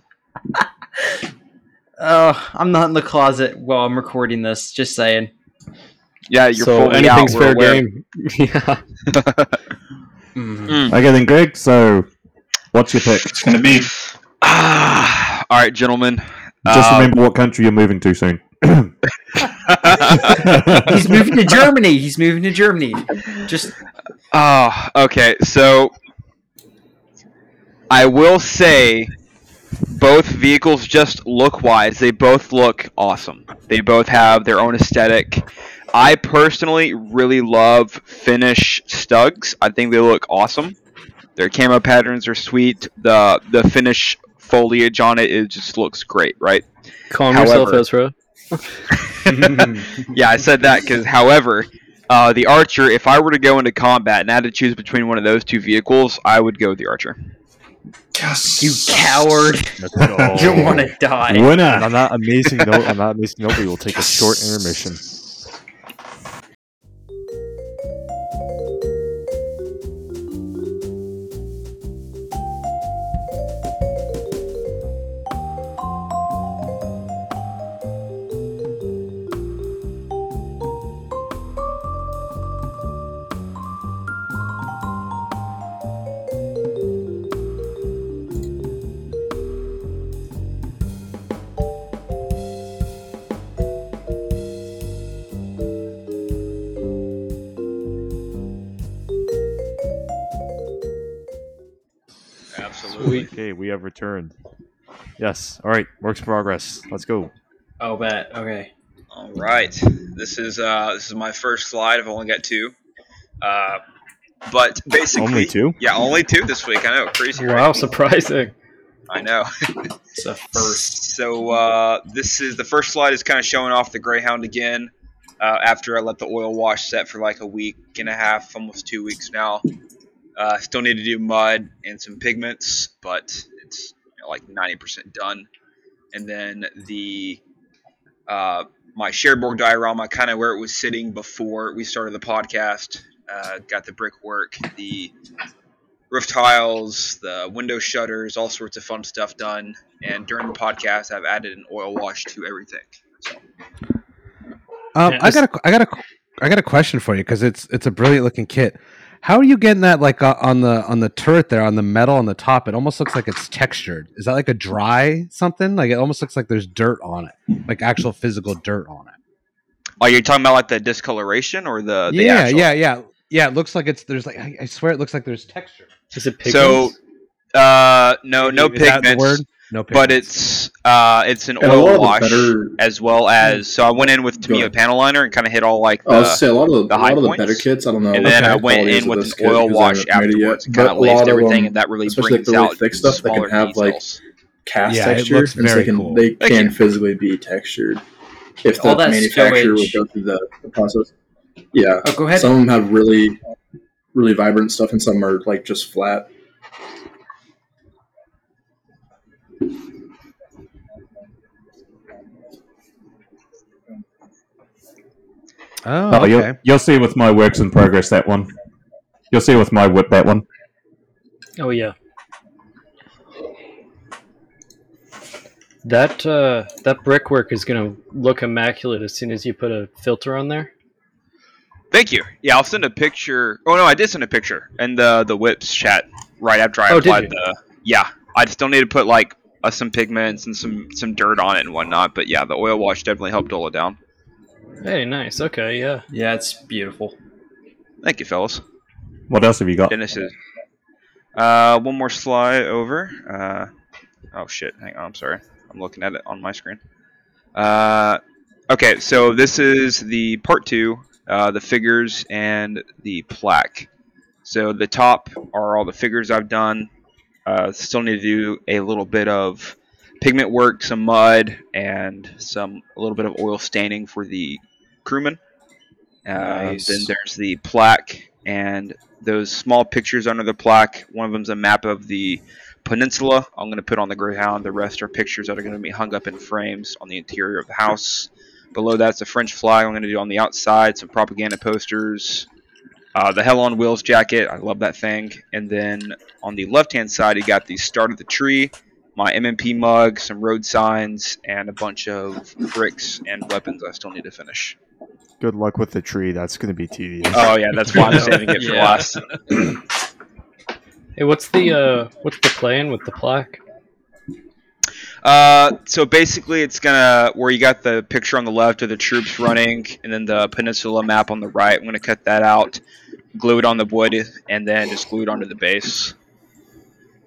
oh, I'm not in the closet while I'm recording this. Just saying. Yeah, you're so fully out. anything's We're fair aware. Mm-hmm. game. Yeah. okay, then, Greg, so what's your pick? It's going to be Ah, all right, gentlemen. Just Uh, remember what country you're moving to soon. He's moving to Germany. He's moving to Germany. Just Oh, okay. So I will say both vehicles just look wise, they both look awesome. They both have their own aesthetic. I personally really love Finnish Stugs. I think they look awesome. Their camo patterns are sweet. The the Finnish foliage on it it just looks great, right? Calm yourself, However- Ezra. yeah, I said that because, however, uh, the archer. If I were to go into combat and I had to choose between one of those two vehicles, I would go with the archer. yes. you coward. You been. want to die. And Winner! on that amazing note, on that amazing note, we will take a short intermission. Absolutely. Okay, we have returned. Yes. All right. Works in progress. Let's go. Oh, bet. Okay. All right, this is uh, this is my first slide. I've only got two, uh, but basically, Only two. yeah, only two this week. I know, crazy, right? Wow, surprising. I know. It's a first. So uh, this is the first slide is kind of showing off the Greyhound again. Uh, after I let the oil wash set for like a week and a half, almost two weeks now. Uh, still need to do mud and some pigments, but it's you know, like ninety percent done. And then the uh, my Cherbourg diorama, kind of where it was sitting before we started the podcast. Uh, got the brickwork, the roof tiles, the window shutters, all sorts of fun stuff done. And during the podcast, I've added an oil wash to everything. Um, Yeah, I just- got a, I got a, I got a question for you because it's it's a brilliant looking kit. How are you getting that like uh, on the on the turret there on the metal on the top? It almost looks like it's textured. Is that like a dry something? Like it almost looks like there's dirt on it, like actual physical dirt on it. Oh, you're talking about like the discoloration or Uh, the, the yeah, actual- yeah, yeah, yeah. It looks like it's there's like I, I swear it looks like there's texture. Is it So, pigments? Uh, no, no Is that pigments. the word? No But pigments. it's uh, it's an And a lot of oil the wash better- as well as. So I went in with Go Tamiya ahead. Oh, panel liner and kind of hit all like the. I was gonna say a lot of the, Uh, the a high lot of the points. better kits. I don't know. and then the I went qualities in of with this an kit, oil 'cause I wash haven't made it yet, afterwards. but Kind a of lot laced everything, them, and that really especially like brings the really out thick stuff that smaller can have, like, details. cast Yeah, it texture, looks and so very they can cool. they Thank can you. physically be textured if All the that manufacturer would stowage. go through the, the process. Yeah, Oh, go ahead. some of them have really really vibrant stuff, and some are like just flat. oh, Oh, okay. you'll, you'll see with my works in progress that one. You'll see with my whip that one. Oh yeah. That uh, that brickwork is gonna look immaculate as soon as you put a filter on there. Thank you. Yeah, I'll send a picture. Oh no, I did send a picture in the the whips chat right after I Oh, did applied you? the. Yeah, I still need to put like uh, some pigments and some some dirt on it and whatnot. But yeah, the oil wash definitely helped dull it down. Hey, nice. Okay, yeah. Yeah, it's beautiful. Thank you, fellas. What else have you got? Dennis is. Uh, one more slide over. Uh, oh shit! Hang on. I'm sorry. I'm looking at it on my screen. Uh, okay, so this is the part two, uh, the figures and the plaque. So the top are all the figures I've done. Uh, still need to do a little bit of pigment work, some mud, and some a little bit of oil staining for the crewman. Uh, Nice. Then there's the plaque and those small pictures under the plaque. One of them's a map of the peninsula. I'm going to put on the Greyhound. The rest are pictures that are going to be hung up in frames on the interior of the house. Below that's a French flag. I'm going to do on the outside some propaganda posters. Uh, the Hell on Wheels jacket. I love that thing. And then on the left hand side, you got the start of the tree, my MMP mug, some road signs, and a bunch of bricks and weapons I still need to finish. Good luck with the tree. That's going to be tedious. Oh, yeah, that's why I'm saving it for Yeah. last. Hey, what's the uh, what's the plan with the plaque? Uh, so basically, it's gonna where you got the picture on the left of the troops running, and then the peninsula map on the right. I'm gonna cut that out, glue it on the wood, and then just glue it onto the base.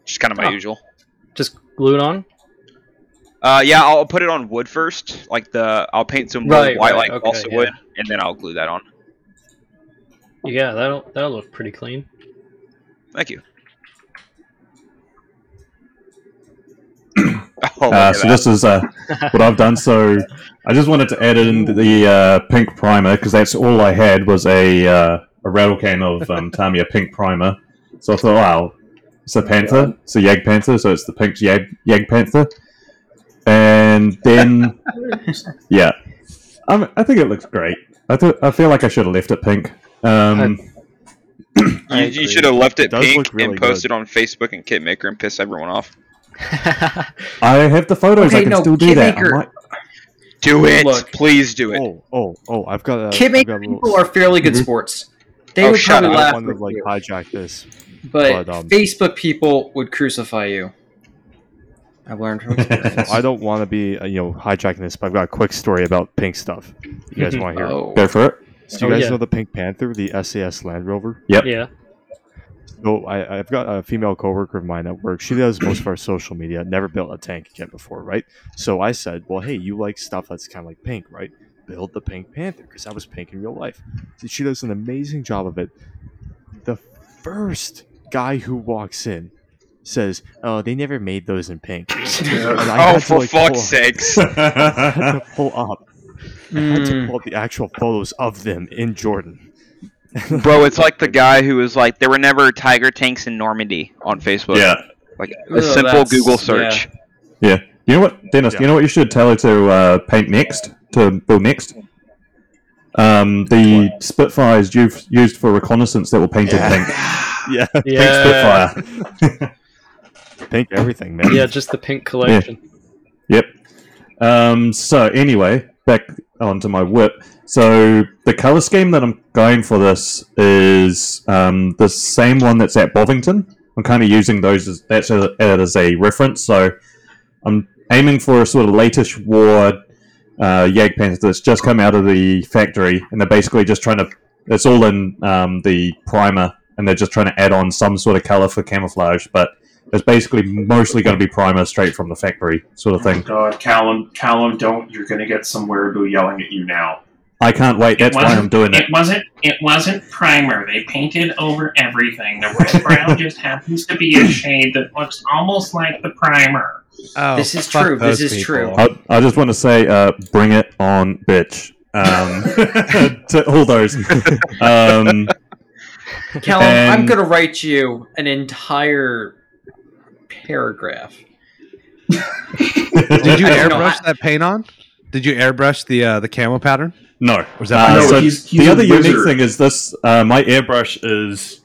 Just kind of my Oh. usual. Just glued on? Uh, yeah, I'll put it on wood first. Like the, I'll paint some wood Right, white, right, like okay, balsa yeah. wood, and then I'll glue that on. Yeah, that'll that'll look pretty clean. Thank you. oh, Uh, look at so that. this is uh, what I've done. So I just wanted to add in the uh, pink primer because that's all I had was a uh, a rattle can of um, Tamiya pink primer. So I thought, wow, it's a panther, it's a yag panther, so it's the pink yag yag panther. And then, yeah, i I think it looks great. I th- I feel like I should have left it pink. Um, you, you should have left It it, does pink look really and posted on Facebook and Kitmaker and piss everyone off. I have the photos. Okay, I can no, still do that. I Kitmaker- might- Do it, Look. please do it. Oh, oh, oh! I've got a. Uh, Kid I've maker got a little, people are fairly good sports. They Oh, would shut I probably up. don't laugh, want to with like you, hijack this. but but, um, Facebook people would crucify you. I've learned from experience. I don't want to be uh, you know hijacking this, but I've got a quick story about pink stuff. You guys want to hear? it? Oh, Go for it. So you Oh, guys yeah. know the Pink Panther, the SAS Land Rover? Yep. Yeah. So I, I've got a female coworker of mine at work. She does most of our social media. Never built a tank kit before, right? So I said, "Well, hey, you like stuff that's kind of like pink, right? Build the Pink Panther because that was pink in real life." So she does an amazing job of it. The first guy who walks in says, "Oh, they never made those in pink." And I Oh, had to, for like, pull fuck's up- sakes. I had to pull up. I had to Hmm. Mm. pull up the actual photos of them in Jordan. Bro, it's like the guy who was like, there were never tiger tanks in Normandy on Facebook. Yeah. Like a Ugh, simple that's- Google search. You know what, Dennis? You know what you should tell her to uh, paint next to build next. Um, the Spitfires you've used for reconnaissance that were painted pink. Yeah, Pink Yeah. Spitfire. pink everything, man. Yeah, just the pink collection. Yep. Um, so anyway, back onto my whip. So the color scheme that I'm going for this is um, the same one that's at Bovington. I'm kind of using those as that's a, it as a reference. So I'm aiming for a sort of latest war uh, Yag Panther that's just come out of the factory, and they're basically just trying to. It's all in um, the primer, and they're just trying to add on some sort of color for camouflage, but. It's basically mostly going to be primer straight from the factory, sort of thing. God, Callum, Callum, don't! You're gonna get some wearable yelling at you now. I can't wait. That's It why I'm wasn't- doing it. It wasn't. It wasn't primer. They painted over everything. The red brown just happens to be a shade that looks almost like the primer. Oh, This is fuck true, this those is true. people. I, I just want to say, uh, bring it on, bitch. Um, to all those. Um, Callum, I'm And- going to write you an entire paragraph. Did you I don't know, airbrush I- that paint on? Did you airbrush the uh, the camel pattern? no. Was that- Uh, No, so he's- he's the a other unique wizard. thing is this uh, my airbrush is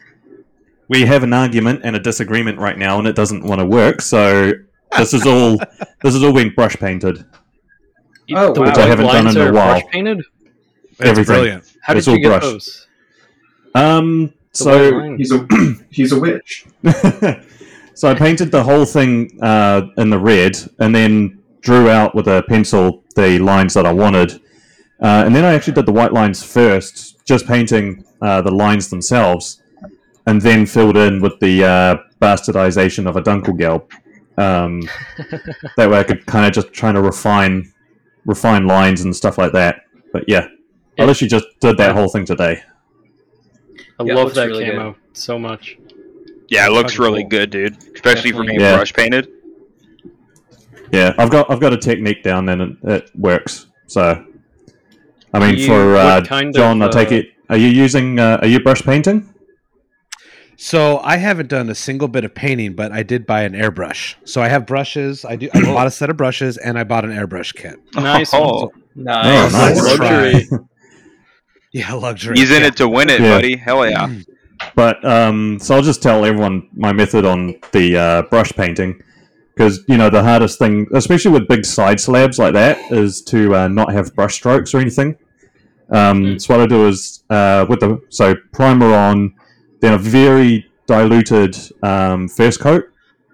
we have an argument and a disagreement right now, and it doesn't want to work. So this is all this has all been brush painted. Oh, the wow. Which I haven't done lines in a are while. brush painted? That's Everything. brilliant. How It's did you all get brush. those? Um, The so white lines. He's a he's a witch. so I painted the whole thing uh, in the red, and then drew out with a pencil the lines that I wanted. Uh, and then I actually did the white lines first, just painting uh, the lines themselves, and then filled in with the uh, bastardization of a Dunkelgelb. Um, that way, I could kind of just try to refine refine lines and stuff like that. But yeah, I Yeah. literally just did that whole thing today. I Yeah, it love looks that really camo so much. Yeah, it looks Fucking really cool. good, dude. Especially for being Definitely. Yeah. brush painted. Yeah, I've got I've got a technique down and it, it works. So, I mean, You- for what uh, kind John, of, I take uh, it. Are you using? Uh, are you brush painting? So I haven't done a single bit of painting, but I did buy an airbrush. So I have brushes. I do. I bought a set of brushes, and I bought an airbrush kit. Nice. Oh, Oh, Nice. nice. Luxury. Yeah, luxury. using yeah. Mm. it to win it, Yeah. buddy. Hell yeah. But um, so I'll just tell everyone my method on the uh, brush painting because you know the hardest thing, especially with big side slabs like that, is to uh, not have brush strokes or anything. Um, So what I do is uh, with the so primer on, then a very diluted um, first coat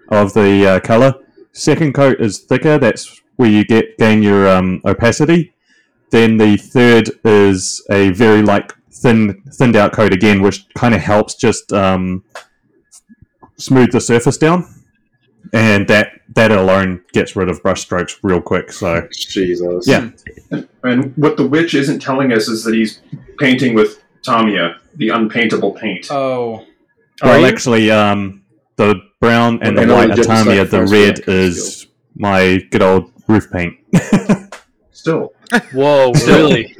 of the uh, color. Second coat is thicker. That's where you get gain your um, opacity. Then the third is a very like thin thinned out coat again, which kind of helps just um, smooth the surface down, and that that alone gets rid of brush strokes real quick. So Jesus. Yeah. And what the witch isn't telling us is that he's painting with Tamiya, the unpaintable paint. Uh, Oh, well, actually, um, the brown and the And white I'll just Atami, the decide first red what I can is my good old roof paint. Still, Whoa, really?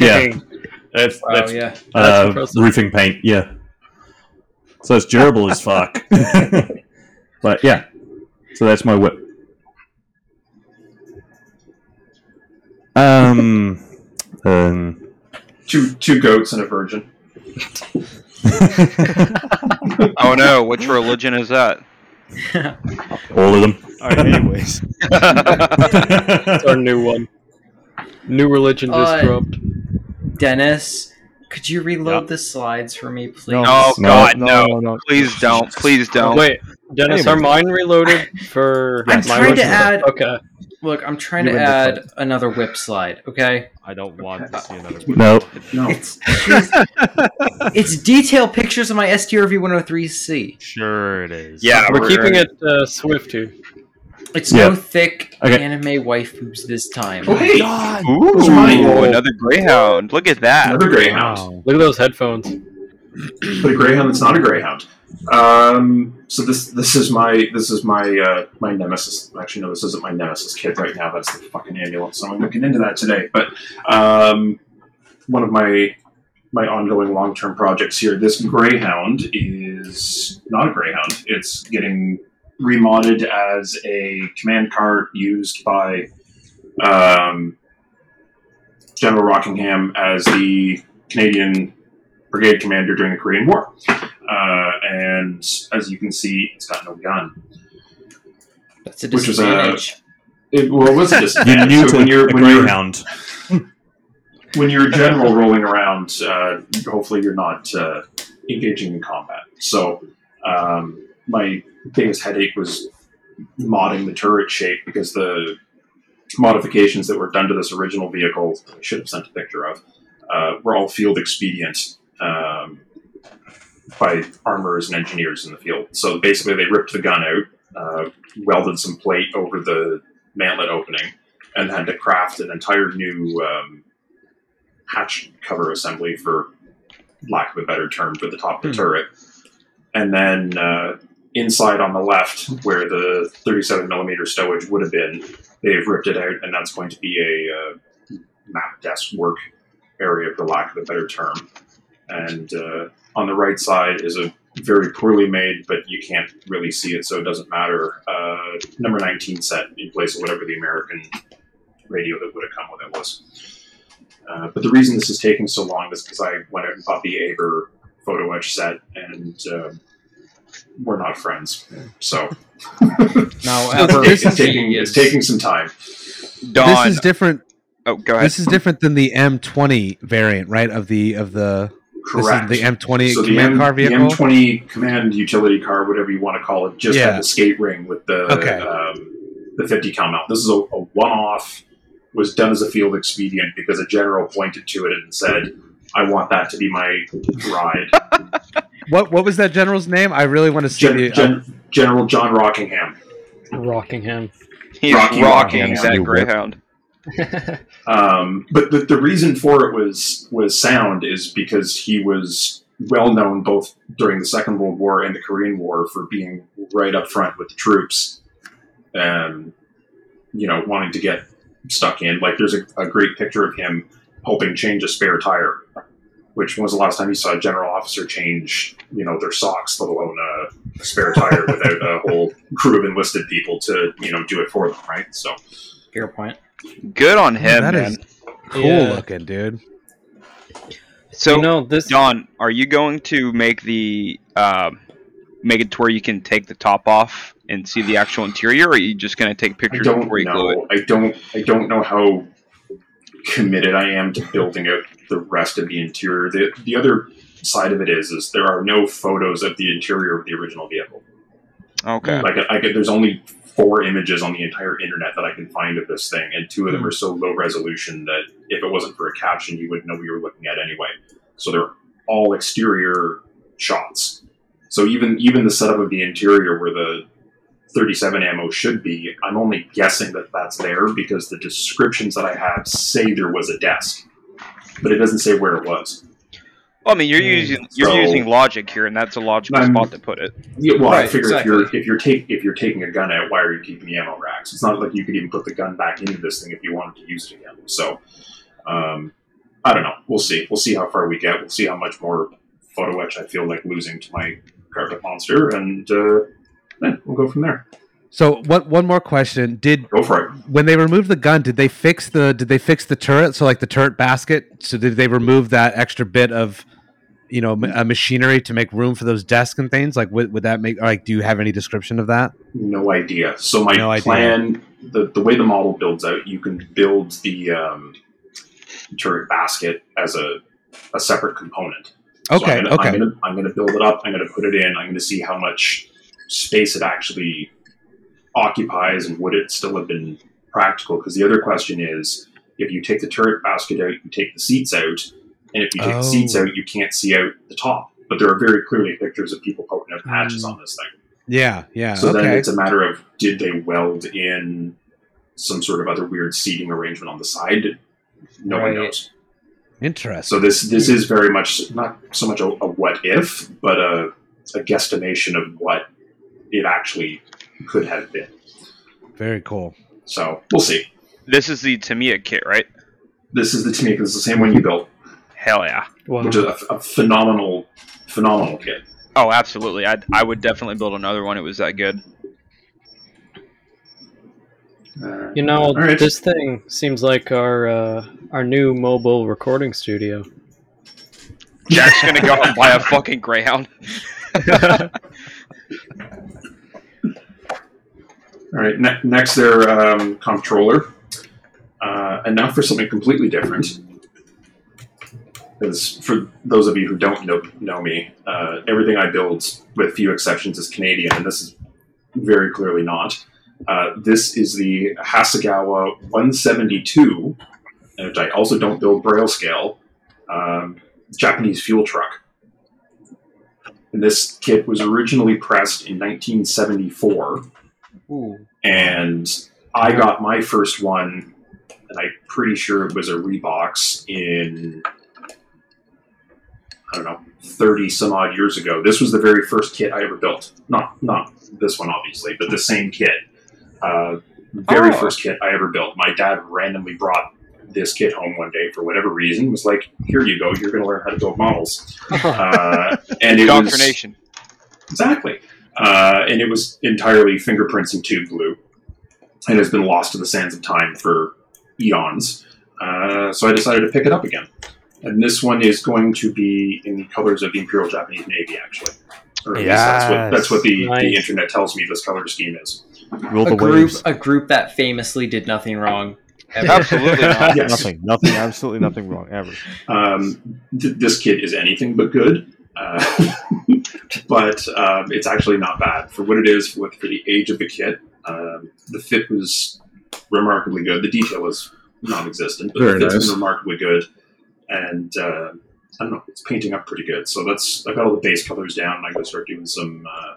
yeah, that's, wow, that's yeah. That's uh, impressive. roofing paint. Yeah, so it's durable as fuck. but yeah, so that's my whip. Um, um, two two goats and a virgin. Oh no, which religion is that? all of them. All right, anyways. Oh, That's our new one. New religion just Uh, dropped. Dennis, could you reload the slides for me, please? Oh No. god, no, no. no, no. Please don't. Please don't. Wait, Anyways. Dennis, are mine reloaded for? I'm my trying to original- add- Okay. Look, I'm trying You to win the add another whip slide, okay? I don't want to see another one. No. No. It's it's detail pictures of my STRV 103C. Sure it is. Yeah, We're keeping it uh, swift here. It's Yeah. no thick Okay. anime waifus this time. Oh, hey! Ooh, mine. another greyhound. Look at that. Another greyhound. Wow. Look at those headphones. But a greyhound that's not a greyhound. Um, so this this is my this is my uh, my nemesis. Actually, no, this isn't my nemesis kid right now. That's the fucking ambulance. So I'm looking into that today. But um, one of my my ongoing long term projects here. This greyhound is not a greyhound. It's getting remodded as a command car used by um, General Rockingham as the Canadian brigade commander during the Korean War. Uh, and as you can see, it's got no gun. That's a Which was a- disadvantage. It, well, it was a You disadvantage. neutered so when you're a when you're greyhound. when you're a general rolling around, uh, hopefully you're not uh, engaging in combat. So um, my biggest headache was modding the turret shape because the modifications that were done to this original vehicle I should have sent a picture of uh, were all field expedient um, by armorers and engineers in the field. So basically, they ripped the gun out, uh, welded some plate over the mantlet opening, and had to craft an entire new um, hatch cover assembly, for lack of a better term, for the top of the turret. And then uh, inside on the left, where the 37 millimeter stowage would have been, they've ripped it out, and that's going to be a uh, map desk work area, for lack of a better term. And uh, on the right side is a very poorly made, but you can't really see it, so it doesn't matter. Uh, number 19 set in place of whatever the American radio that would have come with it was. Uh, but the reason this is taking so long is because I went out and bought the Aber photo edge set, and um we're not friends. So No, So ever. this it's, taking, it's taking some time. Dawn. This is different. oh, go ahead. This is different than the M20 variant, right? Of the of the Correct. This is the M20 so the, command M, car the vehicle. M20 command utility car, whatever you want to call it, just Yeah. had the skate ring with the Okay. um, the 50 cal mount. This is a, a one-off. Was done as a field expedient because a general pointed to it and said, "I want that to be my ride." What what was that general's name? I really want to see Gen- the. uh, Gen- General John Rockingham. Rockingham. He's Rocky rocking Rockingham. that New whip. greyhound. Um, but the, the reason for it was was sound is because he was well known both during the Second World War and the Korean War for being right up front with the troops, and you know wanting to get stuck in. Like there's a, a great picture of him helping change a spare tire, which when was the last time you saw a general officer change you know their socks, let alone a spare tire without a whole crew of enlisted people to you know do it for them, right? So. Fair point. Good on him, That man. is cool Yeah. looking, dude. So you know this. Don, are you going to make the um, make it to where you can take the top off and see the actual interior, or are you just going to take I pictures don't before you glue it? know. I don't. I don't know how committed I am to building out the rest of the interior. The the other side of it is is there are no photos of the interior of the original vehicle. Okay. Like I, could- there's only four images on the entire internet that I can find of this thing, and two of them are so low resolution that if it wasn't for a caption, you wouldn't know what you were looking at anyway. So they're all exterior shots. So even even the setup of the interior where the 37 ammo should be, I'm only guessing that that's there because the descriptions that I have say there was a desk, but it doesn't say where it was. Well, I mean, you're using you're Hmm, So- using logic here, and that's a logical I'm- spot to put it. Yeah, well, I Right, figure exactly. if you're if you're take if you're taking a gun out, why are you keeping the ammo racks? It's not like you could even put the gun back into this thing if you wanted to use it again. So, um, I don't know. We'll see. We'll see how far we get. We'll see how much more photo etch I feel like losing to my carpet monster, and uh, then we'll go from there. So what? One more question. Did Go for it. when they removed the gun, did they fix the did they fix the turret? So like the turret basket. So did they remove that extra bit of you know ma- uh, machinery to make room for those desks and things? Like would, would that make like do you have any description of that? No idea. So my No idea. plan, the the way the model builds out, you can build the um, turret basket as a a separate component. So Okay, I'm gonna, okay. I'm gonna, I'm gonna build it up. I'm gonna put it in. I'm gonna see how much space it actually occupies and would it still have been practical? Because the other question is, if you take the turret basket out, you take the seats out, and if you take Oh. the seats out, you can't see out the top. But there are very clearly pictures of people poking out patches Mm. on this thing. Yeah, yeah. So okay. then it's a matter of did they weld in some sort of other weird seating arrangement on the side? No Right. one knows. So Interesting. this this is very much not so much a, a what if, but a, a guesstimation of what it actually could have been. Very cool. So we'll see. This is the Tamiya kit, right? This is the Tamika. This is the same one you built, Hell yeah. Wow. which is a, a phenomenal, phenomenal kit. Oh, absolutely. I I would definitely build another one. It was that good. Uh, You know, right. this thing seems like our uh, our new mobile recording studio. Jack's gonna go out and buy a fucking Greyhound. All right, ne- next their um, controller, uh, and now for something completely different. Because for those of you who don't know, know me, uh, everything I build, with few exceptions, is Canadian, and this is very clearly not. Uh, this is the Hasegawa 172, which I also don't build braille scale, um, Japanese fuel truck. And this kit was originally pressed in 1974 and I got my first one, and I'm pretty sure it was a Reeboks in I don't know thirty some odd years ago. This was the very first kit I ever built. Not not this one obviously, but the same kit. Uh, very Oh. first kit I ever built. My dad randomly brought this kit home one day for whatever reason. Was like, here you go, you're going to learn how to build models. Uh, and it was Indoctrination. Exactly. Uh, and it was entirely fingerprints and tube glue, and has been lost to the sands of time for eons. Uh, so I decided to pick it up again. And this one is going to be in the colors of the Imperial Japanese Navy, actually. Or at least that's what, that's what the, the Nice. internet tells me this color scheme is. Roll A the group, waves. a group that famously did nothing wrong. Absolutely not. Yes. Nothing, nothing, absolutely nothing wrong ever. Um, th- this kid is anything but good, uh, but um, it's actually not bad for what it is. For, what- for the age of the kit, um, the fit was remarkably good. The detail was non-existent, but Very the fit's nice. been remarkably good, and uh, I don't know, it's painting up pretty good. So that's I got all the base colors down, and I'm gonna start doing some uh,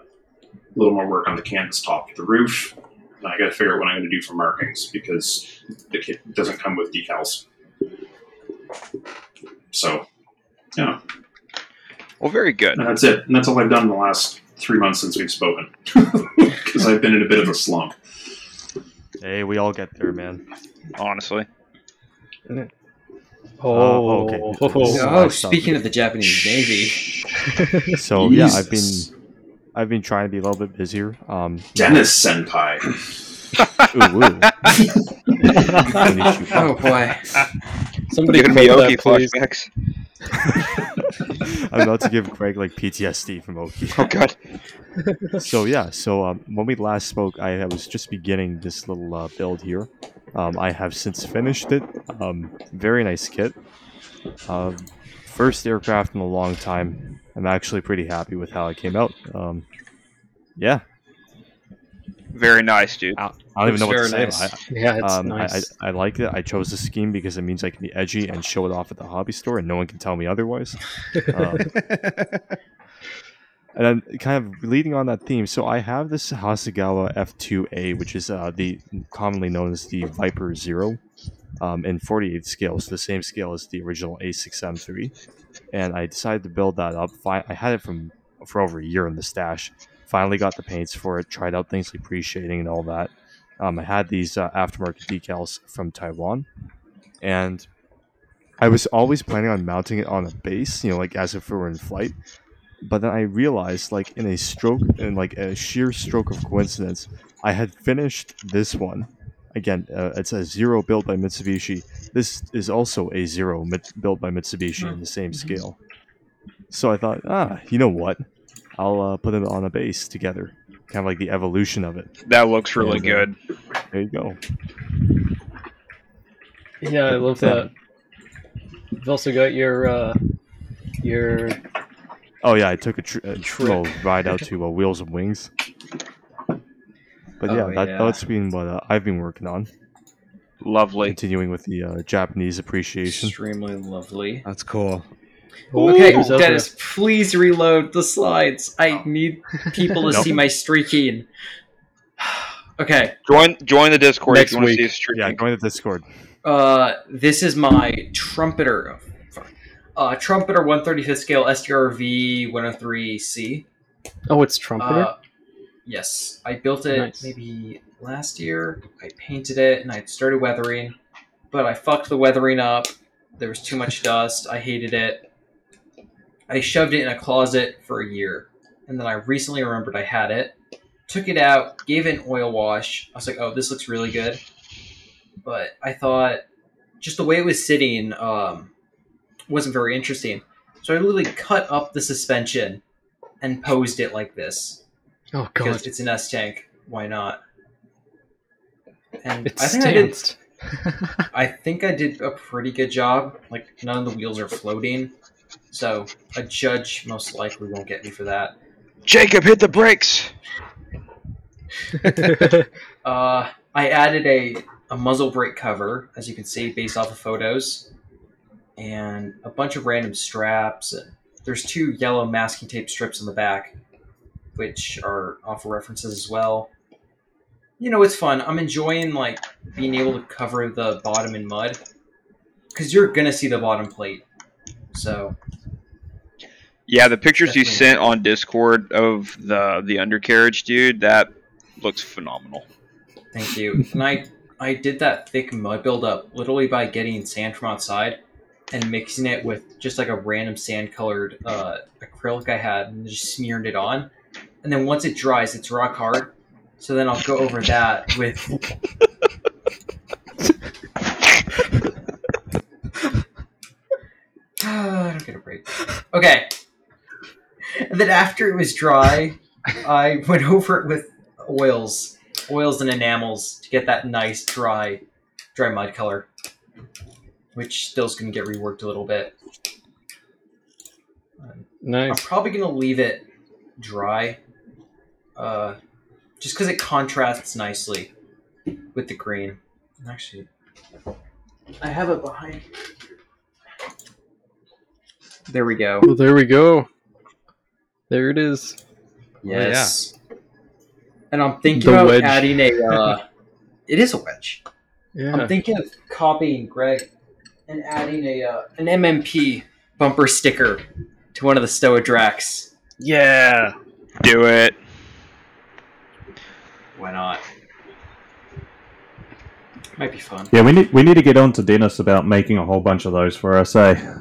little more work on the canvas top, the roof, and I got to figure out what I'm going to do for markings because the kit doesn't come with decals. So, yeah, Well, very good. and that's it. And that's all I've done in the last three months since we've spoken because I've been in a bit of a slump. Hey, we all get there, man. Honestly, Oh, okay. Oh. Yeah. Oh, speaking of the Japanese Navy, So yeah, I've been Jesus. I've been trying to be a little bit busier. Um, Dennis Senpai. ooh, ooh. Konnichiwa. oh boy, Somebody giving clip me Oki that, please. flashbacks. I'm about to give Greg like PTSD from Oki. Oh god. So yeah, so um, when we last spoke, I, I was just beginning this little uh, build here. Um, I have since finished it. Um, very nice kit. Um first aircraft in a long time. I'm actually pretty happy with how it came out. Um, yeah, Very nice, dude. I, I don't even know what to Looks say. very about nice. it. Yeah, it's um, nice. I, I, I like it. I chose this scheme because it means I can be edgy and show it off at the hobby store, and no one can tell me otherwise. Um, and I'm kind of leading on that theme. So I have this Hasegawa F2A, which is uh, the commonly known as the Viper Zero, um, in 48 scales, the same scale as the original A6M3. And I decided to build that up. Fi- I had it from for over a year in the stash. Finally got the paints for it. Tried out things like pre-shading and all that. Um, I had these uh, aftermarket decals from Taiwan, and I was always planning on mounting it on a base, you know, like as if it were in flight. But then I realized, like in a stroke, in like a sheer stroke of coincidence, I had finished this one. Again, uh, it's a zero built by Mitsubishi. This is also a zero mit- built by Mitsubishi Mm-hmm. in the same scale. So I thought, ah, you know what? I'll uh, put it on a base together, kind of like the evolution of it. That looks really Yeah, man. good. There you go. yeah, I love that. You've also got your uh, your Oh yeah, I took a, tr- a little ride out to uh, Wheels and Wings. But yeah, Oh, that, yeah. that's been what uh, I've been working on, Lovely. continuing with the uh, Japanese appreciation. extremely lovely. That's cool. Okay, Who's out there? Dennis, please reload the slides. I need people to No. see my streaking. okay, Join join the Discord Next if you want week. to see us streaming. Yeah, join the Discord. uh, this is my trumpeter. oh, fuck. Uh, trumpeter 135th scale STRV 103C. oh, it's trumpeter. Uh, yes, I built it Nice. maybe last year. I painted it and I started weathering, but I fucked the weathering up. There was too much dust. I hated it. I shoved it in a closet for a year, and then I recently remembered I had it. Took it out, gave it an oil wash. I was like, "Oh, this looks really good," but I thought just the way it was sitting um, wasn't very interesting. So I literally cut up the suspension and posed it like this oh because god, it's an S tank. Why not? And it's I think stanced. I did. I think I did a pretty good job. Like none of the wheels are floating, so a judge most likely won't get me for that. Jacob hit the brakes. Uh, I added a a muzzle brake cover, as you can see, based off of photos, and a bunch of random straps. And there's two yellow masking tape strips on the back, which are off of references as well. You know, it's fun. I'm enjoying like being able to cover the bottom in mud because you're gonna see the bottom plate. So Yeah, the pictures you Definitely. sent on Discord of the the undercarriage, dude, that looks phenomenal. Thank you. And I I did that thick mud buildup literally by getting sand from outside and mixing it with just like a random sand colored uh, acrylic I had and just smeared it on. And then once it dries, it's rock hard. So then I'll go over that with. Ah, I don't get a break. Okay. And then after it was dry, I went over it with oils oils and enamels to get that nice dry dry mud color which still's going to get reworked a little bit i'm nice. probably going to leave it dry uh, just because it contrasts nicely with the green actually i have it behind there we go Oh, Well, there we go. There it is. yeah. yes and I'm thinking The about wedge. adding a. Uh, it is a wedge. Yeah. I'm thinking of copying Greg and adding a uh, an MMP bumper sticker to one of the Stoa Drax. yeah. Do it. Why not? Might be fun. Yeah, we need we need to get on to Dennis about making a whole bunch of those for us, eh?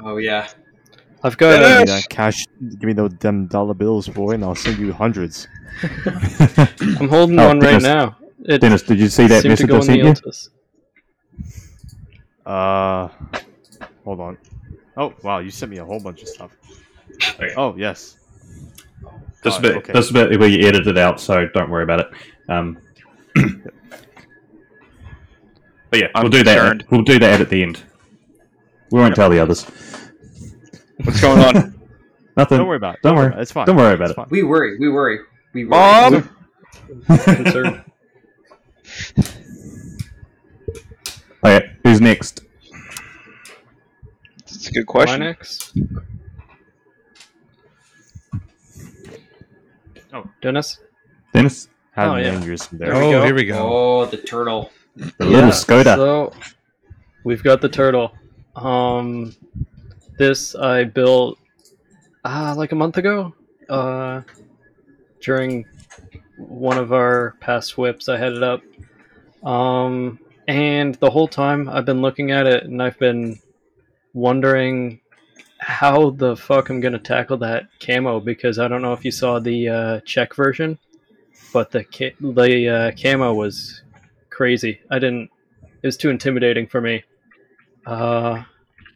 Oh yeah. I've got Give me uh, that cash. Give me those them dollar bills, boy, and I'll send you hundreds. I'm holding Oh, one right Dennis. now. It Dennis, did you see that seemed to message go I in the sent you? Altus. Uh, hold on. Oh wow, you sent me a whole bunch of stuff. Okay. Oh yes. This Oh, bit, okay. this bit we edited out, so don't worry about it. Um, but yeah, I'm we'll do that. concerned. We'll do that at the end. We won't tell the others. What's going on? Nothing. Don't worry about it. Don't worry. It's fine. Don't worry about It's it. fine. We worry. We worry. We worry. Mom? Concerned. Okay, who's next? That's a good Why question. next? Oh. Dennis. Dennis, Had Oh, an yeah. aneurysm there. we Oh, go. here we go. Oh, the turtle. the little Skoda. So we've got the turtle. Um, this I built uh, like a month ago. Uh, during one of our past whips, I had it up. Um, and the whole time I've been looking at it, and I've been wondering how the fuck I'm gonna tackle that camo because I don't know if you saw the uh, Czech version, but the ca- the uh, camo was crazy. I didn't it was too intimidating for me. Uh,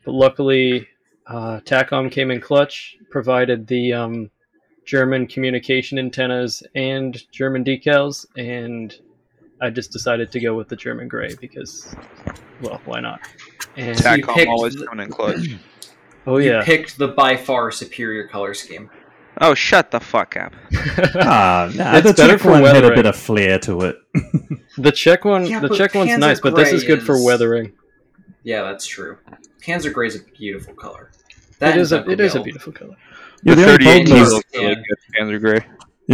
but luckily, uh, TACOM came in clutch, provided the um, German communication antennas and German decals, and I just decided to go with the German gray because, well, why not? And Tac- Tac-com picked always the- coming in clutch. oh You yeah, picked the by far superior color scheme. Oh, shut the fuck up. Ah, nah, It's the better Czech for one had weather, a bit of flair to it. the Czech one, Yeah, the but Czech one's Panzer nice, but this Gray is good for is- weathering. Yeah, that's true. Panzer gray is a beautiful color. It and is a Dunkel it is a Yellow. beautiful color. Yeah, the the only 38 problem kilos. is, kilo really Yeah. good Panzer Grey.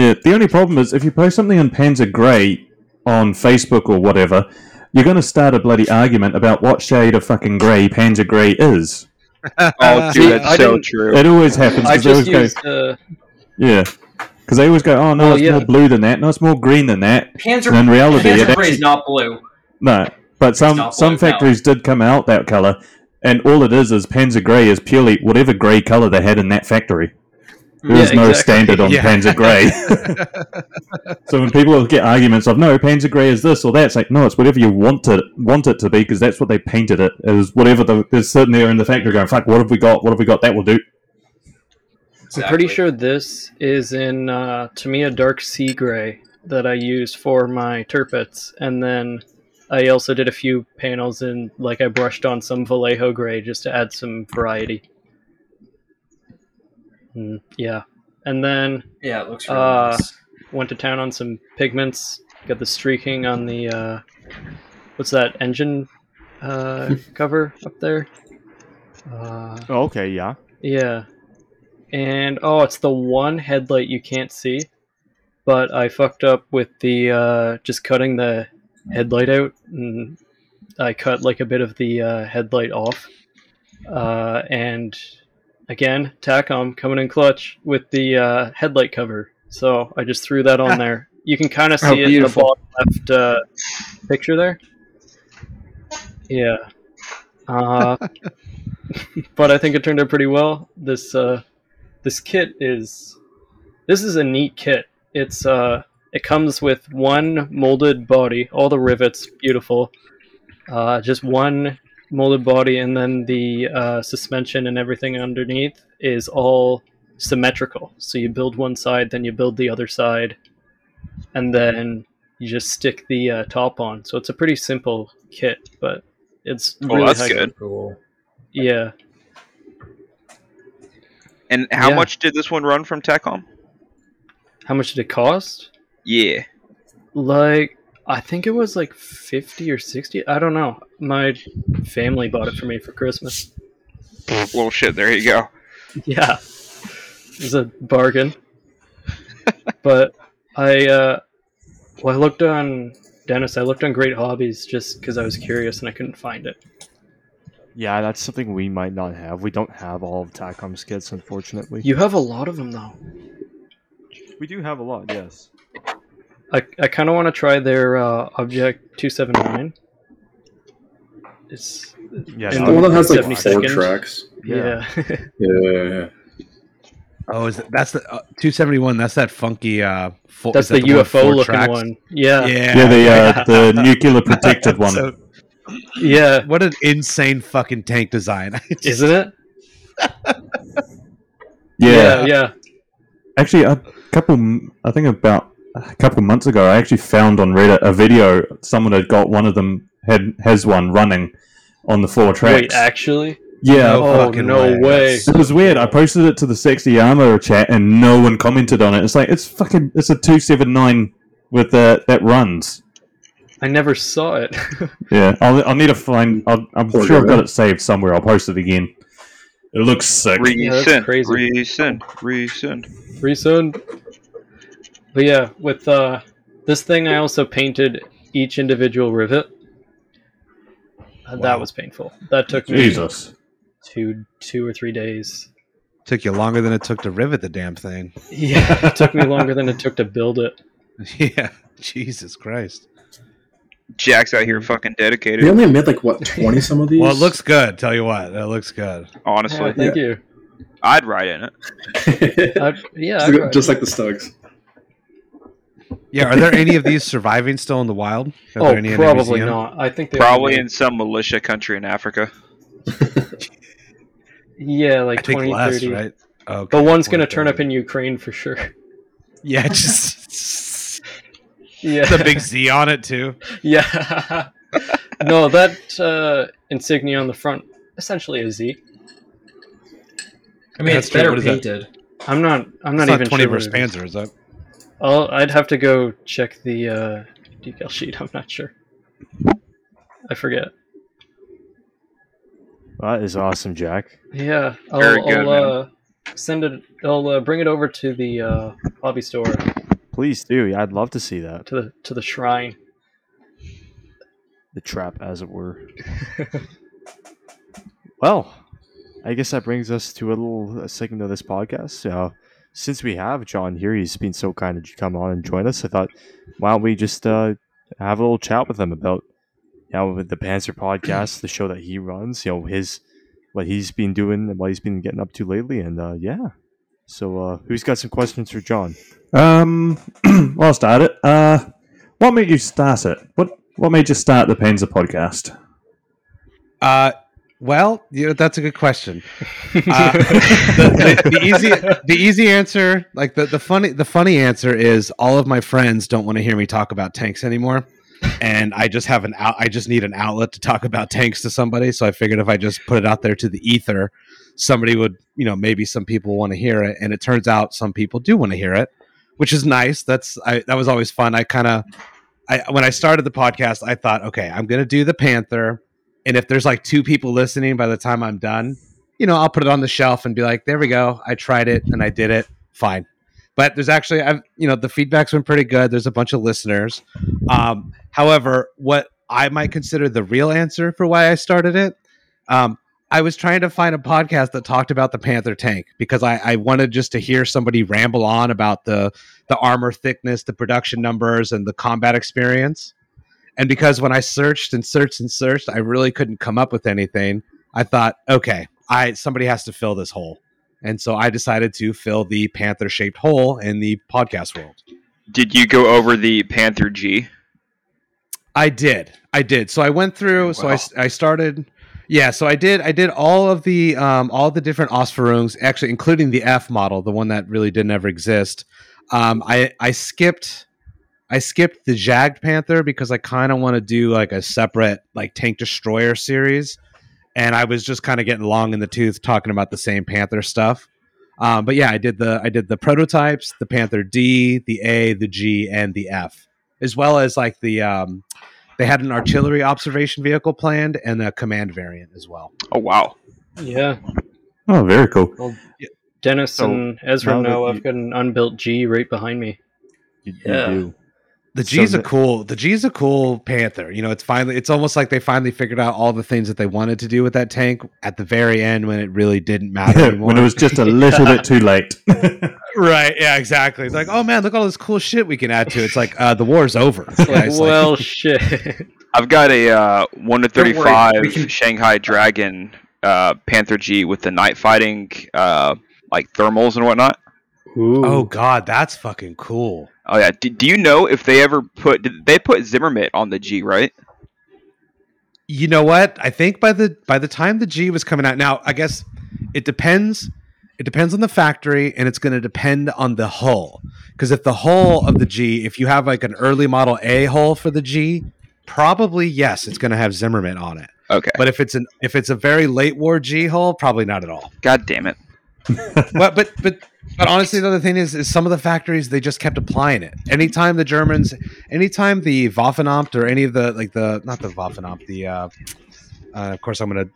yeah, the only problem is if you post something in Panzer Grey on Facebook or whatever, you're going to start a bloody argument about what shade of fucking grey Panzer Grey is. Oh, dude, that's I so didn't- true. It always happens I because they always just used uh, go, yeah, because they always go, oh no, Well, it's yeah. more blue than that, no, it's more green than that. Panzer And in reality, Panzer it Gray is actually, not blue. no. But some not some blue, no. factories did come out that color, and all it is is Panzer Grey is purely whatever grey color they had in that factory. There Yeah, is no exactly. standard on Yeah. Panzer Grey. So when people get arguments of no, Panzer Grey is this or that, it's like no, it's whatever you want it want it to be because that's what they painted it as. Whatever the, they're sitting there in the factory going, fuck, what have we got? What have we got? That will do. Exactly. I'm pretty sure this is in uh, to me a dark sea gray that I use for my turpets, and then I also did a few panels in like I brushed on some Vallejo gray just to add some variety. Mm, yeah, and then Yeah, it looks really Uh, nice. went to town on some pigments. Got the streaking on the uh, what's that engine uh, cover up there? Uh, Oh, okay, yeah. yeah. And oh, it's the one headlight you can't see. But I fucked up with the uh, just cutting the headlight out, and I cut like a bit of the uh, headlight off. Uh, and again, Tacom coming in clutch with the uh, headlight cover. So I just threw that on there. You can kind of see Ah. Oh, it in the beautiful. bottom left uh, picture there. Yeah. Uh, but I think it turned out pretty well. This uh, this kit is this is a neat kit. It's uh, it comes with one molded body, all the rivets beautiful, uh, just one molded body, and then the uh, suspension and everything underneath is all symmetrical. So you build one side, then you build the other side, and then you just stick the uh, top on. So it's a pretty simple kit, but it's Well, really Oh, that's high- good. Cool. Yeah. And how Yeah. much did this one run from Tacom? How much did it cost? Yeah. Like, I think it was like 50 or 60. I don't know. My family bought it for me for Christmas. Well, shit, there you go. Yeah. It was a bargain. but, I uh, well, I looked on Dennis. I looked on Great Hobbies just because I was curious and I couldn't find it. Yeah, that's something we might not have. We don't have all of TACOM's kits, unfortunately. You have a lot of them though. We do have a lot, yes. I, I kind of want to try their uh, Object 279. It's Yes, And The one that has like 70 four seconds. tracks. yeah. Yeah. Oh, is that, that's the uh, 271? That's that funky. Uh, four, That's is the, that one with UFO four looking tracks? one. Yeah. Yeah. Yeah, Yeah, the uh, the nuclear protected one. So- what an insane fucking tank design! I just- Isn't it? yeah. Yeah. yeah. actually, a couple, I think about a couple months ago, I actually found on Reddit a video someone had got one of them had has one running on the floor tracks. Wait, actually? yeah, No oh, fucking no way. way. It was weird. I posted it to the sexy armor chat, and no one commented on it. It's like it's fucking. It's a two seven nine with that that runs. I never saw it. Yeah, I'll, I'll need to find. I'll, I'm Poor sure I've guy. got it saved somewhere. I'll post it again. It looks sick. Yeah, that's Resend, crazy. resend, resend. Resend. But yeah, with uh, this thing, I also painted each individual rivet. Uh, Wow. That was painful. That took me Jesus. two, two or three days. took you longer than it took to rivet the damn thing. Yeah, it took me longer than it took to build it. yeah, Jesus Christ. Jack's out here fucking dedicated. They only made like what twenty some of these. Well, it looks good. Tell you what, it looks good. Honestly, Yeah, thank you. I'd ride in it. I, yeah, I Just- cried. just like the Stugs. Yeah, are there any of these surviving still in the wild? Are there oh, any in the probably museum? not. I think they Probably in some militia country in Africa. yeah, like I think 20, less, 30. right? Okay, But one's gonna turn up 20, in Ukraine for sure. 30. yeah, just Yeah, the big Z on it too. yeah. no, that uh, insignia on the front essentially a Z. I mean, That's it's true. better What is that? painted. I'm not. I'm not It's even twenty sure. verse what it is. Panzer, is that? I'll, I'd have to go check the uh, decal sheet. I'm not sure. I forget. That is awesome, Jack. Yeah, I'll, Very good, I'll uh, send it. I'll uh, bring it over to the uh, hobby store to Please do. I'd love to see that. the to the shrine. The trap, as it were. well, I guess that brings us to a little segment of this podcast. Uh, since we have John here, he's been so kind to come on and join us. I thought, why don't we just uh, have a little chat with him about you know, with the Panzer podcast, the show that he runs, you know, his what he's been doing and what he's been getting up to lately, and uh, yeah. So, uh, who's got some questions for John? Um, well, I'll start it. Uh, what made you start it? What What made you start the Panzer podcast? Uh, well, you know, that's a good question. Uh, the, the- the easy, the easy answer, like the, the funny, the funny answer is all of my friends don't want to hear me talk about tanks anymore, and I just have an out. I just need an outlet to talk about tanks to somebody. So I figured if I just put it out there to the ether, somebody would, you know, maybe some people want to hear it, and it turns out some people do want to hear it, which is nice. That's I, that was always fun. I kind of, I when I started the podcast, I thought, okay, I'm gonna do the Panther and if there's like two people listening by the time I'm done, you know, I'll put it on the shelf and be like, there we go. I tried it and I did it. Fine. But there's actually, I've, you know, the feedback's been pretty good. There's a bunch of listeners. Um, however, what I might consider the real answer for why I started it, um, I was trying to find a podcast that talked about the Panther tank because I, I wanted just to hear somebody ramble on about the the armor thickness, the production numbers, and the combat experience. And because when I searched and searched and searched, I really couldn't come up with anything. I thought, okay, I somebody has to fill this hole. And so I decided to fill the panther shaped hole in the podcast world. Did you go over the Panther G? I did. I did. So I went through. So Wow. I, s- I started. Yeah. So I did. I did all of the um, all the different Osfarungs, actually, including the F model, the one that really didn't ever exist. Um, I I skipped. I skipped the Jagged Panther because I kind of want to do like a separate like tank destroyer series, and I was just kind of getting long in the tooth talking about the same Panther stuff. Um, but yeah, I did the I did the prototypes, the Panther D, the A, the G, and the F, as well as like the um, they had an artillery observation vehicle planned and a command variant as well. Oh wow. Yeah, Oh, very cool. Dennis So, and Ezra now that know you- I've got an unbuilt G right behind me. You, Yeah. you do. The So G's a the- cool. The G's a cool panther. You know, it's finally. It's almost like they finally figured out all the things that they wanted to do with that tank at the very end when it really didn't matter anymore. when it was just a little bit too late. right? Yeah, exactly. It's like, oh man, look at all this cool shit we can add to. it. It's like uh, the war's over. Like, guys. Like, well, shit. I've got a uh, one to Don't worry, thirty-five we can- Shanghai Dragon uh, Panther G with the night fighting uh, like thermals and whatnot. Ooh. oh god, that's fucking cool. Oh yeah. Do, do you know if they ever put did they put Zimmermit on the G right? you know what i think by the by the time the g was coming out now i guess it depends it depends on the factory and it's going to depend on the hull because if the hull of the g if you have like an early model a hull for the g probably yes it's going to have zimmerman on it Okay. but if it's an if it's a very late war g hull probably not at all God damn it. but but but but honestly, the other thing is, is some of the factories they just kept applying it. Anytime the Germans, anytime the Waffenamt or any of the like the not the Waffenamt, the uh, uh, of course I'm gonna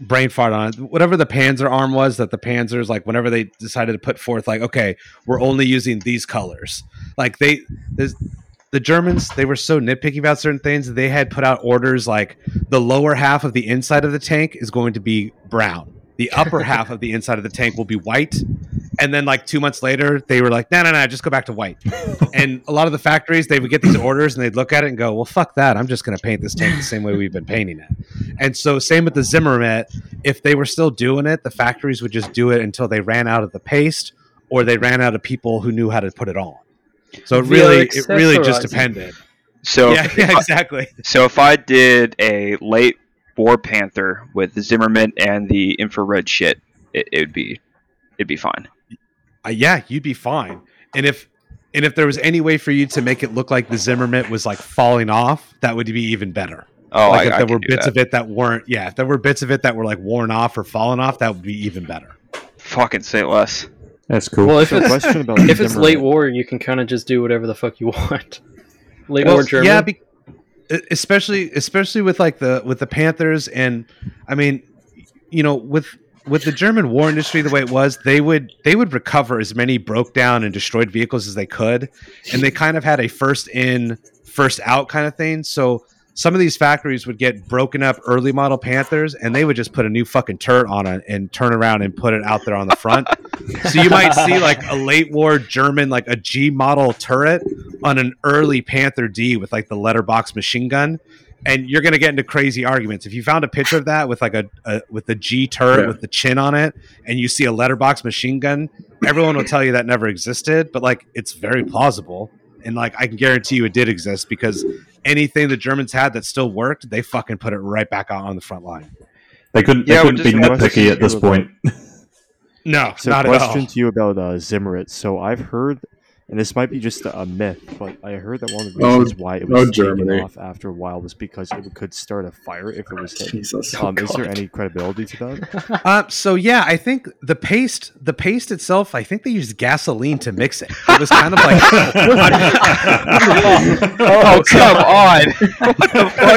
brain fart on it. Whatever the Panzer arm was, that the Panzers like whenever they decided to put forth, like okay, we're only using these colors. Like they, there's, the Germans, they were so nitpicky about certain things. that They had put out orders like the lower half of the inside of the tank is going to be brown. The upper half of the inside of the tank will be white, and then like two months later they were like no no no just go back to white and a lot of the factories they would get these orders and they'd look at it and go well fuck that i'm just going to paint this tank the same way we've been painting it and so same with the zimmerman if they were still doing it the factories would just do it until they ran out of the paste or they ran out of people who knew how to put it on so They're it really it really just accessorizing. depended So yeah, yeah exactly so if I did a late War Panther with Zimmerman and the infrared shit, it, it'd be it'd be fine. uh, yeah, you'd be fine. And if and if there was any way for you to make it look like the Zimmerman was like falling off, that would be even better. Oh, I, like if I there can were do bits that. of it that weren't, yeah, if there were bits of it that were like worn off or fallen off, that would be even better. Fucking say less. That's cool. Well, if So it's question about if it's Zimmerman. late war, you can kind of just do whatever the fuck you want. Late war German. yeah, be- e- especially especially with like the with the Panthers and I mean, you know, with with the German war industry the way it was, they would they would recover as many broke down and destroyed vehicles as they could, and they kind of had a first in first out kind of thing. So some of these factories would get broken up early model Panthers, and they would just put a new fucking turret on it and turn around and put it out there on the front. so you might see like a late war German like a G model turret on an early Panther D with like the letterbox machine gun, and you're gonna get into crazy arguments. If you found a picture of that with like a, a with the G turret Yeah. with the chin on it, and you see a letterbox machine gun, everyone will tell you that never existed, but like it's very plausible, and like I can guarantee you it did exist because anything the Germans had that still worked, they fucking put it right back out on the front line. They couldn't. Yeah, we're they couldn't just be gonna- nitpicky at this point. No, So, not at question all. to you about uh, Zimmerit. So, I've heard, and this might be just a myth, but I heard that one of the Oh, reasons why it oh, was taken Germany. off after a while was because it could start a fire if it was hit. Jesus. um, is there any credibility to that? Uh, so yeah, I think the paste, the paste itself, I think they used gasoline to mix it. It was kind of like Oh come on!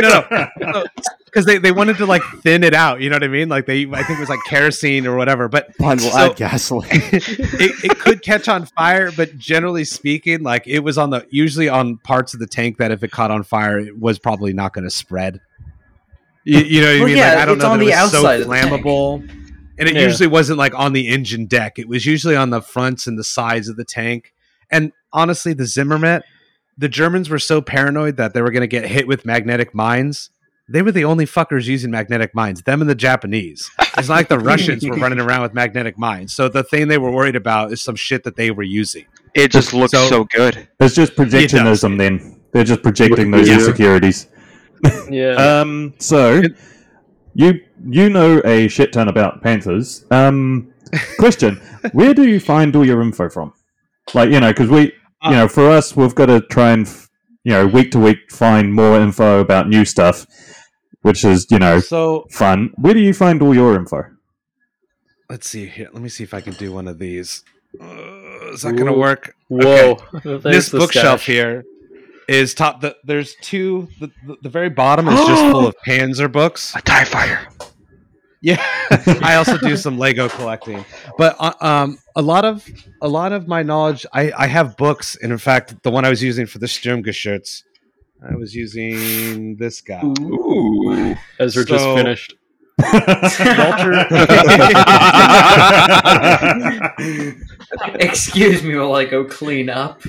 because they, they wanted to like thin it out. You know what I mean? Like they, I think it was like kerosene or whatever. But Fine, we'll So- add gasoline. it, it could catch on fire. But generally speaking, like it was on the usually on parts of the tank that if it caught on fire, it was probably not going to spread. You, you know what I Well, mean? yeah, like I don't it's know on that the it was so outside of the tank. flammable. And it Yeah. usually wasn't like on the engine deck. It was usually on the fronts and the sides of the tank. And honestly, the Zimmermet, the Germans were so paranoid that they were going to get hit with magnetic mines. They were the only fuckers using magnetic mines, them and the Japanese. It's not like the Russians were running around with magnetic mines. So the thing they were worried about is some shit that they were using. It just looks So- so, good. It's just does. projectionism. Then they're just projecting those Yeah. insecurities. yeah. Um. So you you know a shit ton about panthers. Um. Question: Where do you find all your info from? Like you know, because we you know for us we've got to try and f- you know week to week find more info about new stuff, which is you know So fun. Where do you find all your info? let's see here. Let me see if I can do one of these. Uh, is that going to Ooh. work? Whoa. There's this the bookshelf stash. here is top. The, there's two. The, the, the very bottom is just full of Panzer books. A tie fire. Yeah, I also do some Lego collecting, but uh, um, a lot of a lot of my knowledge I, I have books and in fact the one I was using for the Sturmgeschütz I was using this guy Ooh. As we're just So- finished. Walter Excuse me while I go clean up.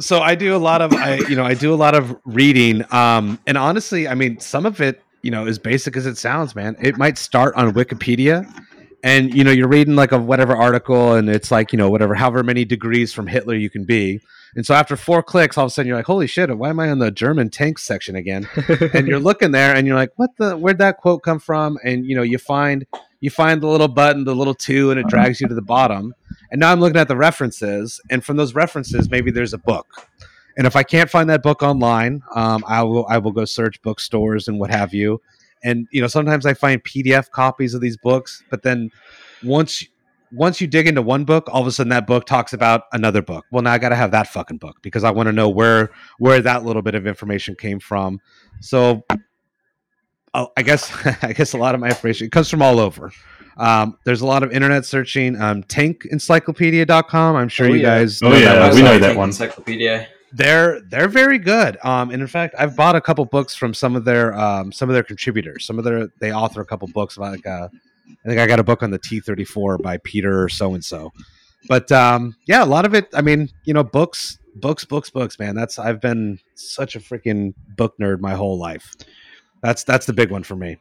so I do a lot of I you know I do a lot of reading um and honestly I mean some of it you know as basic as it sounds man it might start on Wikipedia and you know you're reading like a whatever article and it's like you know whatever however many degrees from Hitler you can be and so after four clicks all of a sudden you're like holy shit why am I on the German tank section again and you're looking there and you're like what the where'd that quote come from and you know you find you find the little button the little two and it drags you to the bottom and now I'm looking at the references, and from those references, maybe there's a book. And if I can't find that book online, um, I will I will go search bookstores and what have you. And you know, sometimes I find PDF copies of these books, but then once once you dig into one book, all of a sudden that book talks about another book. Well, now I got to have that fucking book because I want to know where where that little bit of information came from. So, oh, I guess I guess a lot of my information it comes from all over. Um, there's a lot of internet searching. Um, tankencyclopedia.com. I'm sure Oh, you yeah. guys Oh, yeah, that we know website. that one. Encyclopedia. They're they're very good. Um, and in fact, I've bought a couple books from some of their um, some of their contributors. Some of their they author a couple books about like uh, I think I got a book on the T34 by Peter so and so. But um, yeah, a lot of it. I mean, you know, books, books, books, books. Man, that's I've been such a freaking book nerd my whole life. That's that's the big one for me.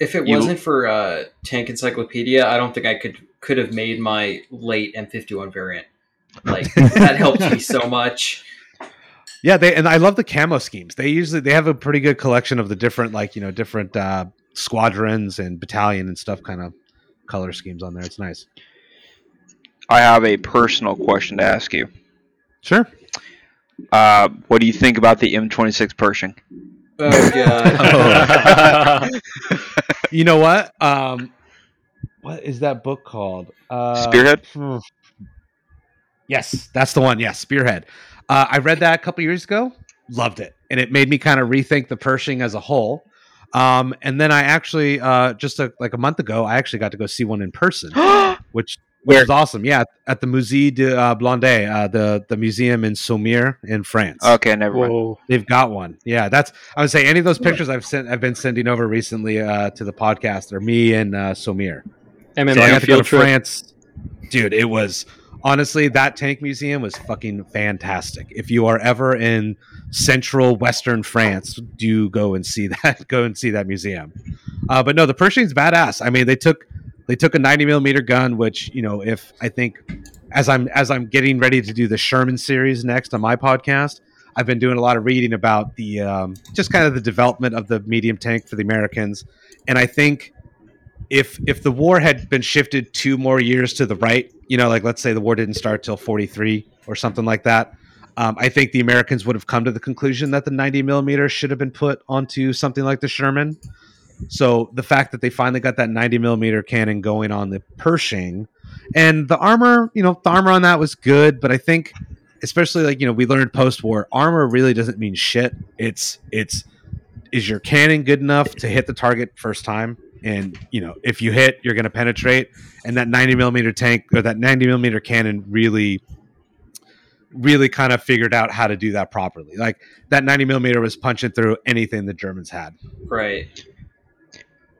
If it You- wasn't for uh, Tank Encyclopedia, I don't think I could could have made my late M51 variant. Like that helped me so much. Yeah, they and I love the camo schemes. They usually they have a pretty good collection of the different like you know different uh, squadrons and battalion and stuff kind of color schemes on there. It's nice. I have a personal question to ask you. Sure. Uh, what do you think about the M26 Pershing? Oh god. You know what? Um, what is that book called? Uh, Spearhead? hmm. Yes, that's the one. Yes, Spearhead. Uh, I read that a couple years ago. Loved it, and it made me kind of rethink the Pershing as a whole. Um, and then I actually uh, just a, like a month ago, I actually got to go see one in person, which which Where? was awesome. Yeah, at the Musée de uh, Blondet, uh, the the museum in Saumur in France. okay, never mind. Whoa. They've got one. Yeah, that's. I would say any of those pictures I've sent, I've been sending over recently uh, to the podcast, are me and uh, Somir. MMA So I got to go to field trip. France, dude. It was honestly that tank museum was fucking fantastic. If you are ever in central western France, do go and see that. go and see that museum. Uh, but no, the Pershing's badass. I mean, they took they took a 90 millimeter gun, which you know, if I think as I'm as I'm getting ready to do the Sherman series next on my podcast. I've been doing a lot of reading about the um, just kind of the development of the medium tank for the Americans, and I think if if the war had been shifted two more years to the right, you know, like let's say the war didn't start till forty three or something like that, um, I think the Americans would have come to the conclusion that the ninety millimeter should have been put onto something like the Sherman. So the fact that they finally got that ninety millimeter cannon going on the Pershing, and the armor, you know, the armor on that was good, but I think especially like you know we learned post war armor really doesn't mean shit. It's it's is your cannon good enough to hit the target first time? And you know, if you hit, you're going to penetrate. And that 90 millimeter tank or that 90 millimeter cannon really, really kind of figured out how to do that properly. Like that 90 millimeter was punching through anything the Germans had. Right.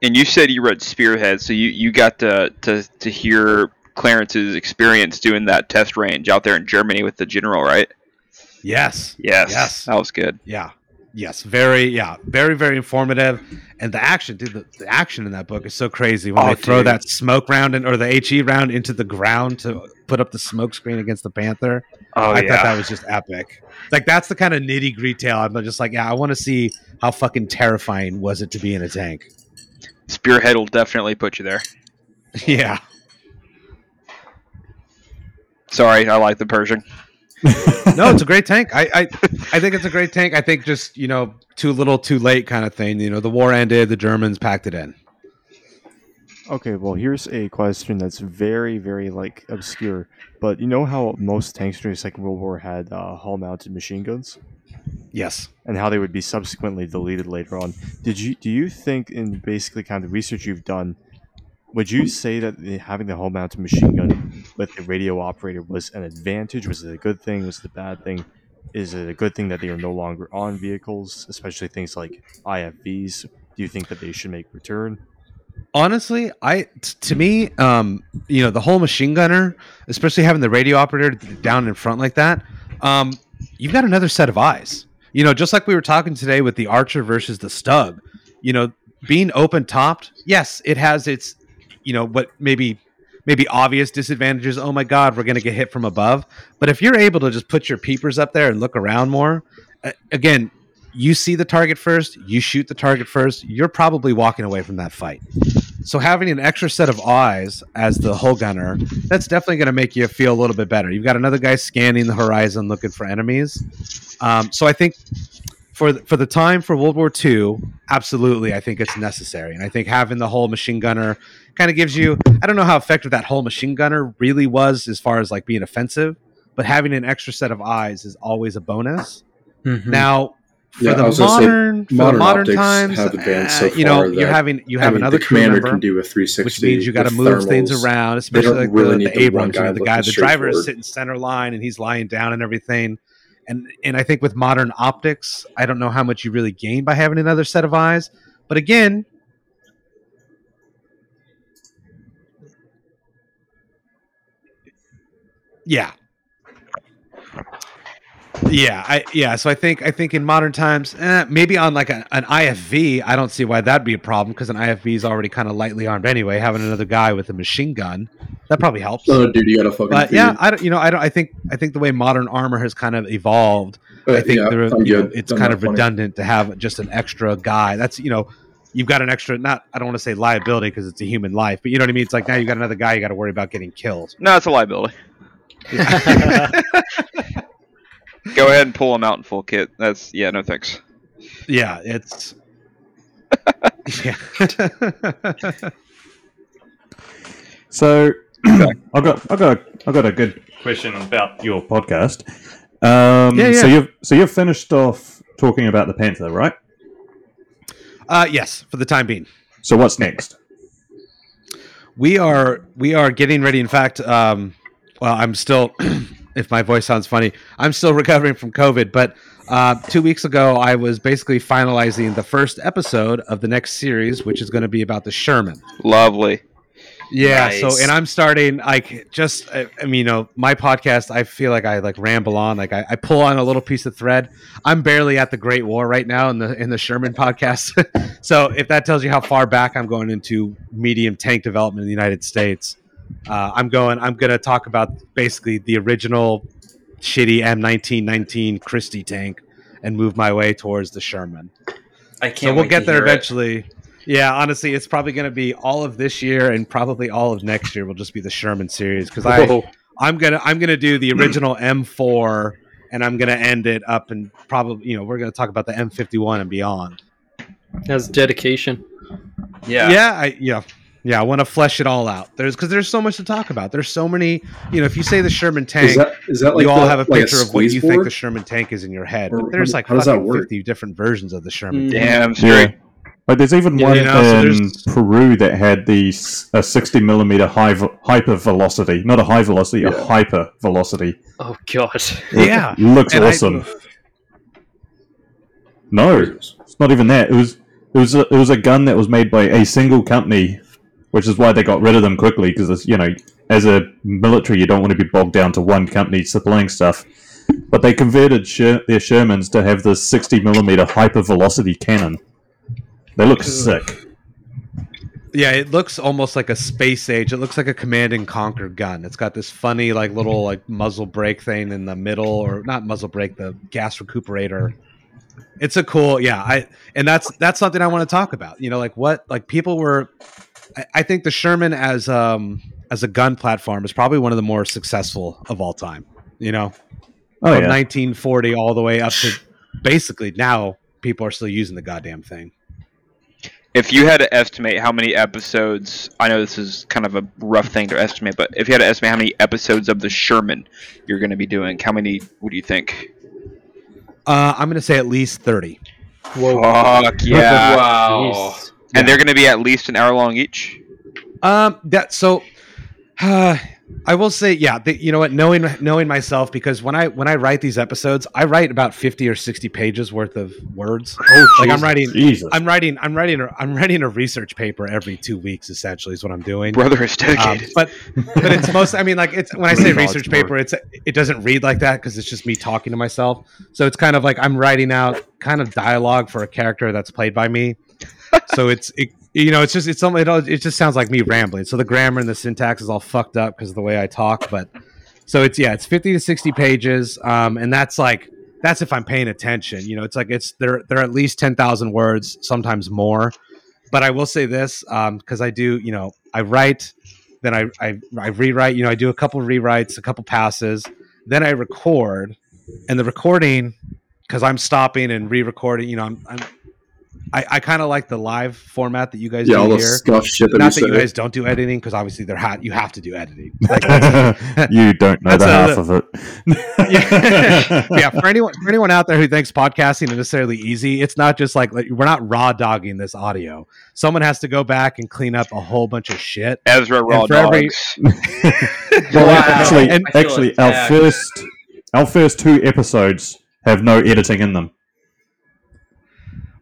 And you said you read Spearhead, so you, you got to, to, to hear Clarence's experience doing that test range out there in Germany with the general, right? Yes. Yes. Yes. That was good. Yeah. Yes. Very. Yeah. Very. Very informative. And the action, dude. The, the action in that book is so crazy when Oh, they throw dude. that smoke round in, or the he round into the ground to put up the smoke screen against the panther. Oh, I yeah. thought that was just epic. Like that's the kind of nitty gritty tale. I'm just like, yeah, I want to see how fucking terrifying was it to be in a tank. Spearhead will definitely put you there. yeah. Sorry, I like the Pershing. no, it's a great tank. I, I I think it's a great tank. I think just you know too little, too late kind of thing. You know, the war ended. The Germans packed it in. Okay, well, here's a question that's very, very like obscure. But you know how most tanks during the Second World War had uh, hull-mounted machine guns, Yes. and how they would be subsequently deleted later on. Did you do you think in basically kind of the research you've done, would you say that the- having the hull mounted machine gun with the radio operator was an advantage? Was it a good thing? Was it a bad thing? Is it a good thing that they are no longer on vehicles, especially things like IFVs? Do you think that they should make return? honestly i t- to me um you know the whole machine gunner especially having the radio operator d- down in front like that um you've got another set of eyes you know just like we were talking today with the archer versus the stug you know being open topped yes it has its you know what maybe maybe obvious disadvantages oh my god we're gonna get hit from above but if you're able to just put your peepers up there and look around more a- again you see the target first, you shoot the target first, you're probably walking away from that fight. So having an extra set of eyes as the hull gunner, that's definitely going to make you feel a little bit better. You've got another guy scanning the horizon looking for enemies. Um, so I think for the, for the time for World War II, absolutely, I think it's necessary. And I think having the whole machine gunner kind of gives you. I don't know how effective that whole machine gunner really was as far as like being offensive, but having an extra set of eyes is always a bonus. Now, for Mm-hmm. Yeah, I the was gonna say, modern, for the modern modern optics times, have advanced eh, so you know, far you're that- having you I have mean, another the commander crew member, can do a 360, which means you got to with move things thermals. around, especially don't like really the, need the the one Abrams, you guy know, the guy, looking the driver straightforward. is sitting center line and he's lying down and everything. And and I think with modern optics, I don't know how much you really gain by having another set of eyes. But again, yeah, yeah, I yeah. So I think I think in modern times, eh, maybe on like a, an IFV, I don't see why that'd be a problem because an IFV is already kind of lightly armed anyway. Having another guy with a machine gun that probably helps. Oh, dude, you got to fucking. But yeah, feed. I don't. You know, I don't. I think I think the way modern armor has kind of evolved, But I think yeah, there, I'm you know, good. it's I'm kind not of funny. redundant to have just an extra guy. That's you know, you've got an extra. Not I don't want to say liability because it's a human life, but you know what I mean. It's like now you've got another guy you got to worry about getting killed. No, it's a liability. Go ahead and pull them out in full kit. That's yeah, no thanks. Yeah, it's. yeah. So I've got I've got a, I've got a good question about your podcast. Um, Yeah, yeah. So you've so you've finished off talking about the Panther, right? uh, yes, for the time being. So what's next? we are we are getting ready in fact um well i'm still if my voice sounds funny i'm still recovering from covid but uh, two weeks ago i was basically finalizing the first episode of the next series which is going to be about the sherman Lovely. yeah Nice. so and i'm starting like just I, I mean you know my podcast i feel like i like ramble on like I, I pull on a little piece of thread i'm barely at the great war right now in the in the sherman podcast so if that tells you how far back i'm going into medium tank development in the united states uh, i'm going i'm going to talk about basically the original shitty m1919 christie tank and move my way towards the sherman I can't. so we'll wait get to there hear it. eventually. Yeah, honestly, it's probably going to be all of this year and probably all of next year will just be the Sherman series because I Whoa. I'm gonna I'm gonna do the original M4 and I'm gonna end it up and probably you know we're gonna talk about the M51 and beyond. That's dedication. Yeah. yeah, I, yeah, yeah. I want to flesh it all out. There's because there's so much to talk about. There's so many you know if you say the Sherman tank. Is that is that like you all the- have a like picture of what squeeze you think board? the Sherman tank is in your head, Or but there's how- like how does that fucking work? 50 different versions of the Sherman. Mm. tank. Damn Yeah. straight. Like there's even Yeah, one you know, so in there's- Peru that had the s- a 60 millimeter high vo- hyper velocity, not a high velocity, a Yeah. hyper velocity. Oh god. Yeah. looks And I- awesome. no, it's not even that. It was it was a, it was a gun that was made by a single company, which is why they got rid of them quickly because you know as a military you don't want to be bogged down to one company supplying stuff. But they converted Sher- their Shermans to have this 60 millimeter hyper velocity cannon. They look sick. Yeah, it looks almost like a space age. It looks like a command and conquer gun. It's got this funny like little like muzzle brake thing in the middle or not muzzle brake, the gas recuperator. It's a cool, yeah, I and that's that's something I want to talk about. You know, like what like people were I, I think the Sherman as um as a gun platform is probably one of the more successful of all time, you know. Oh from yeah. 1940 all the way up to basically now people are still using the goddamn thing. If you had to estimate how many episodes, I know this is kind of a rough thing to estimate, but if you had to estimate how many episodes of the Sherman you're going to be doing, how many would you think? Uh, I'm going to say at least 30. Whoa. Fuck yeah! Wow. Jeez. And they're going to be at least an hour long each. Um, that so, uh, I will say, yeah, that you know what, knowing knowing myself, because when I when I write these episodes, I write about fifty or sixty pages worth of words. Oh, Like, I'm Jesus. writing- Jesus. I'm writing, I'm writing, a, I'm writing a research paper every two weeks. Essentially, is what I'm doing. Brother is Um, dedicated. but but it's most. I mean, like it's when I say College research board. paper, it's it doesn't read like that because it's just me talking to myself. So it's kind of like I'm writing out kind of dialogue for a character that's played by me. so it's it, you know it's just it's something it, all- it just sounds like me rambling. So the grammar and the syntax is all fucked up because of the way I talk. But so it's yeah, it's fifty to sixty pages, um, and that's like that's if I'm paying attention. You know, it's like it's they're they're at least ten thousand words, sometimes more. But I will say this because I do, you know, I write, then I, I I rewrite. You know, I do a couple rewrites, a couple passes, then I record, and the recording because I'm stopping and re-recording. You know, I'm, I'm I, I kind of like the live format that you guys yeah, do all the here. scuff shit that Not we that you said. guys don't do editing because obviously they're hot. You have to do editing. you don't know That's the a- half of it. yeah, for anyone for anyone out there who thinks podcasting is necessarily easy, it's not just like, like, we're not raw dogging this audio. Someone has to go back and clean up a whole bunch of shit. Ezra Raw Um, for every- Dogs. Well, Wow. actually, And- I feel actually, our attacked. first, our first two episodes have no editing in them.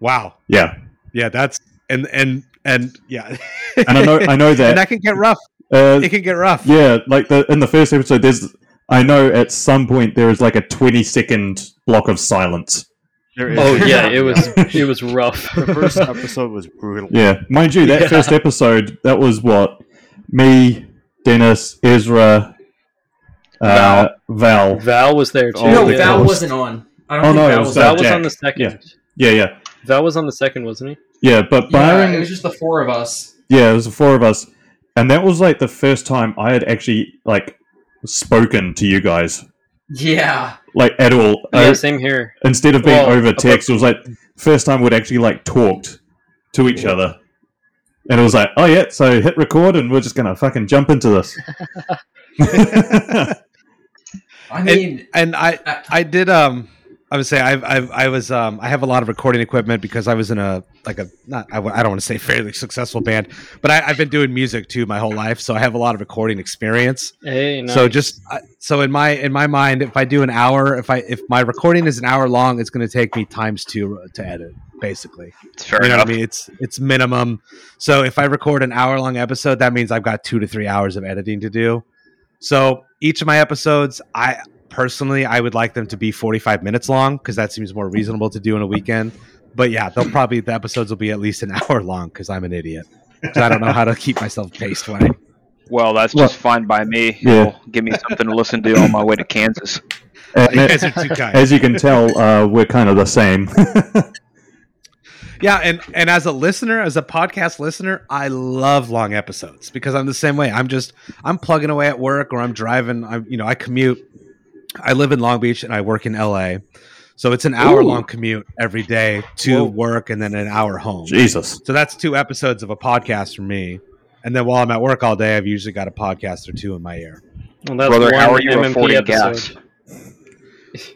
Wow. Yeah, Yeah, that's and and and yeah. and I know, I know that. and that can get rough. uh, It can get rough. yeah, like the in the first episode, there's. I know at some point there is like a twenty second block of silence. There is- Oh yeah, it was it was rough. The first episode was brutal. Yeah, mind you, that Yeah. first episode that was what me, Dennis, Ezra, uh, Val. Val was there too. Oh, no, the Val coast. wasn't on. I don't Oh, think no, it Val was was Val Val on. was Jack. on the second. Yeah, yeah, Val was on the second, wasn't he? yeah. But barring Yeah, it was just the four of us. Yeah, it was the four of us, and that was like the first time I had actually like spoken to you guys Yeah. like at all. yeah, I- same here. instead of being Well, over text, it was like first time we'd actually like talked to each other, and it was like, oh yeah, so hit record, and we're just gonna fucking jump into this. I mean, and I I did um I would say I've, I've I was um I have a lot of recording equipment because I was in a like a not I, w- I don't want to say fairly successful band but I, I've been doing music too my whole life so I have a lot of recording experience Hey, nice. so just I- so in my in my mind if I do an hour if I if my recording is an hour long it's going to take me times two uh, to edit basically It's fair you know enough. what I mean it's it's minimum so if I record an hour long episode that means I've got two to three hours of editing to do so each of my episodes I personally i would like them to be 45 minutes long because that seems more reasonable to do in a weekend but yeah they'll probably the episodes will be at least an hour long because i'm an idiot so i don't know how to keep myself paced when i Well, that's Well- just fine by me. Yeah. It'll give me something to listen to on my way to Kansas. And you that- guys are too kind as you can tell, uh, we're kind of the same. yeah and and as a listener as a podcast listener i love long episodes because i'm the same way i'm just i'm plugging away at work or i'm driving i'm you know i commute i live in long beach and i work in la so it's an hour long commute every day to Whoa. work and then an hour home Jesus. So that's two episodes of a podcast for me. And then while I'm at work all day, I've usually got a podcast or two in my ear. Well, that's Brother, how one are you MMP affording episode.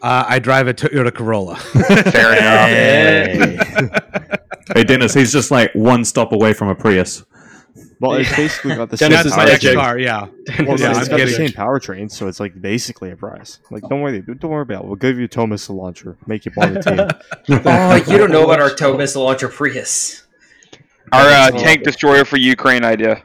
Uh, I drive a Toyota Corolla. Fair enough. Hey Dennis, he's just like one stop away from a Prius. Well, it's basically got the same Dennis is my my next Jake. powertrain. car, yeah. Well, no, Yeah, I'm it's got the kidding. same powertrain, so it's like basically a prize. Like, don't worry, don't worry about it. We'll give you Thomas a launcher, make you part of the team. oh, you don't know about our tow missile launcher Prius. Our uh, tank destroyer for Ukraine idea.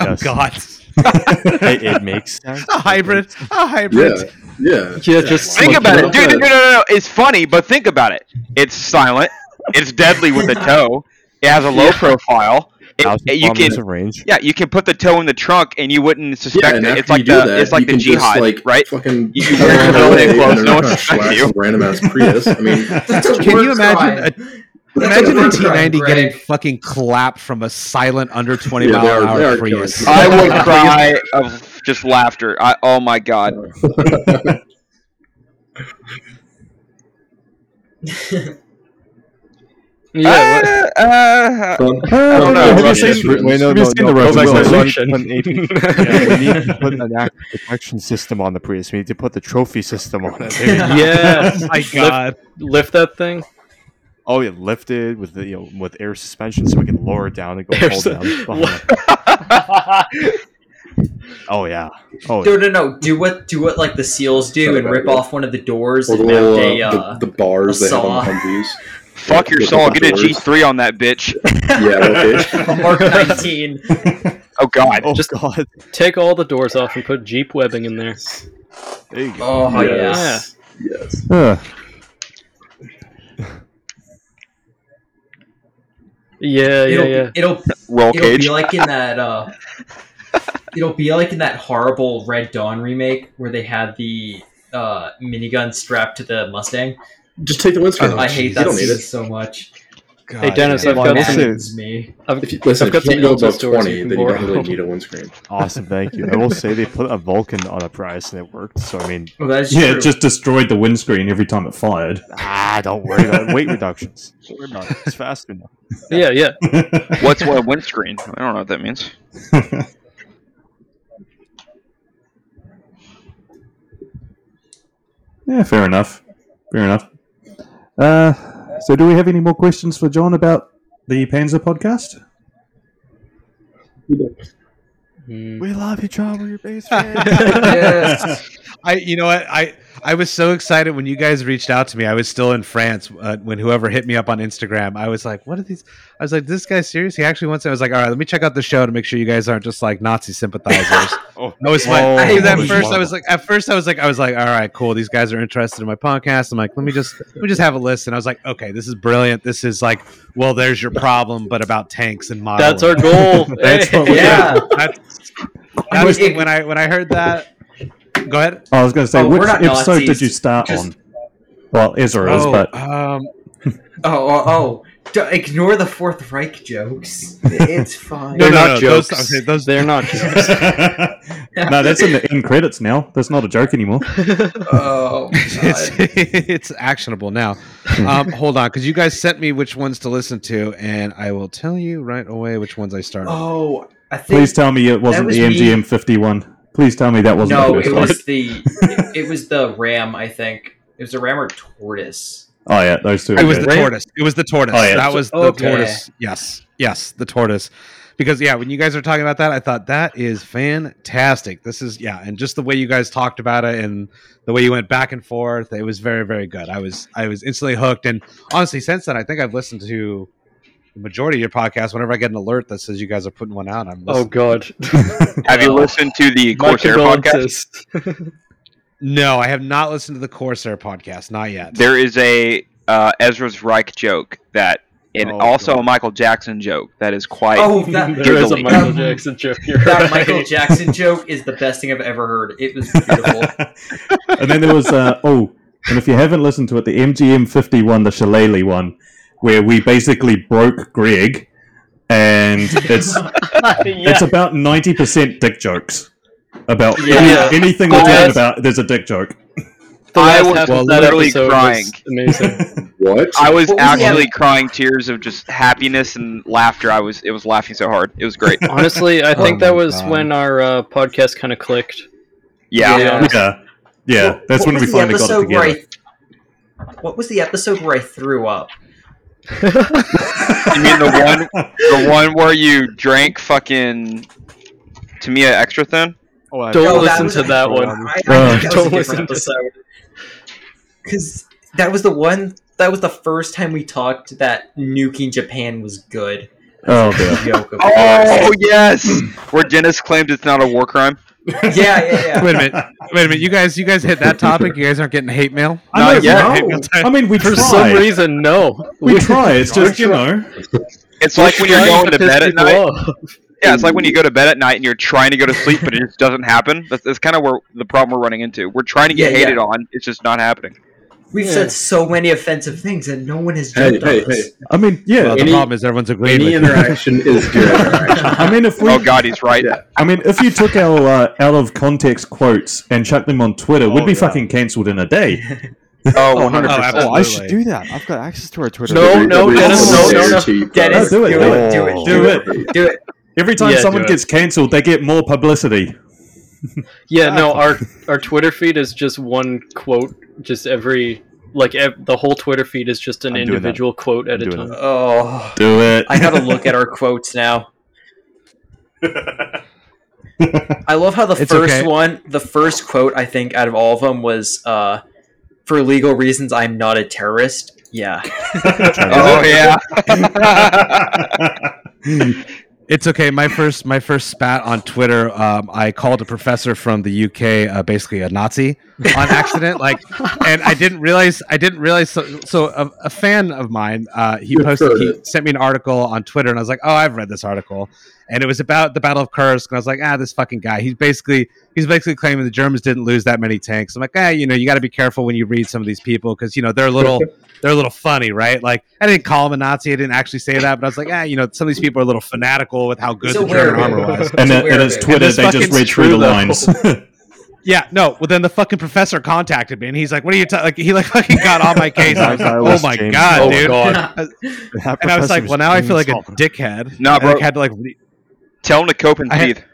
Oh, Yes. God. it, it makes sense. A hybrid. A hybrid. Yeah, yeah. Yeah, just Think Look, about you it, know dude. that- No, no, no, no. It's funny, but think about it. It's silent. It's deadly with the toe. It has a low profile. It- Thousand it- you can, kilometers of range. yeah, you can put the toe in the trunk, and you wouldn't Yeah, suspect and it. after It's like you do the, that, it's like you the can jihad, just like right? You- fucking you you go can around go all in day and close, they're no not one gonna suspects schlack you. some random ass Prius. I mean, That's a Can war you imagine crime. a, That's imagine a a war T ninety crime, getting Greg. fucking clapped from a silent under twenty Yeah, mile they an are- they hour are Prius? killing I would cry of just laughter. I, oh my god. yeah. what- Uh, uh, fun. I don't know. Have you Russian seen- ruins. Wait, no, Have you no, seen no, the no, Russian no, Russian? we need to put an AP we need to put an active protection system on the Prius. We need to put the trophy system on it. There you go. Yes. Oh My God. Lift that thing. Oh, yeah, lifted with the you know, with air suspension, so we can lower it down and go Air fall su- down. behind. Oh yeah. Oh No, no, no. Do what do what like the seals do and rip off one of the doors Or the and mount little a uh, uh, the, the bars a they have on saw. the Humvees. Fuck your With soul. the Get a doors. G three on that bitch. Yeah. a Okay. Mark 19. Oh yeah. god. Oh just- god. Take all the doors off and put Jeep webbing in there. There you go. Oh yeah. yes. Yes. Yeah, yeah, It'll, yeah. it'll Roll it'll cage. be like in that uh it'll be like in that horrible Red Dawn remake where they had the uh minigun strapped to the Mustang. Just take the windscreen. Oh, off. I hate you that don't need scene it. so much. God Hey Dennis, damn. I've got Well, some. that's It's me. I've, If you, listen, I've got if you some go Elder above stories twenty, you can then you don't borrow. really need a windscreen. Awesome, thank you. I will say they put a Vulcan on a prize and it worked. So I mean, Well, that's Yeah, Oh, true. it just destroyed the windscreen every time it fired. ah, don't worry about weight reductions. Don't worry about it. It's fast enough. yeah, yeah. What's what windscreen? I don't know what that means. yeah, fair enough. Fair enough. Uh, so, do we have any more questions for John about the Panzer podcast? Mm. We love you, John. We're your base fan. I, you know what, I, I was so excited when you guys reached out to me. I was still in France uh, when whoever hit me up on Instagram. I was like, what are these? I was like, this guy serious? He actually wants it. I was like, all right, let me check out the show to make sure you guys aren't just like Nazi sympathizers. Oh. I was like, Oh, I that at was first I horrible. was like, at first I was like, I was like, all right, cool. These guys are interested in my podcast. I'm like, let me just, let me just have a list. And I was like, okay, this is brilliant. This is like, well, there's your problem, but about tanks and models. That's our goal. That's Hey. what we- yeah. That's, that was the- when I when I heard that. Go ahead. I was going to say, Oh, we're which not episode Nazis, did you start just- on? Well, Ezra is, Oh, but um, Oh, oh, oh. D- ignore the Fourth Reich jokes. It's fine. no, no, not no, those- jokes. okay, those- They're not. no, that's in the end credits now. That's not a joke anymore. Oh, it's, it's actionable now. Um, hold on, because you guys sent me which ones to listen to, and I will tell you right away which ones I started. oh, I think Please tell me it wasn't was the me. MGM fifty one. Please tell me that wasn't no. the first It one. was the it, it was the ram. I think it was the ram or tortoise. Oh yeah, those two. It was okay. the tortoise. It was the tortoise. Oh, yeah. That was the Okay. tortoise. Yes. Yes, the tortoise. Because yeah, when you guys were talking about that, I thought that is fantastic. This is yeah, and just the way you guys talked about it and the way you went back and forth, it was very very good. I was I was instantly hooked and honestly since then I think I've listened to the majority of your podcast whenever I get an alert that says you guys are putting one out, I'm Oh listening. god. Have you listened to the My Corsair podcast? condolences. No, I have not listened to the Corsair podcast, not yet. There is a uh, Ezra's Reich joke that, and Oh, also a God. Michael Jackson joke that is quite. Oh, that, there is a Giggling. Michael Jackson joke. You're that right. Michael Jackson joke is the best thing I've ever heard. It was beautiful. and then there was uh, oh, and if you haven't listened to it, the MGM fifty one, the Shillelagh one, where we basically broke Greg, and it's yeah. it's about ninety percent dick jokes. About Yeah. any- anything we're Oh, talking that's- about, there's a dick joke. The I last was half of that literally episode was crying. Amazing. What? I was What was the actually crying tears of just happiness and laughter. I was it was laughing so hard. It was great. Honestly, I Oh think that my was God. when our uh, podcast kind of clicked. Yeah. Yeah. Yeah, yeah, What- that's what when was we the finally got it episode where together. I- what was the episode where I threw up? You mean the one the one where you drank fucking Tamiya extra thin? Oh, I- Don't No, that listen was to a- that one. Um, I, I think that was Don't a listen different to episode. Because that was the one. That was the first time we talked that nuking Japan was good. Oh, dear. Joke of Oh yes, where Dennis claimed it's not a war crime. yeah, yeah, yeah. Wait a minute. Wait a minute. You guys you guys hit that topic. You guys aren't getting hate mail? I Not mean, yet. Hate mail time. I mean, we For try. some reason, no. we try. It's just you know. It's like when you're trying going to piss bed at people night. off. Yeah, it's like when you go to bed at night and you're trying to go to sleep, but it just doesn't happen. That's, that's kind of where the problem we're running into. We're trying to get Yeah, yeah. hated on. It's just not happening. We've Yeah. said so many offensive things, and no one has Hey, jumped on hey, us. hey! I mean, yeah. Well, the Any- problem is everyone's agreeing Any with you. interaction is good interaction. I mean, if we, Oh God, he's right. Yeah. I mean, if you took our uh, out of context quotes and chucked them on Twitter, we'd Oh, be yeah. fucking cancelled in a day. Oh, Oh, 100. Oh, Oh, I should absolutely. do that. I've got access to our Twitter. No, Every- no, every Dennis, no, single no, no. day to- Dennis, Oh, do it, do, do it, do it, it. do it, Do do it. Every time Yeah, someone do it. gets cancelled, they get more publicity. Yeah, no, our our Twitter feed is just one quote. Just every like ev- the whole Twitter feed is just an I'm doing that. individual quote at I'm a doing time. Oh, Do it. I gotta look at our quotes now. I love how the It's first okay. one, the first quote I think out of all of them was, uh, "For legal reasons, I'm not a terrorist." Yeah, oh yeah. It's okay. My first my first spat on Twitter, um, I called a professor from the UK uh, basically a Nazi on accident. like, and I didn't realize I didn't realize. So, so a, a fan of mine, uh, he You posted heard he it. sent me an article on Twitter, and I was like, oh, I've read this article, and it was about the Battle of Kursk, and I was like, ah, this fucking guy. He's basically he's basically claiming the Germans didn't lose that many tanks. I'm like, ah, you know, you got to be careful when you read some of these people because you know they're a little they're a little funny, right? Like I didn't call him a Nazi. I didn't actually say that, but I was like, ah, you know, some of these people are a little fanatical with how good He's the a German weirdo. armor was. It's and, a it, and it's weirdo. Twitter. And this they just fucking- read through the true, though. lines. Yeah, no. Well, then the fucking professor contacted me, and he's like, "What are you ta-? like?" He like fucking got on my case. I was like, That "Oh was my James god, Bond. dude!" That And I professor was like, "Well, now I feel like a James Bond. dickhead." Nah, And I bro. had to like re- Tell him to cope and I had-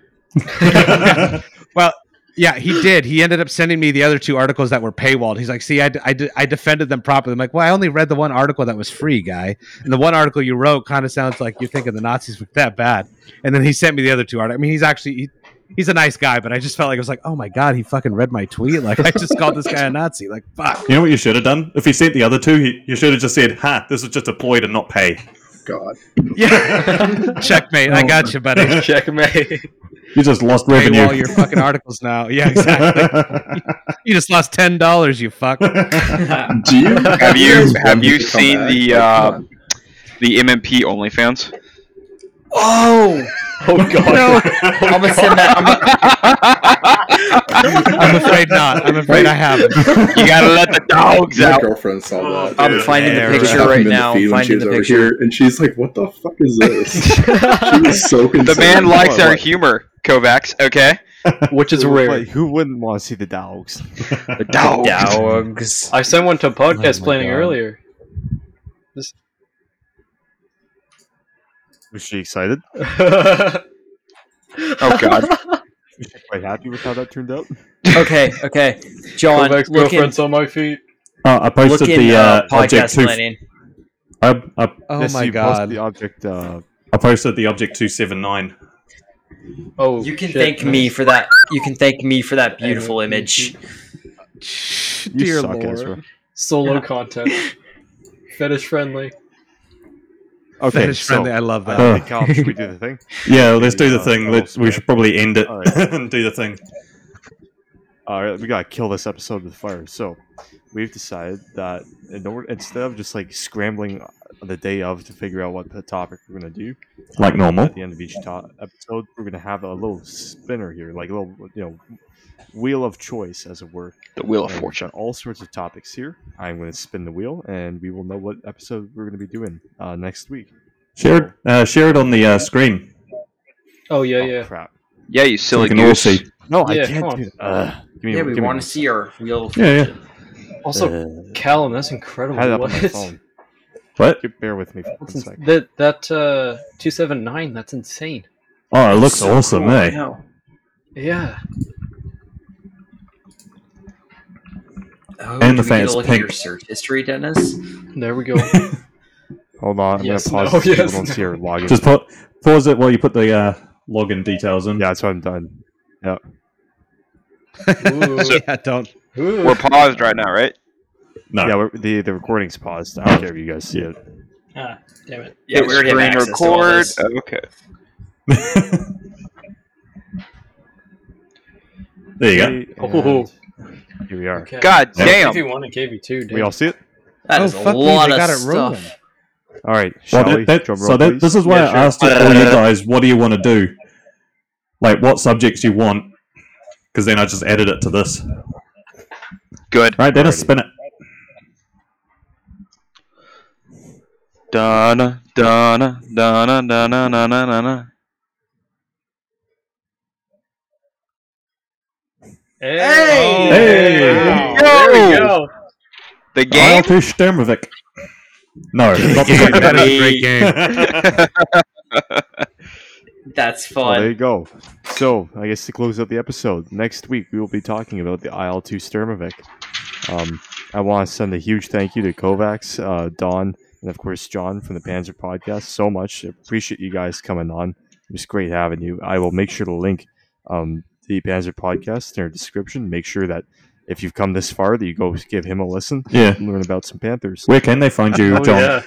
breathe. Well, yeah, he did. He ended up sending me the other two articles that were paywalled. He's like, "See, I, d- I, d- I defended them properly." I'm like, "Well, I only read the one article that was free, guy, and the one article you wrote kind of sounds like you're thinking the Nazis were that bad." And then he sent me the other two articles. I mean, he's actually he, he's a nice guy, but I just felt like I was like, "Oh my god, he fucking read my tweet!" Like I just called this guy a Nazi. Like fuck. You know what you should have done? If he sent the other two, he, you should have just said, "Ha, this is just a ploy to not pay." God. Yeah, checkmate. I got you, buddy. Checkmate. You just lost Paywall revenue. your fucking articles now. Yeah, exactly. you just lost ten dollars. You fuck. Do you Have you have you Come seen back. the uh, the MMP OnlyFans? Oh, Oh god. I'm gonna send that. I'm gonna, I'm afraid not. I'm afraid I haven't. You gotta let the dogs My out. girlfriend saw that. I'm dude. finding It the just picture happened right in the now. feed I'm when she finding was the over picture. here, and she's like, "What the fuck is this?" she was so concerned. The man likes Oh, our humor, Kovacs. Okay, Which is Who would- rare. who wouldn't want to see the dogs? the dogs. Dogs. I sent one to podcast Oh my planning God. earlier. Was she excited? Oh god. Was she quite happy with how that turned out? Okay, okay, John. Kovacs Look in, girlfriend's on my feet. Oh, I posted look in, the uh, uh, object podcast two. planning. I, I, Oh Yes, my you posted god. The object. Uh, I posted the object two seven nine. Oh, You can shit. thank me for that. You can thank me for that beautiful image. you Dear suck, lord. Ezra. solo content. Fetish friendly. Okay, Fetish so friendly. I love I that. don't think, Cal, should we do the thing? Yeah, let's do the Uh, thing. oh, Let's, we okay. should probably end it All right. and do the thing. All right, we gotta kill this episode with fire. So we've decided that in order, instead of just like scrambling on the day of to figure out what the topic we're gonna do Like normal. at the end of each to- episode, we're gonna have a little spinner here, like a little you know wheel of choice, as it were. The Wheel of And we've Fortune. got all sorts of topics here. I'm gonna spin the wheel, and we will know what episode we're gonna be doing uh, next week. Share it, uh, share it on the uh, screen. Oh yeah, oh yeah. crap! Yeah, you So we silly can all goose. see. No, I Yeah, come can't. on. Do that. Ugh. give me, Yeah, we give me want one to see our real. Yeah, yeah. Also, second. Callum, that's Uh, incredible. I had it up on my What? phone. What? Bear with me for one That's ins- second. that that uh, two seven nine. That's insane. Oh, it looks awesome, eh? No. Yeah. Oh, And do we get the fact to it's look at pink. your search history, Dennis. There we go. Hold on, I'm Yes, gonna pause no, so people yes, don't see her login. Just put, pause it while you put the uh, login details in. yeah, that's what I'm done. uh, Ooh. yeah, don't. Ooh. We're paused right now, right? No. Yeah, we're, the the recording's paused. I don't care if you guys see it. Ah, damn it. Yeah, we already have Screen access to all record. this. Okay. there you go. Oh. And Here we are. Okay. God So damn. KV1 and KV2, dude. We all see it. That oh is fuck a me, lot they of got it stuff. wrong. All right, shall Well, that- we? that- Drum roll, so that, please. this is why Yeah, I sure. asked you, all you guys, what do you want to do? Like, what subjects you want? Because then I just added it to this. Good. Right, then I spin it. Donna, Donna, Donna, Donna, Donna, Donna. Hey! Oh. Hey! Wow. Yo! There we go. Oh, The game. I'll do Sturmovik. No, not That the is a great game. game. That's Oh, there fun. you go. So, I guess to close out the episode, next week we will be talking about the IL2 Sturmovik. Um, I want to send a huge thank you to Kovacs, uh, Don, and of course John from the Panzer Podcast so much. Appreciate you guys coming on. It was great having you. I will make sure to link um, the Panzer podcast in our description. Make sure that if you've come this far, that you go give him a listen, Yeah. learn about some Panthers. Where can they find you, oh, John? yeah.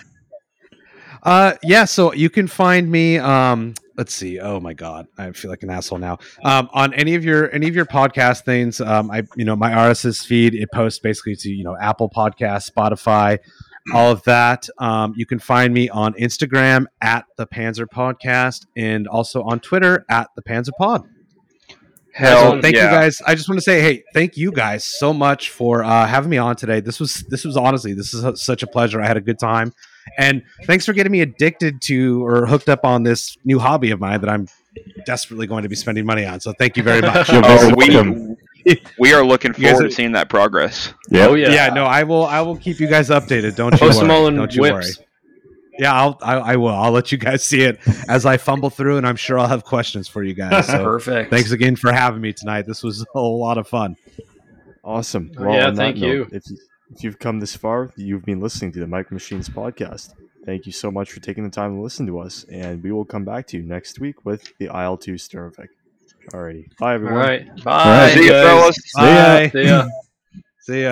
Uh, yeah. So you can find me. Um, let's see. Oh my god, I feel like an asshole now. Um, on any of your any of your podcast things, um, I you know my RSS feed it posts basically to you know Apple Podcasts, Spotify, all of that. Um, you can find me on Instagram at the Panzer Podcast and also on Twitter at the Panzer Pod. Hell, So thank Oh, yeah. you guys. I just want to say, hey, thank you guys so much for uh, having me on today. This was this was honestly this is such a pleasure. I had a good time, and thanks for getting me addicted to or hooked up on this new hobby of mine that I'm desperately going to be spending money on. So thank you very much. You're Oh, very welcome. we, we are looking You guys forward are- to seeing that progress. Yeah. Oh yeah. yeah. no, I will. I will keep you guys updated. Don't you Post them worry. all in Don't you Oh, whips. worry. Yeah, I'll, I, I will. I'll let you guys see it as I fumble through, and I'm sure I'll have questions for you guys. So Perfect. thanks again for having me tonight. This was a lot of fun. Awesome. Oh, yeah, on that thank note, you. If, you- if you've come this far, you've been listening to the Micro Machines podcast. Thank you so much for taking the time to listen to us, and we will come back to you next week with the IL two Sterovic. Alrighty, bye All everyone. right. Bye. right, See you, guys. fellas. Bye. See ya. See ya.